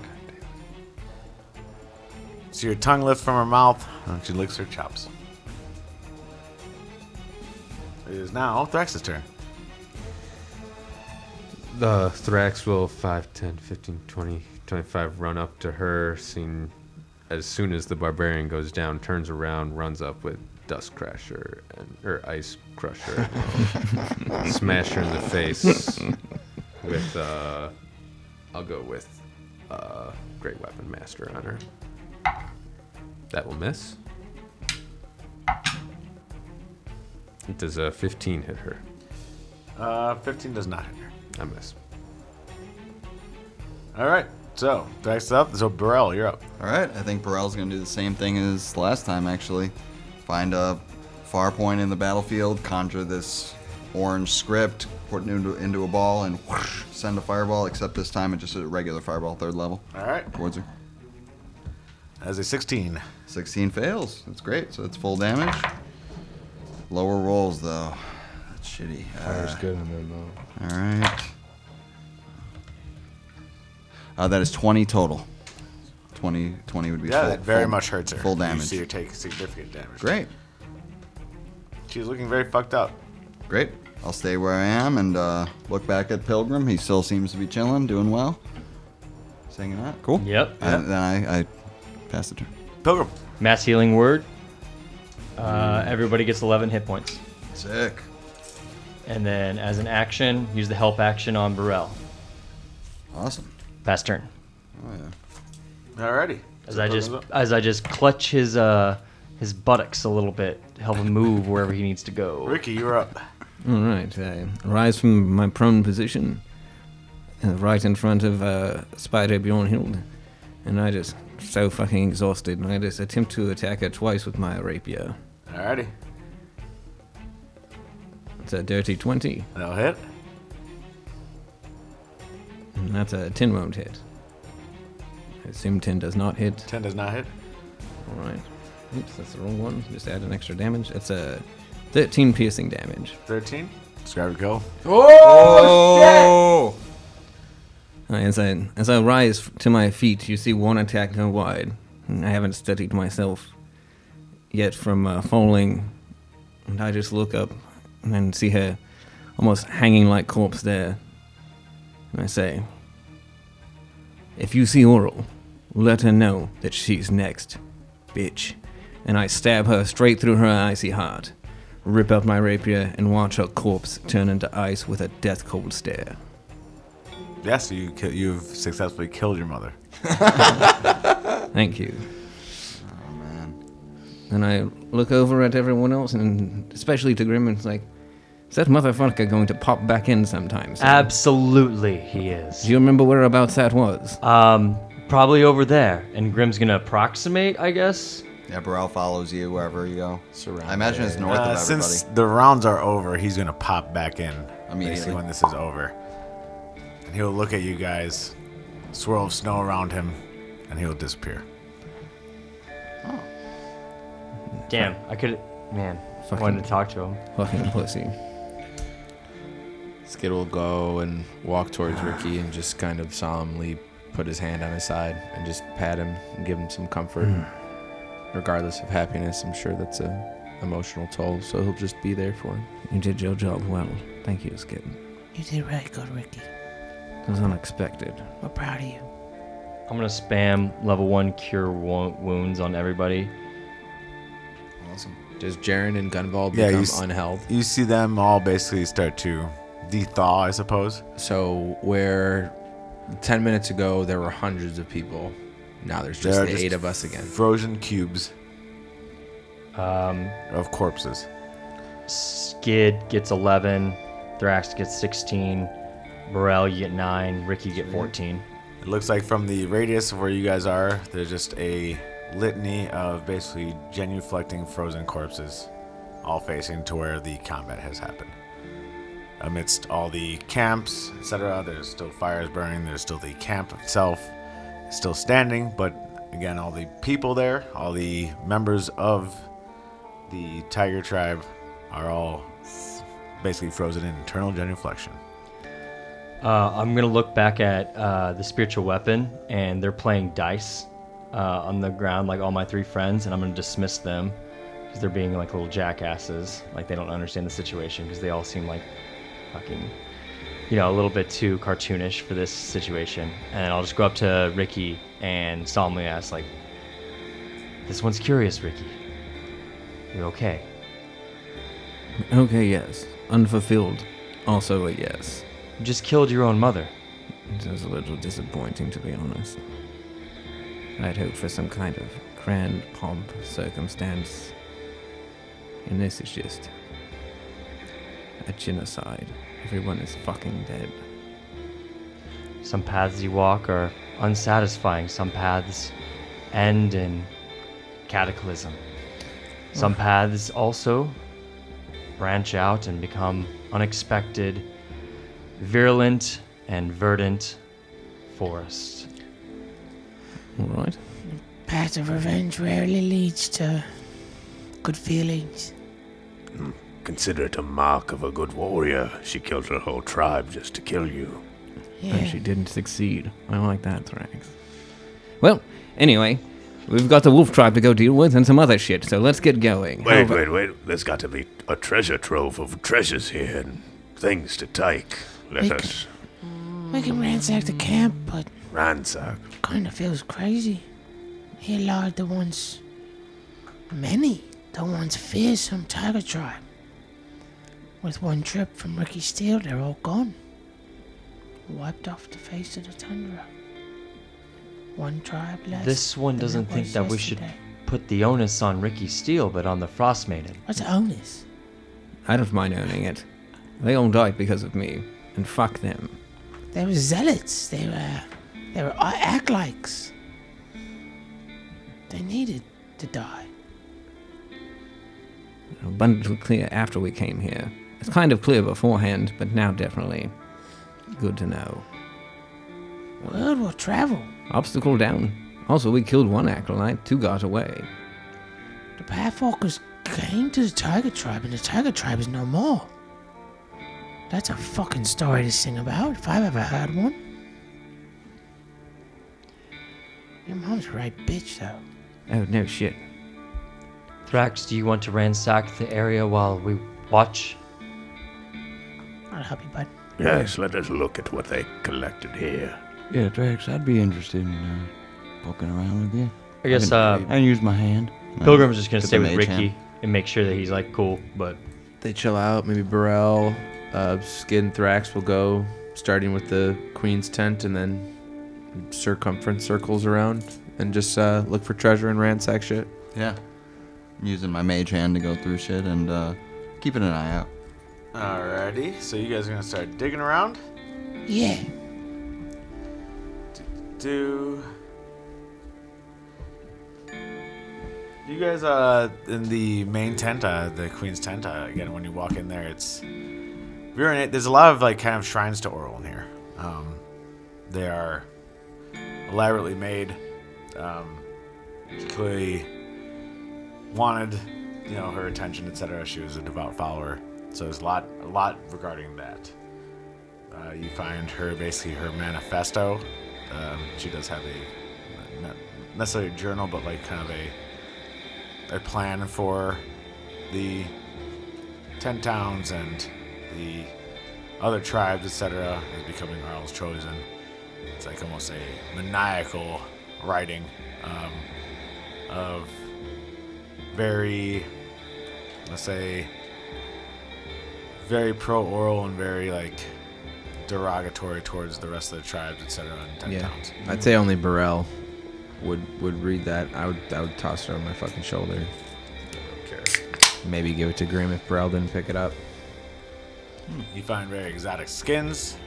Speaker 2: See her tongue lift from her mouth, and she licks her chops. It is now Thrax's turn.
Speaker 4: The Thrax will 5, 10, 15, 20, 25 run up to her, seeing as soon as the barbarian goes down, turns around, runs up with Dust Crasher and or Ice Crusher. smash her in the face with uh I'll go with uh Great Weapon Master on her. That will miss. Does a 15 hit her?
Speaker 2: Uh, 15 does not hit her.
Speaker 4: I miss.
Speaker 2: All right, so Thrax up. So Burrell, you're up.
Speaker 7: All right, I think Burrell's going to do the same thing as last time, actually. Find a far point in the battlefield, conjure this orange script, put it into, into a ball, and whoosh, send a fireball, except this time it's just a regular fireball, third level.
Speaker 2: All right,
Speaker 7: Towards her.
Speaker 2: as a 16.
Speaker 7: 16 fails. That's great. So it's full damage. Lower rolls, though. That's shitty. Uh,
Speaker 4: good on them though.
Speaker 7: all right. Uh, that is 20 total. 20, 20 would be
Speaker 2: Yeah,
Speaker 7: full,
Speaker 2: that very
Speaker 7: full-
Speaker 2: much hurts her.
Speaker 7: Full
Speaker 2: You
Speaker 7: damage.
Speaker 2: see her take significant damage.
Speaker 7: Great.
Speaker 2: She's looking very fucked up.
Speaker 7: Great. I'll stay where I am and uh, look back at Pilgrim. He still seems to be chilling, doing well. Singing out. Cool.
Speaker 5: Yep.
Speaker 7: I, then I, I pass the turn.
Speaker 2: Pilgrim.
Speaker 5: Mass healing word. Uh, everybody gets 11 hit points,
Speaker 7: Sick.
Speaker 5: and then as an action, use the help action on Burrell.
Speaker 7: Awesome.
Speaker 5: Pass turn.
Speaker 7: Oh, yeah.
Speaker 2: Alrighty.
Speaker 5: As
Speaker 2: So
Speaker 5: I just
Speaker 2: Pilgrim's up.
Speaker 5: as I just clutch his uh his buttocks a little bit to help him move wherever he needs to go.
Speaker 2: Ricky, you're up.
Speaker 6: All right, I rise from my prone position, uh, right in front of uh, Spider Bjornhild, and I just so fucking exhausted, and I just attempt to attack her twice with my rapier.
Speaker 2: Alrighty.
Speaker 6: It's a dirty 20,
Speaker 2: That'll hit.
Speaker 6: and that's a 10 won't hit. I assume 10 does not hit.
Speaker 2: 10 does not hit.
Speaker 6: All right. Oops, that's the wrong one. Just add an extra damage. That's a 13 piercing damage.
Speaker 2: 13. Subscribe to go.
Speaker 3: Oh!
Speaker 6: Uh, As I, as I rise f- to my feet, you see one attack go wide. And I haven't steadied myself yet from uh, falling. And I just look up and then see her almost hanging like corpse there. And I say, If you see Oral, let her know that she's next, bitch. And I stab her straight through her icy heart, rip out my rapier, and watch her corpse turn into ice with a death cold stare.
Speaker 2: Yeah, so you ki- you've successfully killed your mother.
Speaker 6: Thank you.
Speaker 7: Oh, man.
Speaker 6: And I look over at everyone else, and especially to Grim, and it's like, is that motherfucker going to pop back in sometime? soon?
Speaker 5: Absolutely, he
Speaker 6: Do
Speaker 5: is.
Speaker 6: you remember whereabouts that was?
Speaker 5: Um, probably over there. And Grim's gonna approximate, I guess.
Speaker 7: Yeah, Burrell follows you wherever you go.
Speaker 3: Surrounded.
Speaker 7: I imagine it's north
Speaker 2: Uh,
Speaker 7: of everybody.
Speaker 2: since the rounds are over, he's gonna pop back in.
Speaker 7: Immediately.
Speaker 2: basically when this is over, and he'll look at you guys, swirl of snow around him, and he'll disappear.
Speaker 5: Damn, I could. Man, I wanted to talk to him.
Speaker 6: Fucking pussy.
Speaker 3: Skid will go and walk towards Ricky and just kind of solemnly put his hand on his side and just pat him and give him some comfort.
Speaker 6: Hmm.
Speaker 3: Regardless of happiness, I'm sure that's a emotional toll, so he'll just be there for him.
Speaker 6: You did your job well. Thank you, Skid.
Speaker 10: You did right good, Ricky.
Speaker 6: It was unexpected.
Speaker 10: We're proud of you.
Speaker 5: I'm gonna spam level one cure wo- wounds on everybody.
Speaker 7: awesome.
Speaker 3: Does Jaren and Gunval
Speaker 2: Yeah,
Speaker 3: become
Speaker 2: you s-
Speaker 3: unheld?
Speaker 2: You see them all basically start to de-thaw, I suppose.
Speaker 3: So where ten minutes ago there were hundreds of people, now there's just
Speaker 2: There are
Speaker 3: the
Speaker 2: just
Speaker 3: eight of us again.
Speaker 2: Frozen cubes
Speaker 5: Um,
Speaker 2: of corpses.
Speaker 5: Skid gets 11, Thrax gets 16, Burrell you get 9, Ricky you get 14.
Speaker 2: It looks like from the radius of where you guys are, there's just a litany of basically genuflecting frozen corpses, all facing to where the combat has happened. Amidst all the camps, etc., there's still fires burning, there's still the camp itself still standing, but again, all the people there, all the members of the tiger tribe are all basically frozen in internal genuflection.
Speaker 5: Uh, I'm gonna look back at uh, the spiritual weapon, and they're playing dice uh, on the ground, like all my three friends, and I'm gonna dismiss them because they're being like little jackasses, like they don't understand the situation because they all seem like fucking, you know, a little bit too cartoonish for this situation. And I'll just go up to Ricky and solemnly ask, like, "This one's curious, Ricky. You okay?"
Speaker 6: Okay, yes. Unfulfilled. Also a yes.
Speaker 5: You just killed your own mother.
Speaker 6: It was a little disappointing, to be honest. I'd hoped for some kind of grand pomp circumstance. And this is just a genocide. Everyone is fucking dead.
Speaker 5: Some paths you walk are unsatisfying. Some paths end in cataclysm. Some paths also branch out and become unexpected, virulent, and verdant forests.
Speaker 6: All right.
Speaker 10: Path of revenge rarely leads to good feelings.
Speaker 11: Consider it a mark of a good warrior. She killed her whole tribe just to kill you.
Speaker 6: And
Speaker 10: Yeah.
Speaker 6: she didn't succeed. I like that, Thrax. Well, anyway, we've got the wolf tribe to go deal with and some other shit, so let's get going.
Speaker 11: Wait,
Speaker 6: How-
Speaker 11: wait, wait. There's got to be a treasure trove of treasures here and things to take. Let
Speaker 10: Make-
Speaker 11: us
Speaker 10: We can ransack the camp, but
Speaker 11: ransack.
Speaker 10: kind of feels crazy. Here lie the ones, many, the ones fearsome tiger tribe. With one trip from Ricky Steele, they're all gone. Wiped off the face of the tundra. One tribe less.
Speaker 5: This one
Speaker 10: than there
Speaker 5: doesn't think
Speaker 10: was
Speaker 5: that we should
Speaker 10: yesterday.
Speaker 5: put the onus on Ricky Steele, but on the Frost Maiden.
Speaker 10: What's the onus?
Speaker 6: I don't mind owning it. They all died because of me, and fuck them.
Speaker 10: They were zealots. They were, they were a- acolytes. They needed to die.
Speaker 6: abundantly clear after we came here. It's kind of clear beforehand, but now definitely good to know.
Speaker 10: Word will travel.
Speaker 6: Obstacle down. Also, we killed one acolyte, two got away.
Speaker 10: The Pathwalkers came to the Tiger Tribe, and the Tiger Tribe is no more. That's a fucking story to sing about, if I've ever heard one. Your mom's right, bitch, though.
Speaker 6: Oh, no shit.
Speaker 5: Thrax, do you want to ransack the area while we watch?
Speaker 10: I'll help you, bud.
Speaker 11: Yes, let us look at what they collected here.
Speaker 12: Yeah, Drax, I'd be interested in uh, poking around with you.
Speaker 5: I guess,
Speaker 12: can,
Speaker 5: uh,
Speaker 12: I can use my hand.
Speaker 5: Pilgrim's just gonna
Speaker 12: Get
Speaker 5: stay
Speaker 12: the
Speaker 5: with
Speaker 12: mage
Speaker 5: Ricky
Speaker 12: hand.
Speaker 5: and make sure that he's like cool, but
Speaker 3: They chill out. Maybe Burrell, uh, Skid, and Thrax will go, starting with the Queen's tent, and then circumference circles around, and just uh, look for treasure and ransack shit.
Speaker 7: Yeah. I'm using my mage hand to go through shit and uh, keeping an eye out.
Speaker 2: Alrighty, so you guys are gonna start digging around.
Speaker 10: Yeah.
Speaker 2: Do you guys uh in the main tent, uh, the queen's tent? Uh, again, when you walk in there, it's if you're in it. There's a lot of like kind of shrines to Oral in here. Um, they are elaborately made. Um, she clearly wanted you know her attention, etc. She was a devout follower, so there's a lot a lot regarding that. Uh, you find her basically her manifesto. Um, she does have a not necessarily a journal, but like kind of a a plan for the ten towns and the other tribes, etc. Is becoming Arl's chosen. It's like almost a maniacal writing um, of very, let's say, very pro-oral and very like derogatory towards the rest of the tribes, etc. And ten
Speaker 3: Yeah,
Speaker 2: towns.
Speaker 3: I'd say only Burrell would would read that. I would I would toss it on my fucking shoulder. Maybe give it to Grim if Burrell didn't pick it up.
Speaker 2: Hmm. You find very exotic skins,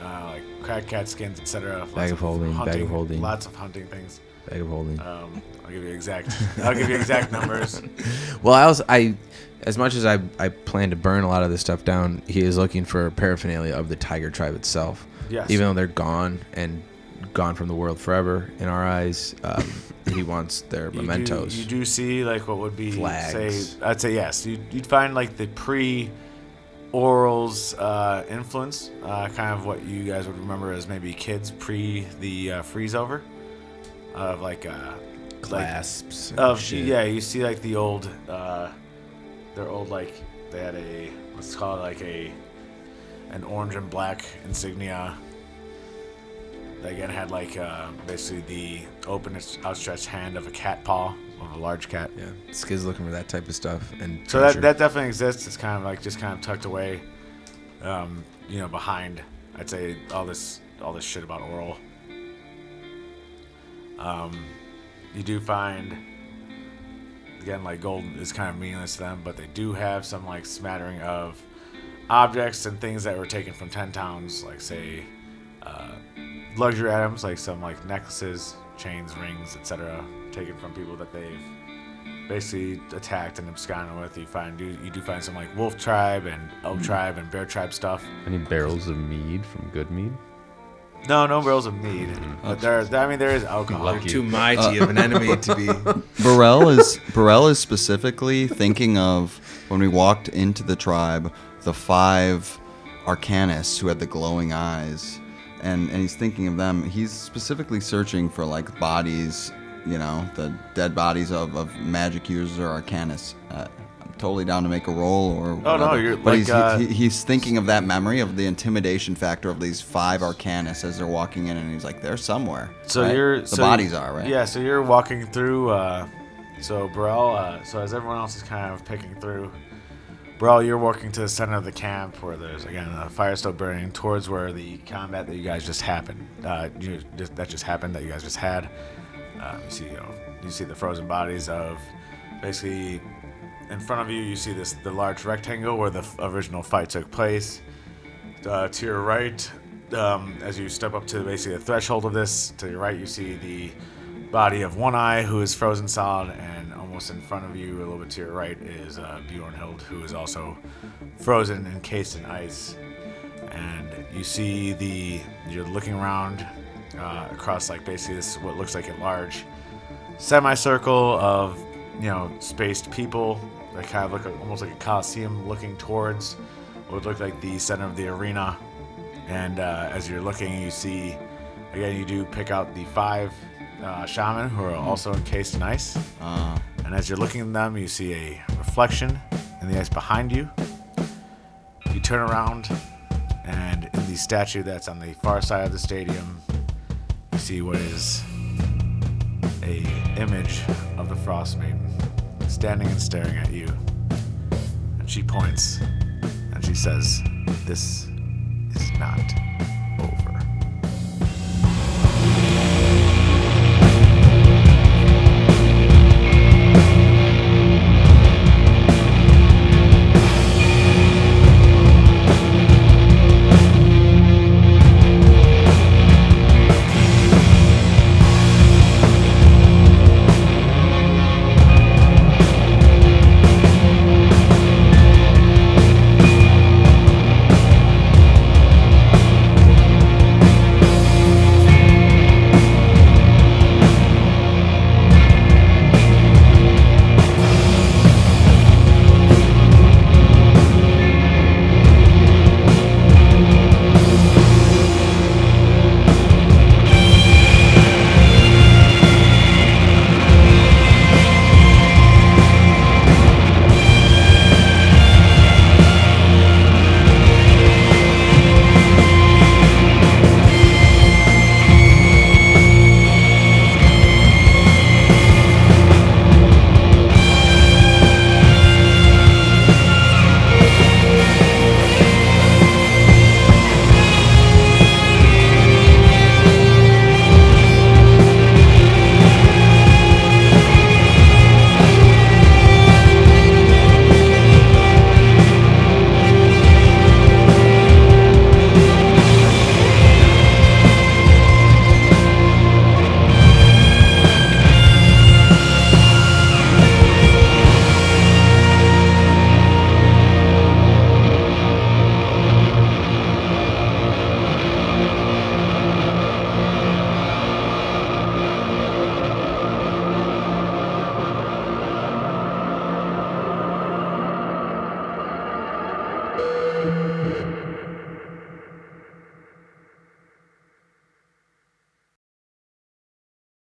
Speaker 2: uh, like crab cat skins, etc. Lots
Speaker 3: Bag of holding, bag of
Speaker 2: hunting-
Speaker 3: holding.
Speaker 2: Lots of hunting things.
Speaker 3: Bag of holding.
Speaker 2: Um, I'll give you exact. I'll give you exact numbers.
Speaker 3: Well, I also I, as much as I I plan to burn a lot of this stuff down, he is looking for paraphernalia of the Tiger Tribe itself.
Speaker 2: Yes.
Speaker 3: Even though they're gone and gone from the world forever in our eyes, um, he wants their
Speaker 2: You do-
Speaker 3: mementos.
Speaker 2: You do, see like what would be
Speaker 3: Flags.
Speaker 2: say I'd say yes. You you'd find like the pre orals uh, influence, uh, kind of what you guys would remember as maybe kids pre the uh, freeze over of like uh
Speaker 3: Clasps
Speaker 2: like,
Speaker 3: and
Speaker 2: of
Speaker 3: shit.
Speaker 2: yeah, you see like the old uh, their old like they had a let's call it like a an orange and black insignia they again had like uh, basically the open outstretched hand of a cat paw of a large cat.
Speaker 3: yeah. Skid's looking for that type of stuff and
Speaker 2: So that,
Speaker 3: treasure.
Speaker 2: that definitely exists. It's kind of like just kind of tucked away, um, you know, behind. I'd say all this all this shit about oral. Um, you do find again like gold is kind of meaningless to them, but they do have some like smattering of objects and things that were taken from ten towns, like say uh, luxury items, like some like necklaces, chains, rings, etc., taken from people that they've basically attacked and absconded with. You find you, you do find some like wolf tribe and elk tribe and bear tribe stuff.
Speaker 4: Any barrels of mead from Good Mead?
Speaker 2: No, no barrels of mead, but there I mean there is alcohol.
Speaker 4: Lucky. Too
Speaker 3: mighty of an enemy to be.
Speaker 7: Burrell is Burrell is specifically thinking of when we walked into the tribe, the five arcanists who had the glowing eyes, and and he's thinking of them. He's specifically searching for like bodies, you know, the dead bodies of, of magic users or arcanists. Uh, I'm totally down to make a roll or.
Speaker 2: Oh, no,
Speaker 7: whatever.
Speaker 2: you're
Speaker 7: but
Speaker 2: like,
Speaker 7: he's, he-
Speaker 2: uh,
Speaker 7: he, he's thinking of that memory of the intimidation factor of these five arcanists as they're walking in, and he's like, they're somewhere.
Speaker 2: So
Speaker 7: right?
Speaker 2: you're
Speaker 7: the
Speaker 2: so
Speaker 7: bodies
Speaker 2: you-
Speaker 7: are right.
Speaker 2: Yeah, so you're walking through. Uh, so Burrell, uh, so as everyone else is kind of picking through, Burrell, you're walking to the center of the camp where there's again a fire still burning, towards where the combat that you guys just happened, uh, you just, that just happened that you guys just had. Um, you see, you know, you see the frozen bodies of basically in front of you. You see this the large rectangle where the f- original fight took place uh, to your right, um, as you step up to basically the threshold of this, to your right, you see the body of One Eye, who is frozen solid, and almost in front of you, a little bit to your right, is uh, Bjornhild, who is also frozen, encased in ice. And you see the you're looking around uh, across like basically this what looks like a large semicircle of you know, spaced people that kind of look like, almost like a coliseum looking towards what would look like the center of the arena. And uh, as you're looking, you see, again, you do pick out the five uh, shaman who are also encased in ice. And as you're looking at them, you see a reflection in the ice behind you. You turn around, and in the statue that's on the far side of the stadium, you see what is a image of the Frost Maiden standing and staring at you. And she points, and she says, "This is not